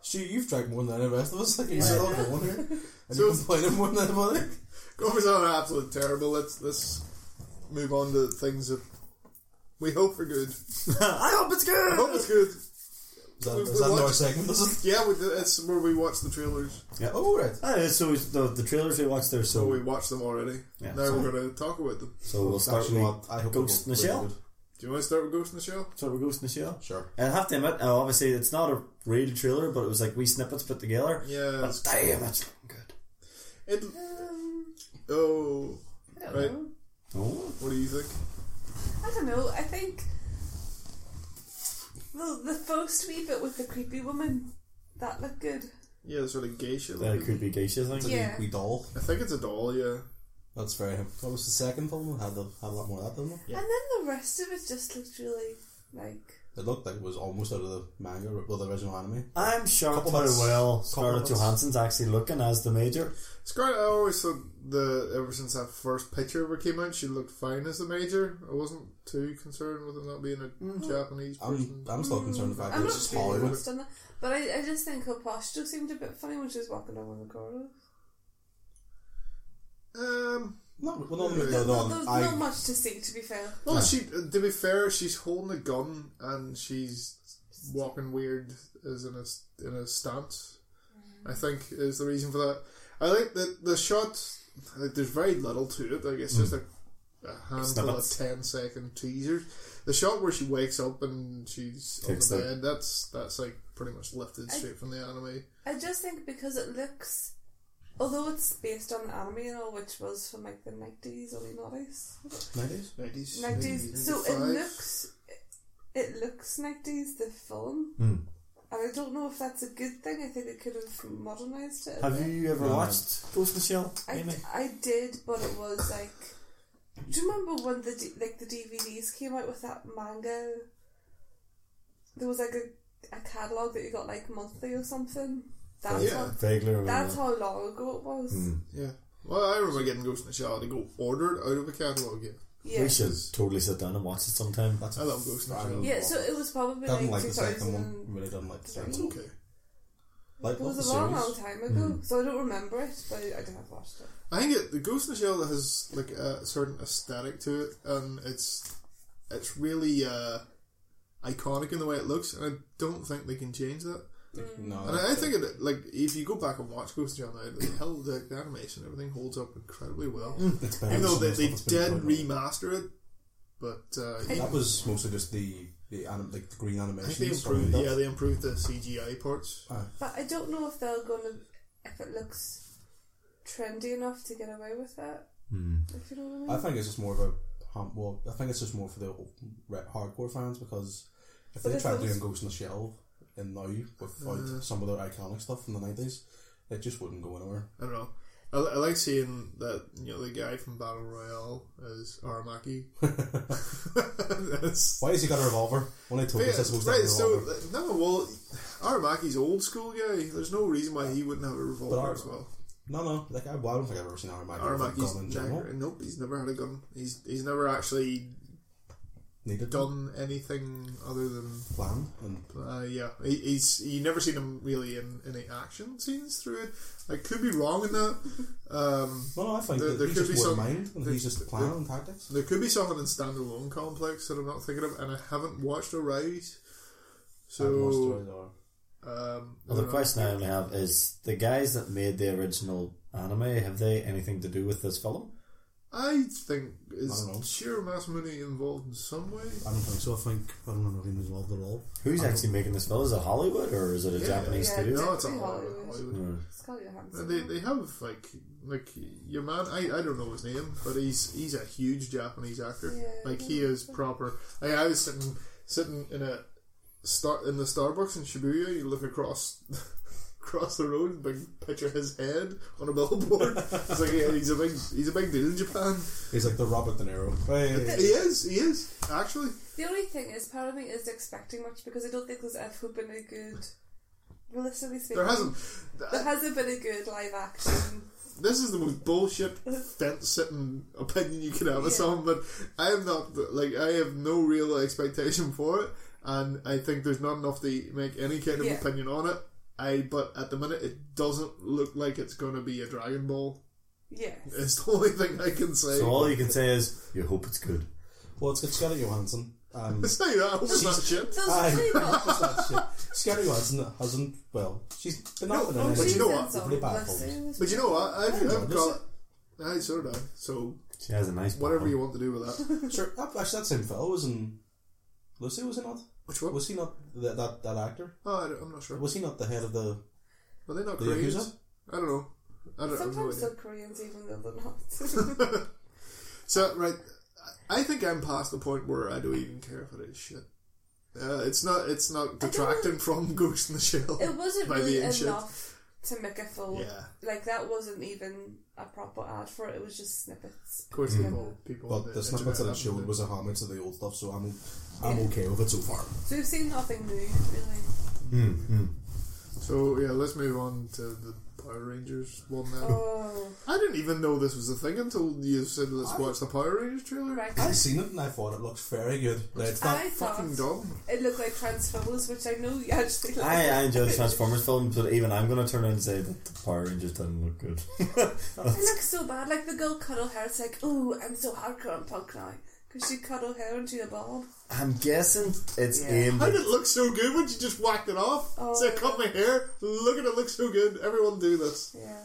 [SPEAKER 4] Stu, you've drank more than any of the rest of us. (laughs) Like you're
[SPEAKER 3] Yeah.
[SPEAKER 4] all going here, and
[SPEAKER 2] So-
[SPEAKER 4] you're complaining more
[SPEAKER 2] (laughs)
[SPEAKER 4] than anybody.
[SPEAKER 2] Gophers are absolutely terrible. Let's let's move on to things that we hope are good.
[SPEAKER 1] (laughs) I hope it's good.
[SPEAKER 2] I hope it's (laughs) good.
[SPEAKER 4] Is that,
[SPEAKER 2] We've
[SPEAKER 4] is
[SPEAKER 2] been
[SPEAKER 4] that our
[SPEAKER 2] watching-
[SPEAKER 4] second? Is it?
[SPEAKER 2] Yeah, we, that's where we watch the trailers.
[SPEAKER 4] Oh right.
[SPEAKER 1] Uh, so it's the, the trailers we watched there.
[SPEAKER 2] So
[SPEAKER 1] So
[SPEAKER 2] we watched them already.
[SPEAKER 1] Yeah,
[SPEAKER 2] now
[SPEAKER 1] so-
[SPEAKER 2] we're going to talk about them.
[SPEAKER 1] so we'll start
[SPEAKER 4] Actually,
[SPEAKER 1] with
[SPEAKER 4] I hope
[SPEAKER 1] Ghost in the
[SPEAKER 4] it will- will
[SPEAKER 1] Shell.
[SPEAKER 4] be
[SPEAKER 2] Do you want to start with Ghost in the Shell?
[SPEAKER 1] Start with Ghost in the Shell.
[SPEAKER 4] good. Sure.
[SPEAKER 1] And I have to admit, uh, obviously it's not a real trailer, but it was like wee snippets put together.
[SPEAKER 2] Yeah.
[SPEAKER 1] But
[SPEAKER 2] it's-
[SPEAKER 1] damn, that's fucking good.
[SPEAKER 2] It, oh,
[SPEAKER 3] Um, I don't
[SPEAKER 2] Right.
[SPEAKER 3] know.
[SPEAKER 1] Oh,
[SPEAKER 2] what do you think?
[SPEAKER 3] I don't know. I think the the first wee bit with the creepy woman that looked good.
[SPEAKER 2] Yeah, sort of geisha.
[SPEAKER 1] that
[SPEAKER 2] looking.
[SPEAKER 1] could be geisha thing.
[SPEAKER 4] It's a
[SPEAKER 3] Yeah.
[SPEAKER 4] wee, wee doll.
[SPEAKER 2] I think it's a doll. Yeah.
[SPEAKER 4] That's very. What was the second film? Had the, had a lot more of that, didn't it?
[SPEAKER 2] Yeah.
[SPEAKER 3] And then the rest of it just looked really like
[SPEAKER 4] It looked like it was almost out of the manga, well, the original anime.
[SPEAKER 1] I'm shocked
[SPEAKER 4] Couple
[SPEAKER 1] how
[SPEAKER 4] months.
[SPEAKER 1] well
[SPEAKER 4] Couple
[SPEAKER 1] Scarlett
[SPEAKER 4] months.
[SPEAKER 1] Johansson's actually looking as the major.
[SPEAKER 2] Scarlett, I always thought the ever since that first picture of her came out, she looked fine as the major. I wasn't too concerned with it not being a
[SPEAKER 1] Mm-hmm.
[SPEAKER 2] Japanese person.
[SPEAKER 4] I'm, I'm still concerned about
[SPEAKER 3] mm, I'm
[SPEAKER 4] it.
[SPEAKER 3] not
[SPEAKER 4] It's just
[SPEAKER 3] too
[SPEAKER 4] Hollywood.
[SPEAKER 3] focused on that, but I, I just think her posture seemed a bit funny when she was walking down the corridor.
[SPEAKER 2] Um,
[SPEAKER 4] No, well, no,
[SPEAKER 2] Yeah,
[SPEAKER 4] no, no,
[SPEAKER 3] There's
[SPEAKER 4] no,
[SPEAKER 3] not, there's
[SPEAKER 4] I,
[SPEAKER 3] not much to see, to be fair.
[SPEAKER 2] well,
[SPEAKER 1] Ah.
[SPEAKER 2] she uh, to be fair, she's holding a gun and she's walking weird as in a in a stance. I think is the reason for that. I like the the shot. Like, there's very little to it. Like it's just a, a handful of
[SPEAKER 1] Snippets.
[SPEAKER 2] 10 second teasers. The shot where she wakes up and she's
[SPEAKER 1] Takes
[SPEAKER 2] on
[SPEAKER 1] the-
[SPEAKER 2] the bed. That's that's like pretty much lifted straight from the anime.
[SPEAKER 3] I just think because it looks Although it's based on anime and all, which was from like the nineties, early nineties.
[SPEAKER 4] Nineties.
[SPEAKER 2] Nineties.
[SPEAKER 3] Nineties. So it
[SPEAKER 2] 95.
[SPEAKER 3] looks, it looks nineties. The film,
[SPEAKER 1] Hmm.
[SPEAKER 3] and I don't know if that's a good thing. I think they could have modernized it. a
[SPEAKER 1] Have
[SPEAKER 3] bit.
[SPEAKER 1] you ever
[SPEAKER 4] No, no.
[SPEAKER 1] watched Ghost in the Shell?
[SPEAKER 3] I,
[SPEAKER 1] Amy?
[SPEAKER 3] I did, but it was like. Do you remember when the D- like the DVDs came out with that manga? There was like a, a catalog that you got like monthly or something. That's
[SPEAKER 2] Yeah.
[SPEAKER 3] what,
[SPEAKER 1] Vaguely remember.
[SPEAKER 3] that's how long ago it was.
[SPEAKER 1] Hmm.
[SPEAKER 2] Yeah. Well, I remember getting Ghost in the Shell. They go order it out of a catalogue. Yeah.
[SPEAKER 3] Yeah,
[SPEAKER 1] We should totally sit down and watch it sometime.
[SPEAKER 4] That's
[SPEAKER 2] I love Ghost in the
[SPEAKER 4] I
[SPEAKER 2] Shell.
[SPEAKER 4] love
[SPEAKER 3] yeah.
[SPEAKER 4] it.
[SPEAKER 3] So it was probably
[SPEAKER 4] Doesn't
[SPEAKER 3] like
[SPEAKER 4] like
[SPEAKER 3] two
[SPEAKER 4] the
[SPEAKER 3] thousand.
[SPEAKER 4] second one. Really doesn't like the second
[SPEAKER 2] It's
[SPEAKER 4] one.
[SPEAKER 2] okay.
[SPEAKER 4] Like,
[SPEAKER 3] It
[SPEAKER 4] love the
[SPEAKER 3] was a long,
[SPEAKER 4] series. Hmm.
[SPEAKER 3] long time ago, so I don't remember it, but I did have watched it.
[SPEAKER 2] I think it, the Ghost in the Shell has like a certain aesthetic to it, and it's it's really uh, iconic in the way it looks, and I don't think they can change that.
[SPEAKER 3] Mm.
[SPEAKER 4] No,
[SPEAKER 2] And I, I
[SPEAKER 4] that's
[SPEAKER 2] think it like if you go back and watch Ghost in the Shell now, the hell the, the animation everything holds up incredibly well.
[SPEAKER 4] it. Mm. It's better
[SPEAKER 2] Even
[SPEAKER 4] than
[SPEAKER 2] though
[SPEAKER 4] some
[SPEAKER 2] they,
[SPEAKER 4] of the
[SPEAKER 2] they
[SPEAKER 4] stuff that's
[SPEAKER 2] did
[SPEAKER 4] been put out.
[SPEAKER 2] remaster it, but uh, yeah,
[SPEAKER 4] That was mostly just the the anim- like the green
[SPEAKER 2] I
[SPEAKER 4] animation.
[SPEAKER 2] think they improved. Yeah, they improved the CGI parts.
[SPEAKER 3] But I don't know if they're gonna if it looks trendy enough to get away with that.
[SPEAKER 1] Hmm.
[SPEAKER 3] If you know what I mean.
[SPEAKER 4] I think it's just more of a hum- well. I think it's just more for the old re- hardcore fans because if
[SPEAKER 3] But
[SPEAKER 4] they
[SPEAKER 3] if
[SPEAKER 4] tried
[SPEAKER 3] it was-
[SPEAKER 4] doing Ghost in the Shell and now without
[SPEAKER 2] Yeah.
[SPEAKER 4] some of their iconic stuff from the nineties, it just wouldn't go anywhere.
[SPEAKER 2] I don't know. I, I like seeing that you know the guy from Battle Royale as
[SPEAKER 4] (laughs)
[SPEAKER 2] Aramaki. (laughs) That's-
[SPEAKER 4] Why has he got a revolver? When I told us, I
[SPEAKER 2] Yeah,
[SPEAKER 4] supposed to have a
[SPEAKER 2] right, so uh,
[SPEAKER 4] revolver.
[SPEAKER 2] no, well, Aramaki's old school guy. There's no reason why he wouldn't have a revolver
[SPEAKER 4] But Ar-
[SPEAKER 2] as well.
[SPEAKER 4] No, no. Like I, well, I don't think I've ever seen Aramaki with a
[SPEAKER 2] Aramaki's
[SPEAKER 4] gun in general.
[SPEAKER 2] never, nope, he's never had a gun. He's he's never actually
[SPEAKER 4] Needed gun
[SPEAKER 2] done anything other than
[SPEAKER 4] plan and
[SPEAKER 2] uh, yeah. He, he's you never seen him really in any action scenes through it. I could be wrong
[SPEAKER 1] (laughs)
[SPEAKER 2] in that. Um,
[SPEAKER 4] no, no. I think
[SPEAKER 2] There-
[SPEAKER 4] that
[SPEAKER 2] there
[SPEAKER 4] he's
[SPEAKER 2] could
[SPEAKER 4] just
[SPEAKER 2] be some-
[SPEAKER 4] one mind and
[SPEAKER 2] there-
[SPEAKER 4] he's just planning and tactics.
[SPEAKER 2] There could be something in standalone complex that I'm not thinking of, and I haven't watched Arise. So, um, I
[SPEAKER 1] Well, the
[SPEAKER 2] don't know.
[SPEAKER 1] question I only have is the guys that made the original anime, have they anything to do with this film?
[SPEAKER 2] I think
[SPEAKER 4] I don't know.
[SPEAKER 2] is Shiro Masamune involved in some way.
[SPEAKER 4] I don't think so. I think I don't know if he was involved at all.
[SPEAKER 1] Who's actually making this film? Is it Hollywood or is it a
[SPEAKER 2] Yeah,
[SPEAKER 1] Japanese
[SPEAKER 3] yeah,
[SPEAKER 1] studio?
[SPEAKER 2] No, it's all
[SPEAKER 3] Definitely
[SPEAKER 2] Hollywood. Hollywood.
[SPEAKER 3] Hollywood.
[SPEAKER 1] Hmm.
[SPEAKER 3] Scarlett Johansson.
[SPEAKER 2] And They, they have like like your man. I, I don't know his name, but he's he's a huge Japanese actor.
[SPEAKER 3] Yeah.
[SPEAKER 2] Like he is proper. I, I was sitting sitting in a star in the Starbucks in Shibuya. You look across (laughs) across the road, big picture of his head on a (laughs) billboard. it's like yeah, he's a big he's a big deal in Japan.
[SPEAKER 4] He's like the Robert De Niro.
[SPEAKER 2] He
[SPEAKER 4] Hey.
[SPEAKER 2] is he is actually.
[SPEAKER 3] The only thing is, part of me is expecting much because I don't think there's ever been a good, realistically speaking,
[SPEAKER 2] There hasn't.
[SPEAKER 3] there hasn't been a good live action. (laughs)
[SPEAKER 2] This is the most bullshit fence sitting opinion you could have of
[SPEAKER 3] Yeah.
[SPEAKER 2] someone, but I am not like I have no real expectation for it, and I think there's not enough to make any kind of
[SPEAKER 3] Yeah.
[SPEAKER 2] opinion on it. I but at the minute it doesn't look like it's going to be a Dragon Ball.
[SPEAKER 3] yes.
[SPEAKER 2] It's the only thing I can say.
[SPEAKER 1] So
[SPEAKER 2] (laughs)
[SPEAKER 1] all you can say is you hope it's good.
[SPEAKER 4] Well, it's got Scarlett Johansson. Um, (laughs)
[SPEAKER 2] Say that. I hope it's not shit.
[SPEAKER 3] There's
[SPEAKER 4] Aye.
[SPEAKER 3] really not.
[SPEAKER 4] (laughs) That's that shit. Scarlett Johansson hasn't. Well, she's been
[SPEAKER 2] No,
[SPEAKER 4] nothing.
[SPEAKER 2] no,
[SPEAKER 4] in
[SPEAKER 2] but
[SPEAKER 4] any-
[SPEAKER 2] you know what?
[SPEAKER 4] Really bad films.
[SPEAKER 2] But you know what? I've,
[SPEAKER 4] I know,
[SPEAKER 2] I've
[SPEAKER 4] does
[SPEAKER 2] got. I so did I. So
[SPEAKER 1] She has a nice
[SPEAKER 2] whatever
[SPEAKER 1] bottom.
[SPEAKER 2] you want to do with
[SPEAKER 4] (laughs)
[SPEAKER 2] that.
[SPEAKER 4] Sure, that, actually, that same fellow was in. Lucy, was he not?
[SPEAKER 2] Which one?
[SPEAKER 4] Was he not that that, that actor?
[SPEAKER 2] Oh, I don't- I'm not sure.
[SPEAKER 4] Was he not the head of the
[SPEAKER 2] Were they not
[SPEAKER 4] the
[SPEAKER 2] Koreans?
[SPEAKER 4] Yakuza?
[SPEAKER 2] I don't know. I don't, I have no
[SPEAKER 3] Sometimes
[SPEAKER 2] idea.
[SPEAKER 3] they're Koreans, even though they're
[SPEAKER 2] (laughs)
[SPEAKER 3] not.
[SPEAKER 2] So right, I think I'm past the point where I don't even care if it is shit. Uh, it's not. It's not detracting from (laughs) Ghost in the Shell.
[SPEAKER 3] it wasn't
[SPEAKER 2] by
[SPEAKER 3] really
[SPEAKER 2] being shit.
[SPEAKER 3] enough to make a full.
[SPEAKER 2] Yeah,
[SPEAKER 3] Like that wasn't even a proper ad for it. It was just snippets.
[SPEAKER 2] of course
[SPEAKER 3] Mm.
[SPEAKER 4] Hmm.
[SPEAKER 2] people. people on
[SPEAKER 4] But the snippets that
[SPEAKER 2] internet
[SPEAKER 4] it showed
[SPEAKER 2] have
[SPEAKER 4] was a homage to the old stuff, so I'm I'm okay with it so far.
[SPEAKER 3] So we've seen nothing new, really.
[SPEAKER 4] hmm,
[SPEAKER 1] Mm, mm.
[SPEAKER 2] been- So yeah, let's move on to the Power Rangers one now.
[SPEAKER 3] Oh,
[SPEAKER 2] I didn't even know this was a thing until you said let's
[SPEAKER 4] I-
[SPEAKER 2] watch the Power Rangers trailer.
[SPEAKER 3] right.
[SPEAKER 4] I seen it and I thought it looked very good. Now, it's not
[SPEAKER 3] I
[SPEAKER 2] Fucking
[SPEAKER 3] thought
[SPEAKER 2] dumb.
[SPEAKER 3] it looked like Transformers, which I know you actually like.
[SPEAKER 1] I, I enjoy the Transformers films, but even I'm going to turn around and say that the Power Rangers didn't look good.
[SPEAKER 3] It looks so bad. Like the girl cut her hair. It's like, ooh, I'm so hardcore on punk now because she cut her hair into a bob.
[SPEAKER 1] I'm guessing it's
[SPEAKER 3] Yeah.
[SPEAKER 1] aimed.
[SPEAKER 2] How
[SPEAKER 1] at-
[SPEAKER 2] did it look so good when you just whacked it off?
[SPEAKER 3] Oh.
[SPEAKER 2] Said cut my hair. Look at it, look so good. Everyone do this.
[SPEAKER 3] Yeah.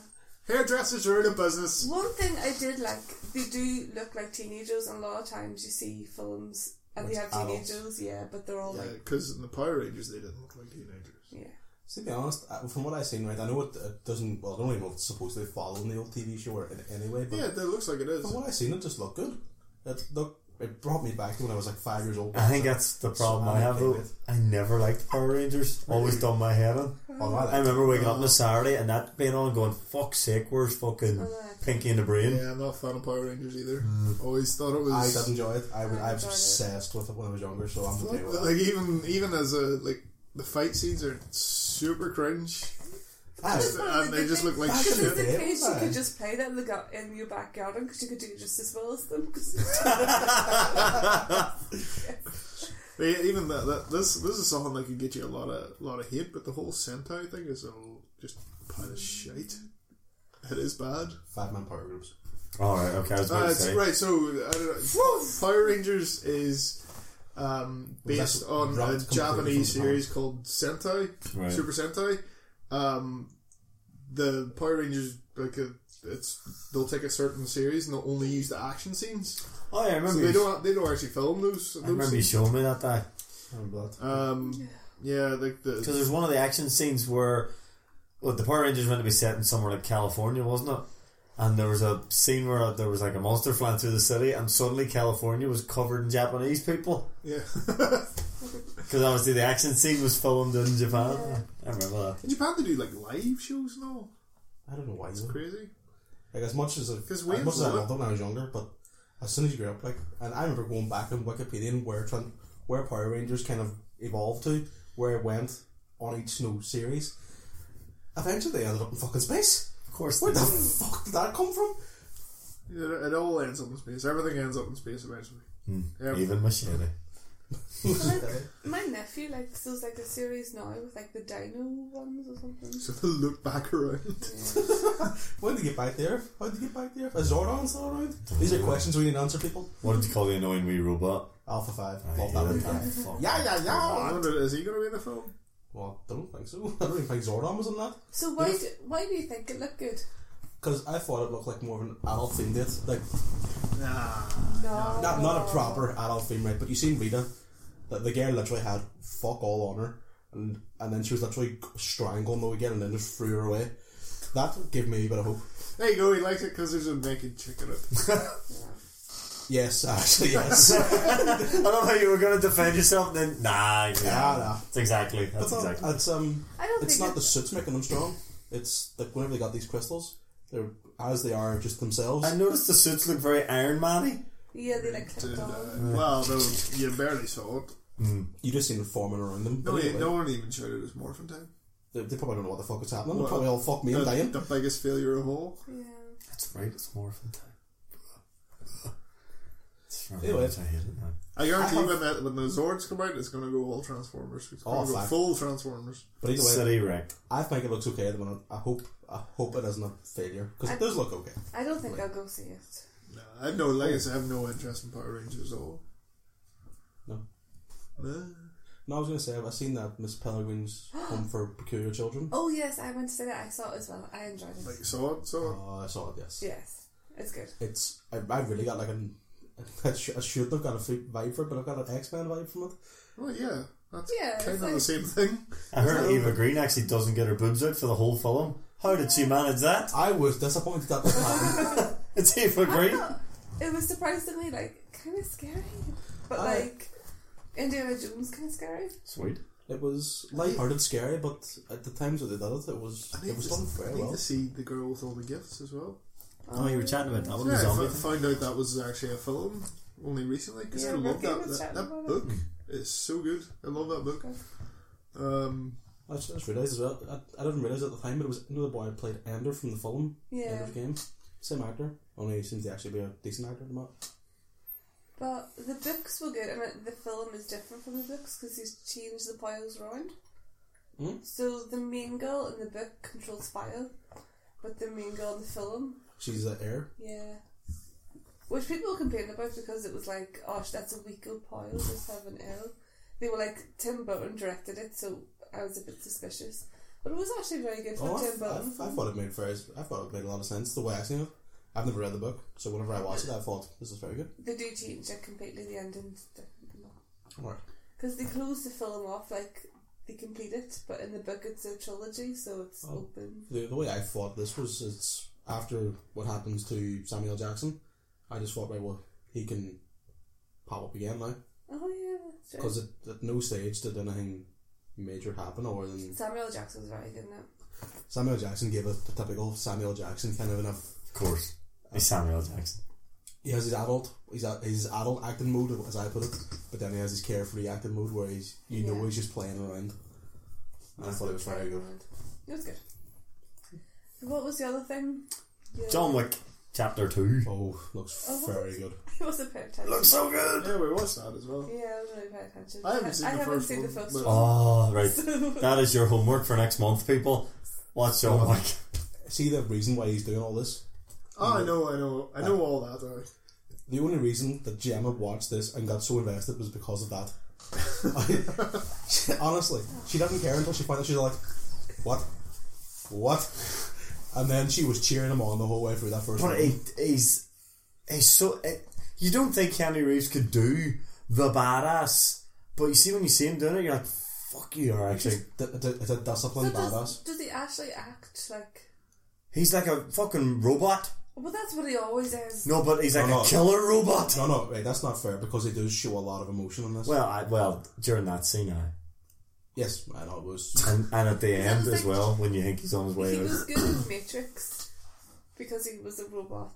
[SPEAKER 2] Hairdressers are in a business.
[SPEAKER 3] One thing I did like, they do look like teenagers, and a lot of times you see films and they
[SPEAKER 4] With
[SPEAKER 3] have
[SPEAKER 4] adults.
[SPEAKER 3] teenagers, yeah, but they're all like,
[SPEAKER 2] Because in the Power Rangers they didn't look like teenagers.
[SPEAKER 3] yeah.
[SPEAKER 4] So to be honest, I- from what I've seen, right, I know it, it doesn't. Well, I don't even know if it's supposed to follow in the old TV show or in any way. But
[SPEAKER 2] Yeah, it looks like it is.
[SPEAKER 4] from what I've seen, it just looked good. It looked. It brought me back to when I was like five years old.
[SPEAKER 2] Uh-huh.
[SPEAKER 1] I think that's the problem
[SPEAKER 4] I'm
[SPEAKER 1] I have
[SPEAKER 4] okay
[SPEAKER 1] though.
[SPEAKER 4] with
[SPEAKER 1] I never liked Power Rangers. Always done my head in.
[SPEAKER 4] it. Oh, I
[SPEAKER 1] I
[SPEAKER 4] like it.
[SPEAKER 1] remember waking up on
[SPEAKER 2] Uh-huh.
[SPEAKER 1] a Saturday and that being on, going, "Fuck's sake, where's fucking Pinky and the Brain?"
[SPEAKER 2] Uh-huh. Yeah, I'm not a fan of Power Rangers either. Always thought it was.
[SPEAKER 4] Mm. I did enjoy it. I, was- I was
[SPEAKER 3] enjoyed it.
[SPEAKER 4] obsessed with it when I was younger, so I'm okay with
[SPEAKER 2] like
[SPEAKER 4] it.
[SPEAKER 2] even even as a like the fight scenes are super cringe. (laughs)
[SPEAKER 4] I,
[SPEAKER 2] And they just look like
[SPEAKER 4] Back in the
[SPEAKER 2] shit.
[SPEAKER 3] Just in
[SPEAKER 4] Yeah,
[SPEAKER 3] case you
[SPEAKER 4] man.
[SPEAKER 3] could just play them in, the gar- in your back garden because you could do just as well as them. (laughs) 'cause-
[SPEAKER 2] But yeah, even that, that this this is something that could get you a lot of lot of hate, but the whole Sentai thing is a l- just a pile of shite. It is bad.
[SPEAKER 4] five man power groups.
[SPEAKER 1] All right, okay, I was about
[SPEAKER 2] Uh,
[SPEAKER 1] to
[SPEAKER 2] it's,
[SPEAKER 1] say.
[SPEAKER 2] right, so I don't know. Power Rangers is um, based
[SPEAKER 4] That's
[SPEAKER 2] on
[SPEAKER 4] right,
[SPEAKER 2] a
[SPEAKER 4] completely
[SPEAKER 2] Japanese
[SPEAKER 4] from
[SPEAKER 2] series called Sentai,
[SPEAKER 1] Right.
[SPEAKER 2] Super Sentai. Um, the Power Rangers like uh, it's they'll take a certain series and they'll only use the action scenes.
[SPEAKER 1] Oh yeah, I remember.
[SPEAKER 2] So
[SPEAKER 1] you,
[SPEAKER 2] they don't they don't actually film those.
[SPEAKER 1] I remember
[SPEAKER 2] those
[SPEAKER 1] you
[SPEAKER 2] scenes.
[SPEAKER 1] showing me that day.
[SPEAKER 4] I remember that.
[SPEAKER 2] Um, yeah, like the
[SPEAKER 1] Because there's one of the action scenes where well, the Power Rangers went to be set in somewhere like California, wasn't it? And there was a scene where there was like a monster flying through the city, and suddenly California was covered in Japanese people.
[SPEAKER 2] yeah. (laughs)
[SPEAKER 1] Because obviously the action scene was filmed in Japan. I remember that.
[SPEAKER 2] In Japan, they do like live shows and all.
[SPEAKER 4] I don't know why. though.
[SPEAKER 2] Crazy.
[SPEAKER 4] Like as much as I,
[SPEAKER 2] Because
[SPEAKER 4] as
[SPEAKER 2] we
[SPEAKER 4] much as I
[SPEAKER 2] love it.
[SPEAKER 4] loved it when I was younger, but as soon as you grew up, like, and I remember going back on Wikipedia and where tran where Power Rangers kind of evolved to, where it went on each new series. Eventually, they ended up in fucking space.
[SPEAKER 1] Of course,
[SPEAKER 4] Where
[SPEAKER 1] they
[SPEAKER 4] the
[SPEAKER 1] did.
[SPEAKER 4] fuck did that come from?
[SPEAKER 2] It, it all ends up in space. Everything ends up in space eventually. (laughs) Yeah.
[SPEAKER 1] Hmm. even machete.
[SPEAKER 3] My nephew likes there's like a series now with like the dino ones or something.
[SPEAKER 2] So they look back (laughs) around.
[SPEAKER 4] (laughs) When did you get back there? How did you get back there? Is Zordon still around? These are questions we need to answer, people.
[SPEAKER 1] What did you call the annoying wee robot?
[SPEAKER 4] Alpha Five.
[SPEAKER 1] I
[SPEAKER 4] Love
[SPEAKER 1] hated
[SPEAKER 4] that one.
[SPEAKER 1] that. (laughs) Fuck.
[SPEAKER 4] Yeah, yeah,
[SPEAKER 2] Oh, I
[SPEAKER 4] yeah.
[SPEAKER 2] wonder, is he going to be in the film?
[SPEAKER 4] Well, I don't think so. I don't even think Zordon was in that.
[SPEAKER 3] So why do, why do you think it looked good?
[SPEAKER 4] Because I thought it looked like more of an adult themed date. Like,
[SPEAKER 2] Nah.
[SPEAKER 3] No,
[SPEAKER 4] Not, not a proper adult theme, right? But you seen Rita, that the girl literally had fuck all on her, and and then she was literally strangling the weekend and then just threw her away. That gave me a bit of hope.
[SPEAKER 2] There you go, he likes it because there's a naked chick in it.
[SPEAKER 4] Yes, (laughs)
[SPEAKER 2] (laughs)
[SPEAKER 4] actually, yes.
[SPEAKER 1] I don't know you were going to defend yourself. Then nah,
[SPEAKER 4] yeah,
[SPEAKER 1] yeah,
[SPEAKER 4] nah.
[SPEAKER 1] that's exactly that's
[SPEAKER 4] It's not-
[SPEAKER 1] exactly.
[SPEAKER 4] It's um,
[SPEAKER 3] I don't
[SPEAKER 4] it's
[SPEAKER 3] think
[SPEAKER 4] not the
[SPEAKER 3] it's-
[SPEAKER 4] suits making them strong. It's like whenever they got these crystals, they're as they are just themselves.
[SPEAKER 1] I noticed the suits look very Iron Man-y.
[SPEAKER 3] Yeah, they like
[SPEAKER 2] Dude,
[SPEAKER 3] clipped
[SPEAKER 2] uh,
[SPEAKER 3] on.
[SPEAKER 2] well, no, you barely saw it.
[SPEAKER 1] Hmm.
[SPEAKER 4] You just seen them forming around them.
[SPEAKER 2] No,
[SPEAKER 4] But
[SPEAKER 2] yeah,
[SPEAKER 4] anyway,
[SPEAKER 2] no one even shouted it's morphin' time.
[SPEAKER 4] they, they probably don't know what the fuck is happening.
[SPEAKER 2] Well,
[SPEAKER 4] They're probably all fuck me,
[SPEAKER 2] The,
[SPEAKER 4] I'm dying.
[SPEAKER 2] the biggest failure of all.
[SPEAKER 3] Yeah.
[SPEAKER 1] That's right, it's Morphin time. (laughs) It's from
[SPEAKER 4] Anyway.
[SPEAKER 1] I hate it now.
[SPEAKER 2] I guarantee
[SPEAKER 4] I have-
[SPEAKER 2] when, that, when the Zords come out, it's going to go all Transformers. It's
[SPEAKER 4] Oh,
[SPEAKER 2] going to go
[SPEAKER 4] fuck.
[SPEAKER 2] full Transformers.
[SPEAKER 4] But either way,
[SPEAKER 1] City wreck.
[SPEAKER 4] I think it looks okay at the minute. I hope I hope it isn't a failure because it does look okay.
[SPEAKER 3] I don't think I'll go see it.
[SPEAKER 2] Nah, I
[SPEAKER 4] Oh.
[SPEAKER 2] have no, like I said, I have no interest in Power Rangers at all.
[SPEAKER 4] No.
[SPEAKER 2] Nah.
[SPEAKER 4] No, I was gonna say I've seen that Miss Peregrine's Home for Peculiar Children.
[SPEAKER 3] Oh yes, I went to see that. I saw it as well. I enjoyed it.
[SPEAKER 2] Like, saw it, saw it.
[SPEAKER 4] Oh, I saw it. Yes,
[SPEAKER 3] Yes, it's good.
[SPEAKER 4] it's I, I really got like an (laughs) I sh- I should have got a fi- vibe for it, but I've got an X Men vibe from it.
[SPEAKER 2] Well, yeah, that's
[SPEAKER 3] Yeah,
[SPEAKER 2] kind
[SPEAKER 3] it's
[SPEAKER 2] of
[SPEAKER 3] like-
[SPEAKER 2] the same thing.
[SPEAKER 1] I heard Eva Green actually doesn't get her boobs out for the whole film. How did she manage that? (laughs)
[SPEAKER 4] I was disappointed that didn't happen.
[SPEAKER 1] It's Eva
[SPEAKER 3] I
[SPEAKER 1] Green.
[SPEAKER 3] thought it was surprisingly like kind of scary, but
[SPEAKER 4] I-
[SPEAKER 3] like Indiana Jones kind of scary.
[SPEAKER 1] Sweet.
[SPEAKER 4] It was lighthearted, scary, but at the times that they did it, it was
[SPEAKER 2] I
[SPEAKER 4] it
[SPEAKER 2] need,
[SPEAKER 4] was
[SPEAKER 2] to,
[SPEAKER 4] done
[SPEAKER 2] I
[SPEAKER 4] very
[SPEAKER 2] need
[SPEAKER 4] well.
[SPEAKER 2] to see the girl with all the gifts as well.
[SPEAKER 1] Oh, you were chatting about that one,
[SPEAKER 2] Yeah,
[SPEAKER 1] the
[SPEAKER 2] I
[SPEAKER 1] zombie.
[SPEAKER 2] fo- found out that was actually a film only recently because
[SPEAKER 3] Yeah,
[SPEAKER 2] I love
[SPEAKER 3] Ricky
[SPEAKER 2] that
[SPEAKER 3] was
[SPEAKER 2] that,
[SPEAKER 3] chatting
[SPEAKER 2] that
[SPEAKER 3] about
[SPEAKER 2] book. It's so good. I love that book. Um,
[SPEAKER 4] I just, I just realized as well. I, I didn't realize at the time, but it was another boy who played Ender from the film.
[SPEAKER 3] Yeah.
[SPEAKER 4] Ender's Game. Same actor, only he seems to actually be a decent actor. at the moment.
[SPEAKER 3] But the books were good. I mean, the film is different from the books because he's changed the files around.
[SPEAKER 4] Hmm?
[SPEAKER 3] So the main girl in the book controls fire, but the main girl in the film,
[SPEAKER 4] She's the heir.
[SPEAKER 3] yeah. Which people complained about because it was like, oh, sh- that's a weak old pile, just have an L. They were like, Tim Burton directed it, so I was a bit suspicious. But it was actually very good for
[SPEAKER 4] Oh,
[SPEAKER 3] a Tim
[SPEAKER 4] I, I,
[SPEAKER 3] Burton.
[SPEAKER 4] I thought it made very, I thought it made a lot of sense the way I seen it. I've never read the book, so whenever I watched it, I thought this is very good.
[SPEAKER 3] they do change it completely, the ending.
[SPEAKER 4] Alright.
[SPEAKER 3] Because they closed the film off like they complete it, but in the book it's a trilogy, so it's
[SPEAKER 4] Oh.
[SPEAKER 3] open.
[SPEAKER 4] The, the way I thought this was, it's after what happens to Samuel L. Jackson. I just thought, right, well, he can pop up again now
[SPEAKER 3] Oh yeah, that's right.
[SPEAKER 4] because at no stage did anything major happen, or than
[SPEAKER 3] Samuel L. Jackson was right, didn't it?
[SPEAKER 4] Samuel Jackson gave a the typical Samuel Jackson kind of enough.
[SPEAKER 1] Of course. He's Samuel Jackson.
[SPEAKER 4] He has his adult, he's a, his adult acting mode, as I put it, but then he has his carefree acting mode where he's you know
[SPEAKER 3] Yeah.
[SPEAKER 4] he's just playing around. And I thought it was very good.
[SPEAKER 3] It was good. What was the other thing? Yeah.
[SPEAKER 1] John
[SPEAKER 3] (laughs)
[SPEAKER 1] Wick, Chapter 2.
[SPEAKER 4] Oh, looks
[SPEAKER 3] Oh, what
[SPEAKER 4] very good.
[SPEAKER 3] I wasn't paying attention.
[SPEAKER 1] Looks so good!
[SPEAKER 2] Yeah, we watched that as well.
[SPEAKER 3] yeah, I wasn't really paying attention.
[SPEAKER 2] I haven't seen the
[SPEAKER 3] haven't
[SPEAKER 2] first
[SPEAKER 3] seen
[SPEAKER 2] one,
[SPEAKER 3] the first
[SPEAKER 2] but-
[SPEAKER 3] one.
[SPEAKER 1] Oh, right.
[SPEAKER 3] (laughs) So-
[SPEAKER 1] That is your homework for next month, people. Watch John Wick.
[SPEAKER 4] See the reason why he's doing all this.
[SPEAKER 2] Oh, I know, I know, I know all that. Right?
[SPEAKER 4] The only reason that Gemma watched this and got so invested was because of that. (laughs) honestly, she doesn't care until she finds out she's like, what? What? And then she was cheering him on the whole way through that first
[SPEAKER 1] But
[SPEAKER 4] one.
[SPEAKER 1] he, he's he's so it, you don't think Kenny Reeves could do the badass, but you see when you see him doing it, you're like, "Fuck you!" Are actually,
[SPEAKER 4] It's a- It's a, it's a
[SPEAKER 3] so
[SPEAKER 4] disciplined
[SPEAKER 3] does,
[SPEAKER 4] badass.
[SPEAKER 3] does he actually act like?
[SPEAKER 1] he's like a fucking robot.
[SPEAKER 3] Well, that's what he always is.
[SPEAKER 1] Oh, No, but he's like
[SPEAKER 4] No, no.
[SPEAKER 1] a killer robot.
[SPEAKER 4] No, no, right, that's not fair because he does show a lot of emotion in this.
[SPEAKER 1] Well, I, well, during that scene, I,
[SPEAKER 4] yes, I know it
[SPEAKER 3] (laughs)
[SPEAKER 4] was.
[SPEAKER 1] and and at the end
[SPEAKER 3] was
[SPEAKER 1] as
[SPEAKER 3] like-
[SPEAKER 1] well, when you think he's on his way
[SPEAKER 3] He
[SPEAKER 1] out.
[SPEAKER 3] was
[SPEAKER 1] (coughs)
[SPEAKER 3] good in Matrix because he was a robot.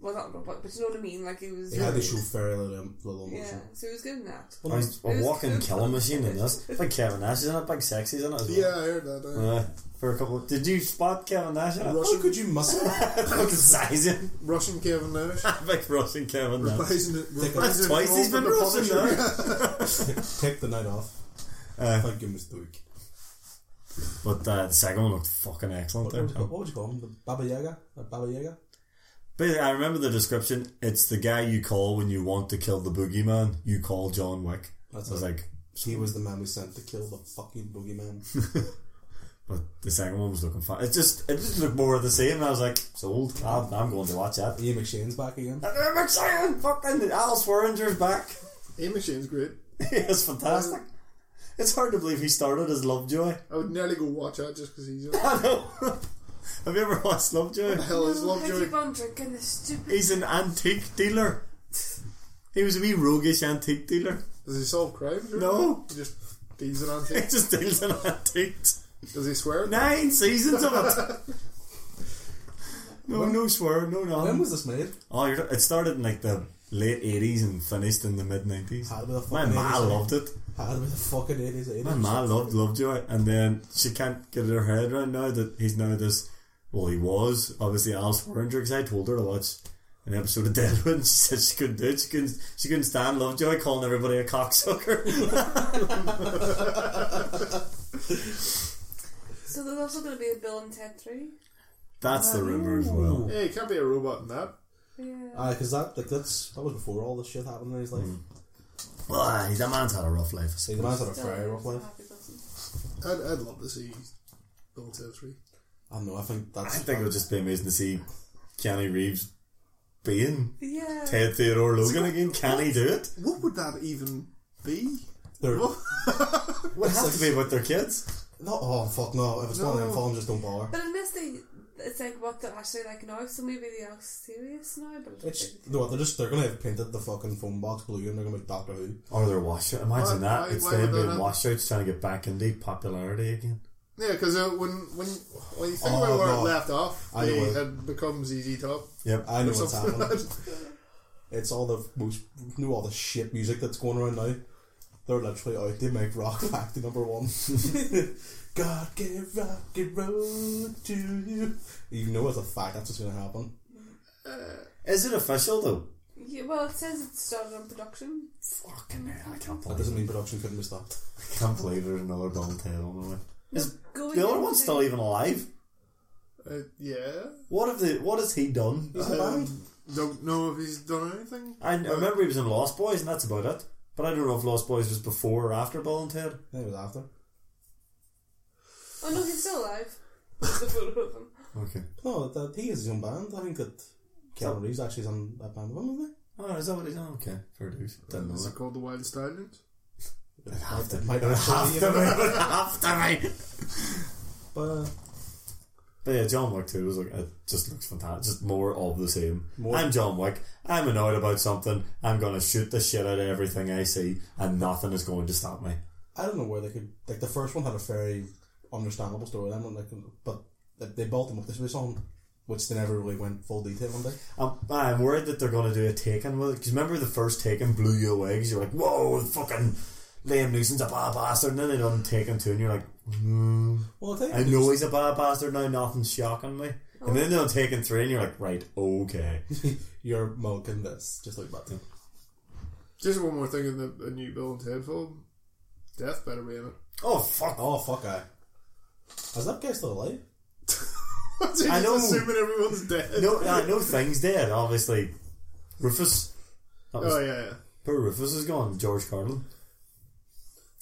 [SPEAKER 3] Well, not a robot, but you know what I mean. Like he was.
[SPEAKER 4] He had to show very little, little emotion.
[SPEAKER 3] yeah, so he was good in that.
[SPEAKER 1] Well, he's a
[SPEAKER 3] It was
[SPEAKER 1] walking
[SPEAKER 3] good.
[SPEAKER 1] killing machine in this. Like Kevin Nash is in it, like sexy's in it as well.
[SPEAKER 2] Yeah, I heard that. Uh,
[SPEAKER 1] Uh, for a couple, did you spot Kevin Nash? In it?
[SPEAKER 4] How could you miss it?
[SPEAKER 1] (laughs) Fucking (laughs) sizing,
[SPEAKER 2] Russian Kevin Nash.
[SPEAKER 1] like Russian Kevin
[SPEAKER 2] (laughs)
[SPEAKER 1] Nash.
[SPEAKER 2] Revising it.
[SPEAKER 4] That's
[SPEAKER 2] revising it
[SPEAKER 1] twice he's
[SPEAKER 2] all
[SPEAKER 1] been
[SPEAKER 2] for the
[SPEAKER 1] Russian
[SPEAKER 2] Punisher.
[SPEAKER 4] Take the night off.
[SPEAKER 1] Uh,
[SPEAKER 4] Thank you, Mr. Duke.
[SPEAKER 1] But uh, the second one looked fucking excellent.
[SPEAKER 4] What,
[SPEAKER 1] There.
[SPEAKER 4] what, what would you call him? The Baba Yaga? Uh, Baba Yaga?
[SPEAKER 1] Basically, I remember the description. It's the guy you call when you want to kill the boogeyman. You call John Wick.
[SPEAKER 4] That's
[SPEAKER 1] I was
[SPEAKER 4] it.
[SPEAKER 1] like,
[SPEAKER 4] He was the man we sent to kill the fucking boogeyman.
[SPEAKER 1] but the second one was looking fine. It just, it just looked more of the same. And I was like, sold. God, I'm going to watch that.
[SPEAKER 4] (laughs) Ian McShane's back again.
[SPEAKER 1] And I'm excited. Fucking Alice Waringer's back. (laughs)
[SPEAKER 2] Ian McShane's great.
[SPEAKER 1] it's fantastic. It's hard to believe he started as Lovejoy. (laughs)
[SPEAKER 2] I would nearly go watch that just because he's. in it.
[SPEAKER 1] I know. Have you ever watched Lovejoy?
[SPEAKER 2] The hell is
[SPEAKER 3] I keep
[SPEAKER 2] Lovejoy?
[SPEAKER 3] on drinking this stupid.
[SPEAKER 1] He's an antique dealer. He was a wee roguish antique dealer.
[SPEAKER 2] Does he solve crime?
[SPEAKER 1] No.
[SPEAKER 2] He just deals it on
[SPEAKER 1] He
[SPEAKER 2] tape.
[SPEAKER 1] just deals in antiques.
[SPEAKER 2] Does he swear?
[SPEAKER 1] Nine seasons of it. No, no swear, no
[SPEAKER 4] When
[SPEAKER 1] no.
[SPEAKER 4] was this made?
[SPEAKER 1] Oh, you're, it started in like the late eighties and finished in the mid nineties.
[SPEAKER 4] Had to be Ah, the
[SPEAKER 1] My ma
[SPEAKER 4] fucking eh? 80s,
[SPEAKER 1] loved it.
[SPEAKER 4] Had to be the fucking eh? 80s, 80s.
[SPEAKER 1] My ma loved Lovejoy, and then she can't get her head around now that he's now this. Well, he was obviously Alice Warringer because I told her to watch an episode of (laughs) Deadwood, and she said she couldn't do it. She couldn't. She couldn't stand Lovejoy calling everybody a cocksucker. (laughs)
[SPEAKER 3] So there's also going to be a Bill and Ted three.
[SPEAKER 1] That's the rumor as
[SPEAKER 4] Oh.
[SPEAKER 1] well.
[SPEAKER 2] Hey, he can't be a robot in that.
[SPEAKER 1] Ah,
[SPEAKER 3] Yeah.
[SPEAKER 4] Aye, because that, like, that's, that was before all this shit happened in his life.
[SPEAKER 1] Well, aye, that man's had a rough life. I
[SPEAKER 4] See,
[SPEAKER 1] suppose.
[SPEAKER 4] the man's had a
[SPEAKER 3] Still
[SPEAKER 4] very
[SPEAKER 3] a
[SPEAKER 4] rough life.
[SPEAKER 3] happy person.
[SPEAKER 2] I'd, I'd love to see Bill Ted 3.
[SPEAKER 4] I don't know, I think
[SPEAKER 1] I
[SPEAKER 4] that's...
[SPEAKER 1] think it would just be amazing to see Kenny Reeves being
[SPEAKER 3] Yeah.
[SPEAKER 1] Ted Theodore Logan again. Can he do it?
[SPEAKER 2] What would that even be?
[SPEAKER 4] They're, (laughs) no,
[SPEAKER 1] Would have to be about their kids.
[SPEAKER 4] oh, fuck no. If it's not
[SPEAKER 2] No.
[SPEAKER 4] them film, just don't bother.
[SPEAKER 3] But unless they, it's like what they're actually like now. So maybe they are serious now. But I don't
[SPEAKER 4] It's,
[SPEAKER 3] think-
[SPEAKER 4] no, they're just, they're gonna have painted the fucking phone box blue and they're gonna make Doctor Who.
[SPEAKER 1] Or their washout. Imagine
[SPEAKER 2] Why-
[SPEAKER 1] that.
[SPEAKER 2] why-
[SPEAKER 1] it's
[SPEAKER 2] why
[SPEAKER 1] them
[SPEAKER 2] would that
[SPEAKER 1] being
[SPEAKER 2] happen?
[SPEAKER 1] washouts trying to get back into popularity again.
[SPEAKER 2] Yeah, because uh, when, when, when you think
[SPEAKER 4] Oh,
[SPEAKER 2] about where
[SPEAKER 4] no.
[SPEAKER 2] it left off,
[SPEAKER 4] I
[SPEAKER 2] they
[SPEAKER 4] know it.
[SPEAKER 2] had become ZZ Top.
[SPEAKER 1] Yep.
[SPEAKER 4] I know what's
[SPEAKER 1] (laughs)
[SPEAKER 2] Something like
[SPEAKER 4] happening.
[SPEAKER 2] that.
[SPEAKER 4] It's all the most, you know all the shit music that's going around now. They're literally out. They make rock (laughs) back to
[SPEAKER 1] (laughs)
[SPEAKER 4] number one. God gave rock and roll to you. You know as a fact that's what's going to happen.
[SPEAKER 1] Is it official though?
[SPEAKER 3] Yeah, well, it says it started on production.
[SPEAKER 1] Fucking hell, I can't
[SPEAKER 4] That
[SPEAKER 1] believe
[SPEAKER 4] doesn't
[SPEAKER 1] it.
[SPEAKER 4] mean production couldn't be stopped.
[SPEAKER 1] I can't believe there's another Bill and Ted on the way. Is
[SPEAKER 2] Oh,
[SPEAKER 3] Going
[SPEAKER 1] the other
[SPEAKER 3] into-
[SPEAKER 1] one's still even alive?
[SPEAKER 2] Uh, yeah.
[SPEAKER 1] What have the what has he done?
[SPEAKER 4] Is it bad?
[SPEAKER 2] Um, Don't know if he's done anything.
[SPEAKER 1] I, I remember he was in Lost Boys and that's about it. But I don't know if Lost Boys was before or after Bill and Ted.
[SPEAKER 4] I think it was after.
[SPEAKER 3] Oh no, he's still alive. (laughs) There's the photo of him.
[SPEAKER 1] Okay.
[SPEAKER 4] No, that, he is his own band. I think that Keanu Reeves actually is on that band with him, isn't
[SPEAKER 1] Oh, is that what he's on? Okay, fair dues. Didn't know
[SPEAKER 2] Is it
[SPEAKER 1] that.
[SPEAKER 2] called The Wild Stallions?
[SPEAKER 4] he? It might- it
[SPEAKER 1] It
[SPEAKER 4] might
[SPEAKER 1] would
[SPEAKER 4] actually
[SPEAKER 1] have
[SPEAKER 4] be
[SPEAKER 1] to (laughs)
[SPEAKER 4] in
[SPEAKER 1] be.
[SPEAKER 4] it.
[SPEAKER 1] It would have to be.
[SPEAKER 4] But uh,
[SPEAKER 1] But yeah, John Wick 2 was like, it just looks fantastic. Just more of the same.
[SPEAKER 4] More-
[SPEAKER 1] I'm John Wick. I'm annoyed about something. I'm going to shoot the shit out of everything I see, and nothing is going to stop me.
[SPEAKER 4] I don't know where they could like the first one had a very understandable story. Then like, but they built them up this way on, which they never really went full detail on. They
[SPEAKER 1] I'm, Um, I'm worried that they're going to do a taken with it. Because remember the first taken blew you away because you're like, whoa, fucking Liam Neeson's a bad bastard. And then they done taken two, and you're like, hmm.
[SPEAKER 4] well, I, think
[SPEAKER 1] I know he's a bad bastard now, nothing's shocking me. And then they done taken three, and you're like, right, okay.
[SPEAKER 4] you're milking this just like that thing.
[SPEAKER 2] Just one more thing in the a new Bill and Ted film. Death better be in it. (laughs)
[SPEAKER 1] Oh, fuck.
[SPEAKER 4] Oh fuck! I is that guy still alive?
[SPEAKER 2] So you're
[SPEAKER 1] I
[SPEAKER 2] just
[SPEAKER 1] know.
[SPEAKER 2] assuming everyone's dead.
[SPEAKER 1] No, uh, no things dead, obviously. Rufus. That was
[SPEAKER 2] Oh yeah, yeah.
[SPEAKER 1] Poor Rufus is gone. George Carlin.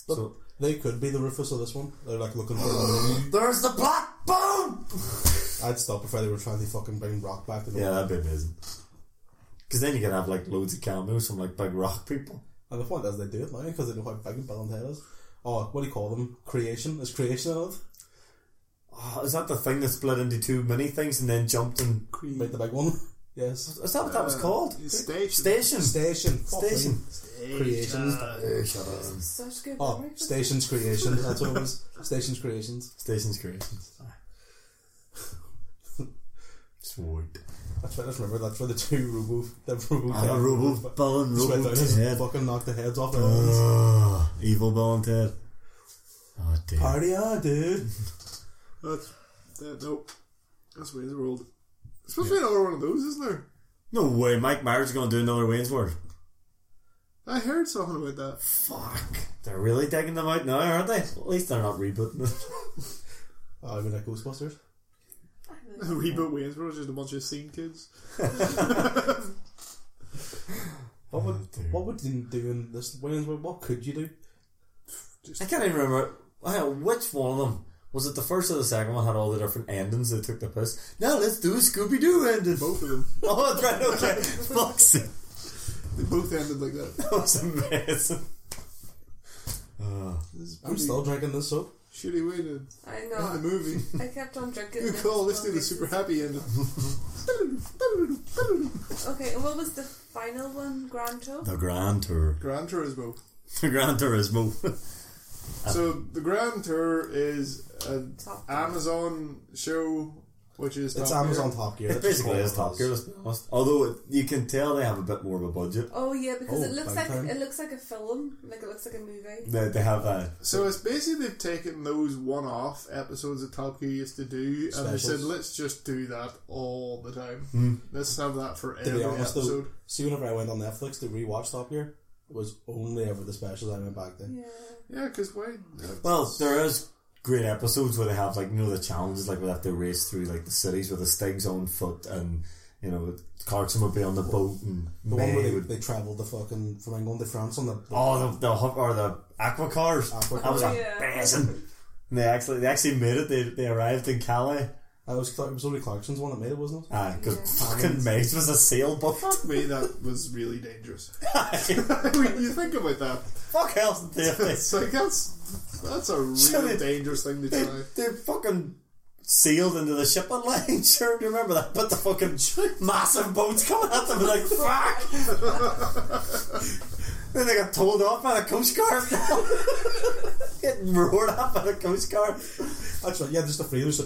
[SPEAKER 4] Look,
[SPEAKER 1] So-
[SPEAKER 4] they could be the Rufus of this one. They're like looking for. a
[SPEAKER 1] (gasps)
[SPEAKER 4] new-
[SPEAKER 1] There's the black bone.
[SPEAKER 4] I'd stop if they were trying to fucking bring Rock back. To the
[SPEAKER 1] Yeah, that'd be amazing. Because then you can have like loads of cameos from like big rock people.
[SPEAKER 4] And the point is, they do it now because they know how big Bill and Ted is. Oh, what do you call them? Creation is creation of
[SPEAKER 1] Oh, is that the thing that split into two mini things and then jumped and?
[SPEAKER 4] make the big one. (laughs) Yes,
[SPEAKER 1] Is that what that was called?
[SPEAKER 2] Station.
[SPEAKER 1] Station. Uh,
[SPEAKER 4] station, fucking
[SPEAKER 1] Station.
[SPEAKER 4] creations.
[SPEAKER 1] Stations.
[SPEAKER 3] Such good
[SPEAKER 4] Oh,
[SPEAKER 3] memory.
[SPEAKER 4] Stations Creations. That's what it was. Stations Creations.
[SPEAKER 1] Stations (laughs) creations. Sweet.
[SPEAKER 4] That's right. I just remember. That's where the two Robo, the Robo,
[SPEAKER 1] I'm a robo, Bill and
[SPEAKER 4] just went
[SPEAKER 1] Robo
[SPEAKER 4] down and
[SPEAKER 1] Ted.
[SPEAKER 4] fucking knocked the heads off.
[SPEAKER 1] Ah.
[SPEAKER 4] Uh,
[SPEAKER 1] Ugh, evil Bill and Ted. Oh dear.
[SPEAKER 4] Party on, dude.
[SPEAKER 2] That's that, Uh, nope. That's Wayne's World. It's supposed to be another one of those, isn't there?
[SPEAKER 1] No way, Mike Myers is going to do another Wayne's World.
[SPEAKER 2] I heard something about that. (laughs)
[SPEAKER 1] Fuck. They're really taking them out now, aren't they? At least they're not rebooting (laughs) it.
[SPEAKER 4] Oh, I mean, like Ghostbusters.
[SPEAKER 1] (laughs)
[SPEAKER 2] Reboot Wayne's World, just a bunch of scene
[SPEAKER 4] (laughs)
[SPEAKER 2] kids.
[SPEAKER 4] What would
[SPEAKER 1] Oh, dear.
[SPEAKER 4] what would you do in this Wayne's World? What could you do?
[SPEAKER 1] I can't even remember wow, which one of them. Was it the first or the second one had all the different endings that took the piss? Now let's do a Scooby Doo ending.
[SPEAKER 2] Both of them.
[SPEAKER 1] (laughs) Oh, that's right, okay.
[SPEAKER 3] (laughs)
[SPEAKER 1] Fuck's sake.
[SPEAKER 2] They both ended like that.
[SPEAKER 1] (laughs) That was amazing. Uh,
[SPEAKER 2] This is
[SPEAKER 4] I'm
[SPEAKER 2] pretty
[SPEAKER 4] still drinking this soap.
[SPEAKER 2] shitty way to
[SPEAKER 3] I
[SPEAKER 2] end the
[SPEAKER 3] know.
[SPEAKER 2] movie.
[SPEAKER 3] (laughs) I kept on drinking.
[SPEAKER 2] You
[SPEAKER 3] this
[SPEAKER 2] call this
[SPEAKER 3] one
[SPEAKER 2] dude a super happy ending.
[SPEAKER 3] basis. Okay, and what was the final one? Grand Tour.
[SPEAKER 1] the Grand Tour.
[SPEAKER 2] Gran Turismo.
[SPEAKER 1] The Grand Turismo.
[SPEAKER 4] Ah.
[SPEAKER 2] So the Grand Tour is an
[SPEAKER 3] Top Gear.
[SPEAKER 2] Amazon show, which is
[SPEAKER 4] It's
[SPEAKER 2] Top Gear.
[SPEAKER 4] Amazon
[SPEAKER 1] (laughs)
[SPEAKER 4] Top Gear.
[SPEAKER 1] it
[SPEAKER 4] That's just
[SPEAKER 1] basically
[SPEAKER 4] all
[SPEAKER 1] is
[SPEAKER 4] it
[SPEAKER 1] Top Gear, let's be honest. Although it, you can tell they have a bit more of a budget.
[SPEAKER 3] Oh yeah, because
[SPEAKER 4] Oh,
[SPEAKER 3] it looks
[SPEAKER 4] big
[SPEAKER 3] like
[SPEAKER 4] time.
[SPEAKER 3] it looks like a film, like it looks like a movie.
[SPEAKER 1] They, they have uh, a.
[SPEAKER 2] So it's basically they've taken those one-off episodes that Top Gear used to do, and they said,
[SPEAKER 4] Specials. Hmm.
[SPEAKER 2] "Let's just do that all the time. Let's have that for
[SPEAKER 4] To
[SPEAKER 2] every
[SPEAKER 4] be honest, though,
[SPEAKER 2] episode."
[SPEAKER 4] see, whenever I went on Netflix to rewatch Top Gear, it was only ever the specials I went back then.
[SPEAKER 3] Yeah.
[SPEAKER 2] Yeah, because why?
[SPEAKER 1] Well, there is great episodes where they have like you know the challenges, like we have to race through like the cities with the Stigs on foot, and you know Clarkson would be on the boat, and
[SPEAKER 4] The one where
[SPEAKER 1] May
[SPEAKER 4] they,
[SPEAKER 1] would.
[SPEAKER 4] they travelled the fucking from England to France on the
[SPEAKER 1] Oh, the the hu- or the aqua cars.
[SPEAKER 4] Aqua
[SPEAKER 1] that was
[SPEAKER 3] cars. Yeah.
[SPEAKER 1] amazing. And they actually they actually made it. They they arrived in Calais.
[SPEAKER 4] I was it was only Clarkson's one that made it, wasn't it?
[SPEAKER 1] Ah, because
[SPEAKER 3] Yeah.
[SPEAKER 1] fucking Maze was a sailboat.
[SPEAKER 2] Fuck me, that was really
[SPEAKER 4] (laughs)
[SPEAKER 2] dangerous. (laughs) when you think about that,
[SPEAKER 1] Fuck else did they? (laughs)
[SPEAKER 4] (laughs)
[SPEAKER 1] have?
[SPEAKER 2] it's like that's that's a really
[SPEAKER 1] Surely-
[SPEAKER 2] dangerous thing to try.
[SPEAKER 4] (laughs)
[SPEAKER 1] They fucking sealed into the shipping line. (laughs) Sure, do you remember that? But the fucking massive boats coming at them, like
[SPEAKER 4] (laughs)
[SPEAKER 1] fuck. then they got told off by the coast guard. (laughs) Getting roared at by the coast guard.
[SPEAKER 4] Actually, yeah, just the three of us.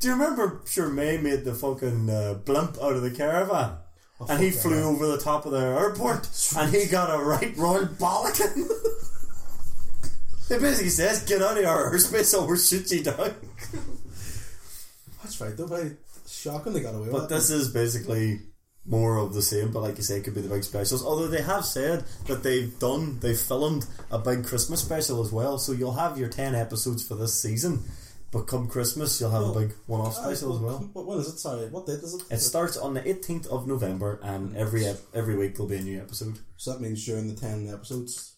[SPEAKER 1] Do you remember? Sure, May made the fucking uh, blimp out of the caravan. and he
[SPEAKER 4] Oh, fuck
[SPEAKER 1] flew
[SPEAKER 4] yeah.
[SPEAKER 1] over the top of the airport, and he got a right royal bollocking. (laughs) it basically says, "Get out of our airspace, or we'll shoot you down."
[SPEAKER 4] That's right, though. Very shocking they got away
[SPEAKER 1] But
[SPEAKER 4] with. it.
[SPEAKER 1] this is basically more of the same. But like you say, it could be the big specials. Although they have said that they've done, they've filmed a big Christmas special as well. So you'll have your ten episodes for this season. But come Christmas, you'll have
[SPEAKER 4] Oh,
[SPEAKER 1] a big one-off
[SPEAKER 4] Ah,
[SPEAKER 1] special as well.
[SPEAKER 4] What, what is it? Sorry, what date is it?
[SPEAKER 1] It starts on the 18th of November, and every ep- every week there'll be a new episode.
[SPEAKER 4] so that means during the ten episodes.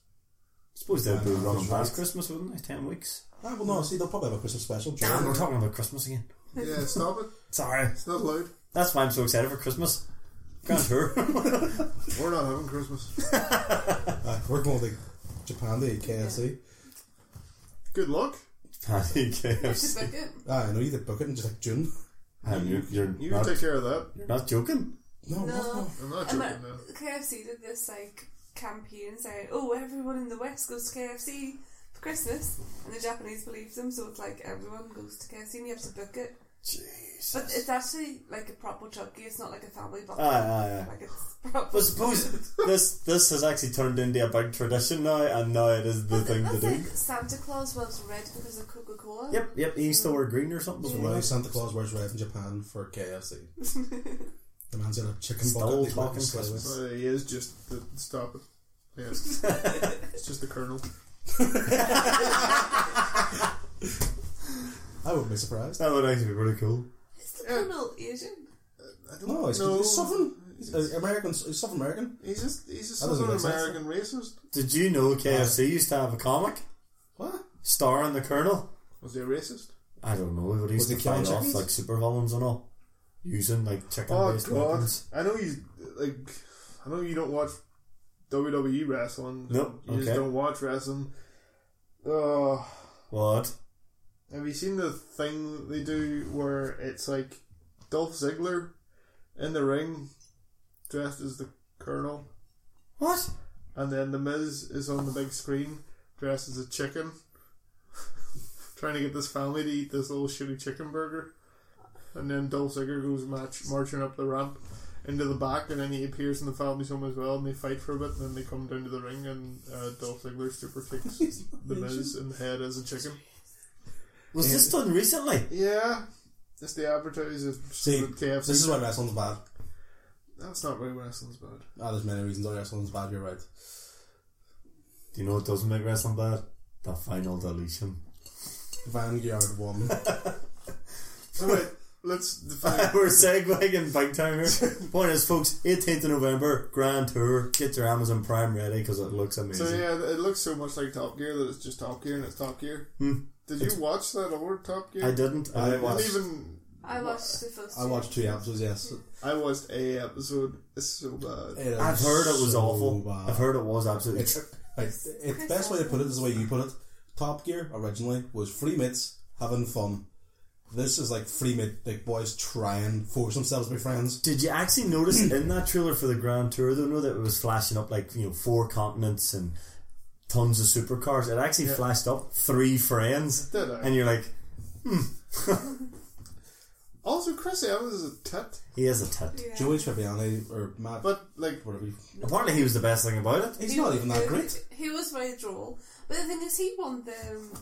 [SPEAKER 1] suppose they'd be
[SPEAKER 4] Yeah,
[SPEAKER 1] running
[SPEAKER 4] that's
[SPEAKER 1] past
[SPEAKER 4] right.
[SPEAKER 1] Christmas, wouldn't they? Ten weeks.
[SPEAKER 4] Ah, well, no. See, they'll probably have a Christmas special. during-
[SPEAKER 1] Damn, we're talking about Christmas again.
[SPEAKER 2] Yeah, stop it.
[SPEAKER 1] Sorry,
[SPEAKER 2] It's not allowed.
[SPEAKER 1] that's why I'm so excited for Christmas. Grand tour.
[SPEAKER 2] We're not having Christmas.
[SPEAKER 4] Ah, we're going to Japan they eat KFC.
[SPEAKER 2] Good luck.
[SPEAKER 1] Patty
[SPEAKER 3] Have to
[SPEAKER 1] KFC.
[SPEAKER 3] book it.
[SPEAKER 4] Ah, I know you did book it in just like June.
[SPEAKER 1] And you, Um, you're
[SPEAKER 2] You
[SPEAKER 1] not,
[SPEAKER 2] take care of that.
[SPEAKER 1] you're not joking.
[SPEAKER 4] No, no.
[SPEAKER 3] No.
[SPEAKER 2] I'm not
[SPEAKER 3] And
[SPEAKER 2] joking.
[SPEAKER 3] like,
[SPEAKER 2] though.
[SPEAKER 3] KFC did this like campaign saying, "Oh, everyone in the West goes to KFC for Christmas," and the Japanese believes them, so it's like everyone goes to KFC and you have to book it.
[SPEAKER 1] Jeez.
[SPEAKER 3] But it's actually like a proper chunky. It's not like a family
[SPEAKER 4] Ah,
[SPEAKER 3] box.
[SPEAKER 1] Aye, aye, aye.
[SPEAKER 3] Like it's proper.
[SPEAKER 1] But suppose this this has actually turned into a big tradition now, and now it is the thing to
[SPEAKER 3] That's
[SPEAKER 1] do.
[SPEAKER 3] like Santa Claus was red because of Coca Cola.
[SPEAKER 1] Yep, yep. He used to wear green or something.
[SPEAKER 4] Why Santa Claus wears red in Japan for KFC? the man's in a chicken
[SPEAKER 1] Still
[SPEAKER 4] bucket. that he's
[SPEAKER 1] talking
[SPEAKER 4] wrapping slices.
[SPEAKER 1] Christmas.
[SPEAKER 2] Uh, he is just the stop it.
[SPEAKER 4] (laughs)
[SPEAKER 2] Yes, it's just the colonel.
[SPEAKER 4] I wouldn't be
[SPEAKER 1] (laughs)
[SPEAKER 4] surprised.
[SPEAKER 1] That would actually be pretty cool.
[SPEAKER 3] Is the Colonel Asian?
[SPEAKER 2] Uh, I don't
[SPEAKER 4] No, he's,
[SPEAKER 2] know.
[SPEAKER 4] he's Southern. He's uh, American. He's South American.
[SPEAKER 2] He's just he's a
[SPEAKER 4] That doesn't
[SPEAKER 2] Southern
[SPEAKER 4] make sense.
[SPEAKER 2] American racist.
[SPEAKER 1] Did you know KFC used to have a comic
[SPEAKER 4] What?
[SPEAKER 1] starring the Colonel?
[SPEAKER 2] Was he a racist?
[SPEAKER 1] I don't know. But he used to
[SPEAKER 4] Was he killing
[SPEAKER 1] fight off
[SPEAKER 4] chickens?
[SPEAKER 1] like super villains and all, using like chicken
[SPEAKER 2] Oh
[SPEAKER 1] based
[SPEAKER 2] God!
[SPEAKER 1] weapons.
[SPEAKER 2] I know you like. I know you don't watch WWE wrestling.
[SPEAKER 1] Nope,
[SPEAKER 2] You just
[SPEAKER 1] okay.
[SPEAKER 2] don't watch wrestling. Oh,
[SPEAKER 1] What?
[SPEAKER 2] have you seen the thing that they do where it's like Dolph Ziggler in the ring, dressed as the Colonel,
[SPEAKER 1] What?
[SPEAKER 2] and then the Miz is on the big screen dressed as a chicken, (laughs) trying to get this family to eat this little shitty chicken burger, and then Dolph Ziggler goes march, marching up the ramp into the back, and then he appears in the family's home as well, and they fight for a bit, and then they come down to the ring, and uh, Dolph Ziggler super kicks the Miz in the head as a chicken.
[SPEAKER 1] Was this done recently?
[SPEAKER 2] Yeah, it's the advertisers.
[SPEAKER 4] See,
[SPEAKER 2] with KFC.
[SPEAKER 4] this is why wrestling's bad.
[SPEAKER 2] That's not why wrestling's bad. (laughs)
[SPEAKER 4] Ah, there's many reasons why wrestling's bad. You're right.
[SPEAKER 1] Do you know what doesn't make wrestling bad? The final deletion.
[SPEAKER 4] Vanguard one.
[SPEAKER 2] So (laughs) wait, let's define.
[SPEAKER 1] (laughs) We're segueing big time here. Point is, folks, 18th of November, Grand Tour. Get your Amazon Prime ready because it looks amazing.
[SPEAKER 2] So yeah, it looks so much like Top Gear that it's just Top Gear and it's Top Gear.
[SPEAKER 1] Hmm.
[SPEAKER 2] Did you watch that old Top Gear?
[SPEAKER 1] I didn't. I,
[SPEAKER 4] I
[SPEAKER 1] didn't watch.
[SPEAKER 2] didn't even.
[SPEAKER 3] I watched the first.
[SPEAKER 4] I watched two episodes. Yes,
[SPEAKER 2] I watched a episode. It's so bad.
[SPEAKER 4] It
[SPEAKER 1] I've
[SPEAKER 4] is
[SPEAKER 1] heard it was
[SPEAKER 4] so
[SPEAKER 1] awful.
[SPEAKER 4] bad.
[SPEAKER 1] I've heard it was absolutely.
[SPEAKER 4] It's like, it's best way to put it is the way you put it. Top Gear originally was three mates having fun. This is like three mate like boys trying force themselves to be friends.
[SPEAKER 1] (laughs) Did you actually notice in that trailer for the Grand Tour, though, no, that it was flashing up like you know four continents and tons of supercars? It actually
[SPEAKER 2] Yeah.
[SPEAKER 1] flashed up three friends,
[SPEAKER 2] Did I?
[SPEAKER 1] and you're like,
[SPEAKER 2] also, Chris Evans is a tit,
[SPEAKER 1] he is a tit.
[SPEAKER 3] Yeah.
[SPEAKER 4] Joey Tribbiani or Matt,
[SPEAKER 2] but like
[SPEAKER 4] whatever. you-
[SPEAKER 1] Apparently, he was the best thing about it.
[SPEAKER 4] He's
[SPEAKER 3] He
[SPEAKER 4] not
[SPEAKER 3] was
[SPEAKER 4] even that
[SPEAKER 3] good.
[SPEAKER 4] great.
[SPEAKER 3] (laughs) He was very droll. But the thing is, he won the. um,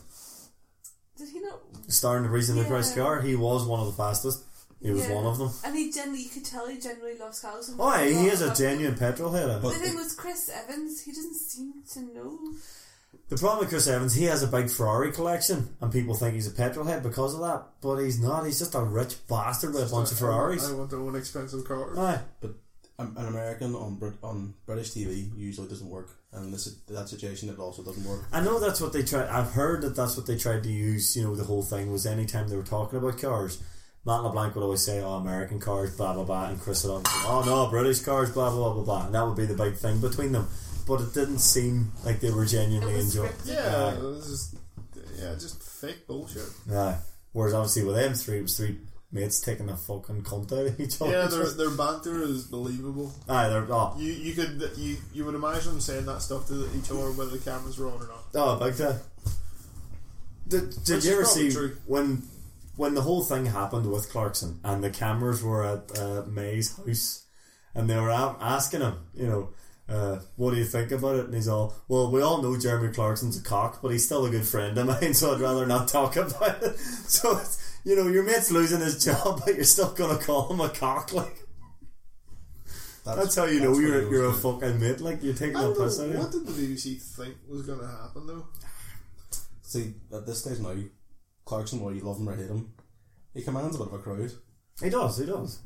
[SPEAKER 3] Did he not?
[SPEAKER 1] Starring the reason they priced
[SPEAKER 3] Yeah.
[SPEAKER 1] car, he was one of the fastest. He was
[SPEAKER 3] Yeah.
[SPEAKER 1] one of them.
[SPEAKER 3] And he generally, you could tell he generally loves cows. and
[SPEAKER 1] Oh, yeah, he
[SPEAKER 3] loves
[SPEAKER 1] is a
[SPEAKER 3] cows.
[SPEAKER 1] genuine petrol head. I think.
[SPEAKER 3] The thing was, Chris Evans, he doesn't seem to know.
[SPEAKER 1] The problem with Chris Evans, he has a big Ferrari collection, and people think he's a petrol head because of that. But he's not. He's just a rich bastard with a bunch of Ferraris.
[SPEAKER 2] I want to own expensive car.
[SPEAKER 1] Aye.
[SPEAKER 4] Um, an American on Brit- on British TV usually doesn't work, and this that situation it also doesn't work.
[SPEAKER 1] I know that's what they tried. I've heard that that's what they tried to use. You know, the whole thing was anytime they were talking about cars, Matt LeBlanc would always say, "Oh, American cars, blah blah blah," and Chris would always say, "Oh no, British cars, blah blah blah blah blah." And that would be the big thing between them. But it didn't seem like they were
[SPEAKER 3] It
[SPEAKER 1] genuinely
[SPEAKER 3] was
[SPEAKER 1] enjoying.
[SPEAKER 3] scripted.
[SPEAKER 2] yeah, it was just yeah, just fake bullshit.
[SPEAKER 1] Yeah. Whereas obviously with them three, it was three mates taking the fucking cunt out of each other.
[SPEAKER 2] Yeah, their their banter is believable.
[SPEAKER 1] (laughs) Aye, they're oh,
[SPEAKER 2] You you could you you would imagine them saying that stuff to each other whether the cameras were on or not.
[SPEAKER 1] Oh, like that. Did,
[SPEAKER 2] Which
[SPEAKER 1] did
[SPEAKER 2] is
[SPEAKER 1] you ever
[SPEAKER 2] probably
[SPEAKER 1] see
[SPEAKER 2] true.
[SPEAKER 1] when when the whole thing happened with Clarkson and the cameras were at uh, May's house and they were a- asking him, you know, uh, what do you think about it? And he's all, well, we all know Jeremy Clarkson's a cock, but he's still a good friend of mine, (laughs) so I'd rather not talk about it. (laughs) So, it's, you know, your mate's losing his job, (laughs) but you're still going to call him a cock. Like, that's how you know
[SPEAKER 4] what
[SPEAKER 1] you're,
[SPEAKER 4] it
[SPEAKER 1] you're a
[SPEAKER 4] was.
[SPEAKER 1] fucking mate. Like, you're taking
[SPEAKER 2] I
[SPEAKER 1] a
[SPEAKER 2] don't know,
[SPEAKER 1] piss out of him.
[SPEAKER 2] what did the BBC think was going to happen though?
[SPEAKER 4] See, at this stage now, Clarkson, whether you love him or hate him, he commands a bit of a crowd.
[SPEAKER 1] He does, he does.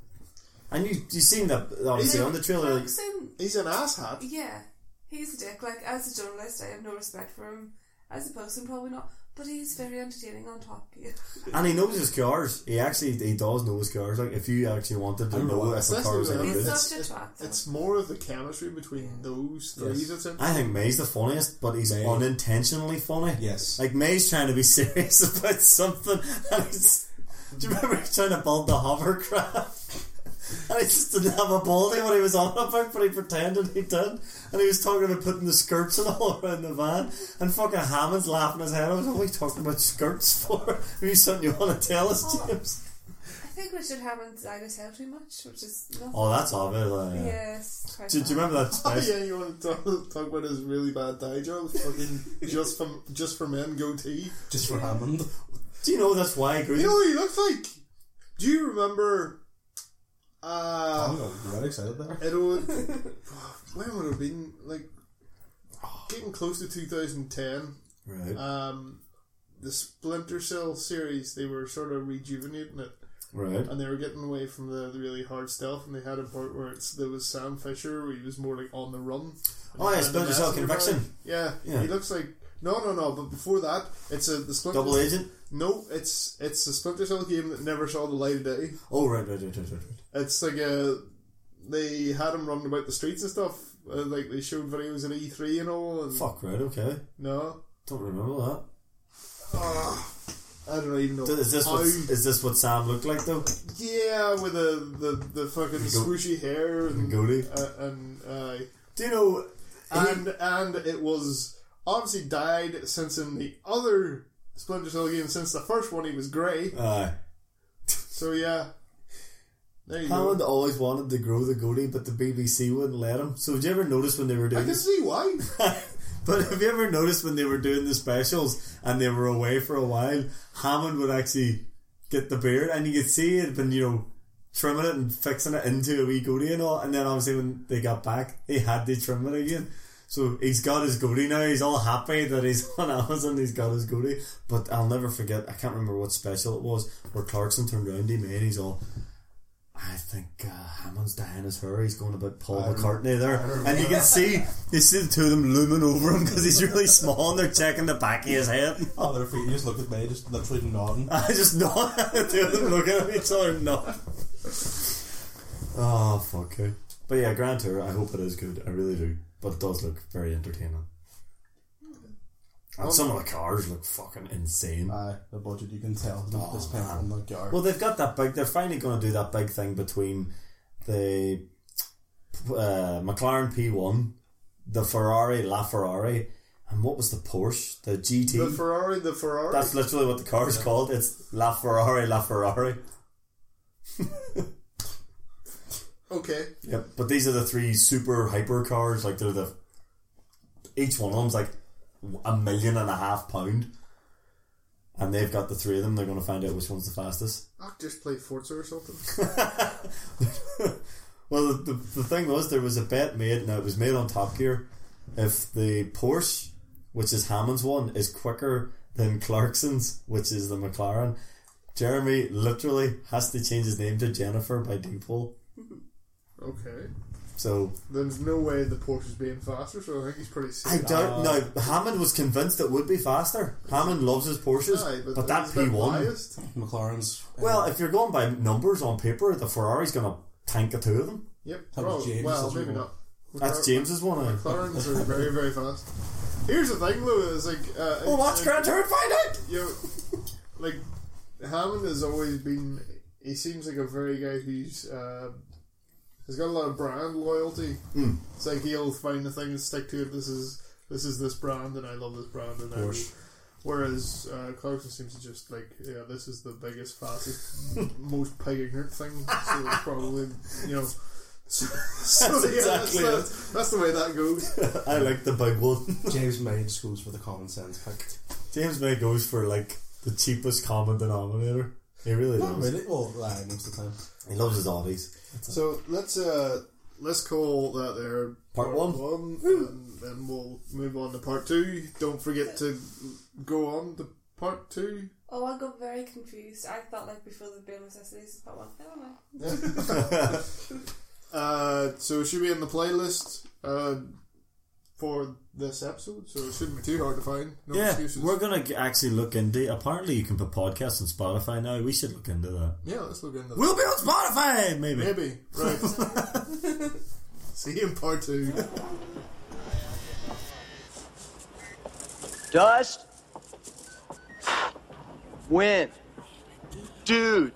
[SPEAKER 1] And you you seen that obviously on the trailer. Like,
[SPEAKER 3] Clarkson,
[SPEAKER 2] He's an asshat.
[SPEAKER 3] yeah, he's a dick. Like, as a journalist, I have no respect for him. I suppose, and probably not. But he's very entertaining on Top Gear.
[SPEAKER 1] And he knows his cars. He actually he does know his cars. Like if you actually wanted
[SPEAKER 4] I
[SPEAKER 1] to
[SPEAKER 4] don't know
[SPEAKER 1] know
[SPEAKER 4] what-
[SPEAKER 1] if a
[SPEAKER 2] That's
[SPEAKER 1] car was
[SPEAKER 2] the-
[SPEAKER 1] any
[SPEAKER 3] He's
[SPEAKER 1] good,
[SPEAKER 2] it's-
[SPEAKER 3] such a twat. though.
[SPEAKER 2] It's more of the chemistry between those three
[SPEAKER 4] Yes.
[SPEAKER 2] that's
[SPEAKER 1] (laughs)
[SPEAKER 2] important.
[SPEAKER 1] I think May's the funniest, but he's
[SPEAKER 4] May.
[SPEAKER 1] unintentionally funny.
[SPEAKER 4] Yes.
[SPEAKER 1] Like May's trying to be (laughs) serious about something, and he's. Do you remember he's trying to build the hovercraft? (laughs) And he just didn't have a baldy what he was on about, but he pretended he did. And he was talking about putting the skirts and all (laughs) around the van. And fucking Hammond's laughing his head off. What are we talking about skirts for? (laughs) Have you something you want to tell us, James?
[SPEAKER 3] I think Richard Hammond's Ida's hell too much, which is not.
[SPEAKER 1] Oh, that's obvious. uh, yeah.
[SPEAKER 3] Yes. quite
[SPEAKER 1] Do, do you
[SPEAKER 3] bad.
[SPEAKER 1] remember that
[SPEAKER 2] Oh
[SPEAKER 1] special?
[SPEAKER 2] yeah, you want to talk, talk about his really bad dye job? Fucking just from just for men goatee.
[SPEAKER 4] Just for Hammond. (laughs)
[SPEAKER 1] Do you know that's why I agree?
[SPEAKER 2] You know what he looks like? Do you remember?
[SPEAKER 4] I'm Ah.
[SPEAKER 2] Uh,
[SPEAKER 4] really excited there.
[SPEAKER 2] it would. When would it have been? Like getting close to 2010.
[SPEAKER 1] Right,
[SPEAKER 2] Um, the Splinter Cell series, they were sort of rejuvenating it.
[SPEAKER 1] right.
[SPEAKER 2] and they were getting away from the, the really hard stuff, and they had a part where it's, there was Sam Fisher, where he was more like on the run.
[SPEAKER 1] Oh, yeah,
[SPEAKER 2] And
[SPEAKER 1] Splinter
[SPEAKER 2] the
[SPEAKER 1] Cell
[SPEAKER 2] messenger guy.
[SPEAKER 1] Conviction.
[SPEAKER 2] Yeah,
[SPEAKER 1] Yeah.
[SPEAKER 2] he looks like no, no, no. But before that, it's a the Splinter
[SPEAKER 1] Double Agent.
[SPEAKER 2] No, it's it's a Splinter Cell game that never saw the light of day.
[SPEAKER 1] Oh, right, right, right, right, right.
[SPEAKER 2] It's like a they had him running about the streets and stuff. Uh, like they showed videos at E three and all. And
[SPEAKER 1] Fuck, right, okay.
[SPEAKER 2] No,
[SPEAKER 1] Don't remember that.
[SPEAKER 2] I don't even know.
[SPEAKER 1] So Is this
[SPEAKER 2] how-
[SPEAKER 1] what is this what Sam looked like though?
[SPEAKER 2] yeah, with the the, the fucking
[SPEAKER 1] Go-
[SPEAKER 2] swooshy hair and
[SPEAKER 1] Goatee.
[SPEAKER 2] uh, and uh,
[SPEAKER 1] Do you know? um,
[SPEAKER 2] and and it was obviously dyed since in the other Splinter Cell game since the first one he was grey.
[SPEAKER 1] Uh,
[SPEAKER 2] So yeah, there you
[SPEAKER 1] Hammond
[SPEAKER 2] go.
[SPEAKER 1] always wanted to grow the goatee, but the BBC wouldn't let him. So, did you ever notice when they were
[SPEAKER 2] I
[SPEAKER 1] doing?
[SPEAKER 2] can see why.
[SPEAKER 1] (laughs) but have you ever noticed when they were doing the specials and they were away for a while, Hammond would actually get the beard, and you could see it, been you know trimming it and fixing it into a wee goatee and all. And then obviously when they got back, he had to trim it again. So he's got his goatee now. He's all happy that he's (laughs) on Amazon. He's got his goatee. But I'll never forget. I can't remember what special it was where Clarkson turned round to me and he's all. I think uh, Hammond's dying his hair. He's going about Paul McCartney there, and (laughs) you can see you see the two of them looming over him because he's really small, and they're checking the back of his head. (laughs)
[SPEAKER 4] Oh, they're free. You just looked at me, just literally nodding.
[SPEAKER 1] I just nod. (laughs) the two of them looking at each other, nod. (laughs) Oh fuck it. But yeah, Grand Tour. I hope it is good. I really do. But it does look very entertaining. Um, And some of the cars look fucking insane.
[SPEAKER 4] Aye, the budget you can tell. Not this pen from the guard.
[SPEAKER 1] Well, they've got that big. They're finally going to do that big thing between the uh, McLaren P1, the Ferrari LaFerrari, and what was the Porsche? The GT.
[SPEAKER 2] The Ferrari, the Ferrari.
[SPEAKER 1] That's literally what the car is called. It's LaFerrari LaFerrari.
[SPEAKER 2] okay.
[SPEAKER 1] Yep. But these are the three super hyper cars. Like they're the each one of them's like a million and a half pound. And they've got the three of them. They're going to find out which one's the fastest.
[SPEAKER 2] I'll just play Forza or something.
[SPEAKER 1] Well, the, the, the thing was, there was a bet made, and it was made on Top Gear. If the Porsche, which is Hammond's one, is quicker than Clarkson's, which is the McLaren, Jeremy literally has to change his name to Jennifer by default.
[SPEAKER 2] Okay.
[SPEAKER 1] So
[SPEAKER 2] There's no way the Porsche's being faster, so I think he's pretty
[SPEAKER 1] I
[SPEAKER 2] safe.
[SPEAKER 1] doubt. now uh, Hammond was convinced it would be faster. Hammond loves his Porsches,
[SPEAKER 2] Aye,
[SPEAKER 1] but, that
[SPEAKER 2] he's a bit
[SPEAKER 1] P one.
[SPEAKER 2] biased.
[SPEAKER 4] McLaren's. uh,
[SPEAKER 1] Well, if you're going by numbers on paper, the Ferrari's going to tank the two of them.
[SPEAKER 2] Yep.
[SPEAKER 4] That was
[SPEAKER 2] Well,
[SPEAKER 4] James,
[SPEAKER 2] well,
[SPEAKER 4] that's
[SPEAKER 2] maybe
[SPEAKER 4] what-
[SPEAKER 2] not.
[SPEAKER 1] That's James's one. eh?
[SPEAKER 2] McLarens are very, very fast. Here's the thing, though. Is like, uh,
[SPEAKER 1] Well, watch
[SPEAKER 2] like,
[SPEAKER 1] Grand Tour and find out.
[SPEAKER 2] you know, (laughs) like Hammond has always been. He seems like a very guy who's uh, has got a lot of brand loyalty.
[SPEAKER 1] Mm.
[SPEAKER 2] It's like he'll find a thing and stick to it. This is this is this brand, and I love this brand, and I will-
[SPEAKER 4] Porsche.
[SPEAKER 2] Whereas uh, Clarkson seems to just like, yeah, this is the biggest, fastest, (laughs) most pig ignorant thing. So it's probably, you know. (laughs) So, so, yeah,
[SPEAKER 1] exactly it.
[SPEAKER 2] that's, that's, that's the way that goes.
[SPEAKER 1] I like the big one.
[SPEAKER 4] uh, (laughs) James May just goes for the common sense pick.
[SPEAKER 1] James May goes for like the cheapest common denominator. He really
[SPEAKER 4] Not
[SPEAKER 1] does.
[SPEAKER 4] really. Well, aye, most of the time.
[SPEAKER 1] He loves his oddies.
[SPEAKER 2] So let's uh, let's call that there
[SPEAKER 1] Part one.
[SPEAKER 2] and then we'll move on to part two. Don't forget to go on to
[SPEAKER 1] (laughs)
[SPEAKER 2] part two.
[SPEAKER 3] Oh, I got very confused. I felt like before the Bill was essays, but one. Never mind.
[SPEAKER 2] Uh, so it should be in the playlist. Uh, for this episode, so it shouldn't be too hard to find. No
[SPEAKER 1] yeah,
[SPEAKER 2] excuses.
[SPEAKER 1] we're gonna g- actually look into. Apparently, you can put podcasts on Spotify now. We should look into that.
[SPEAKER 2] yeah, let's look into that.
[SPEAKER 1] We'll be on Spotify, maybe.
[SPEAKER 2] Maybe. Right.
[SPEAKER 3] (laughs)
[SPEAKER 2] See you in part two.
[SPEAKER 5] Dust. Wind. Dude.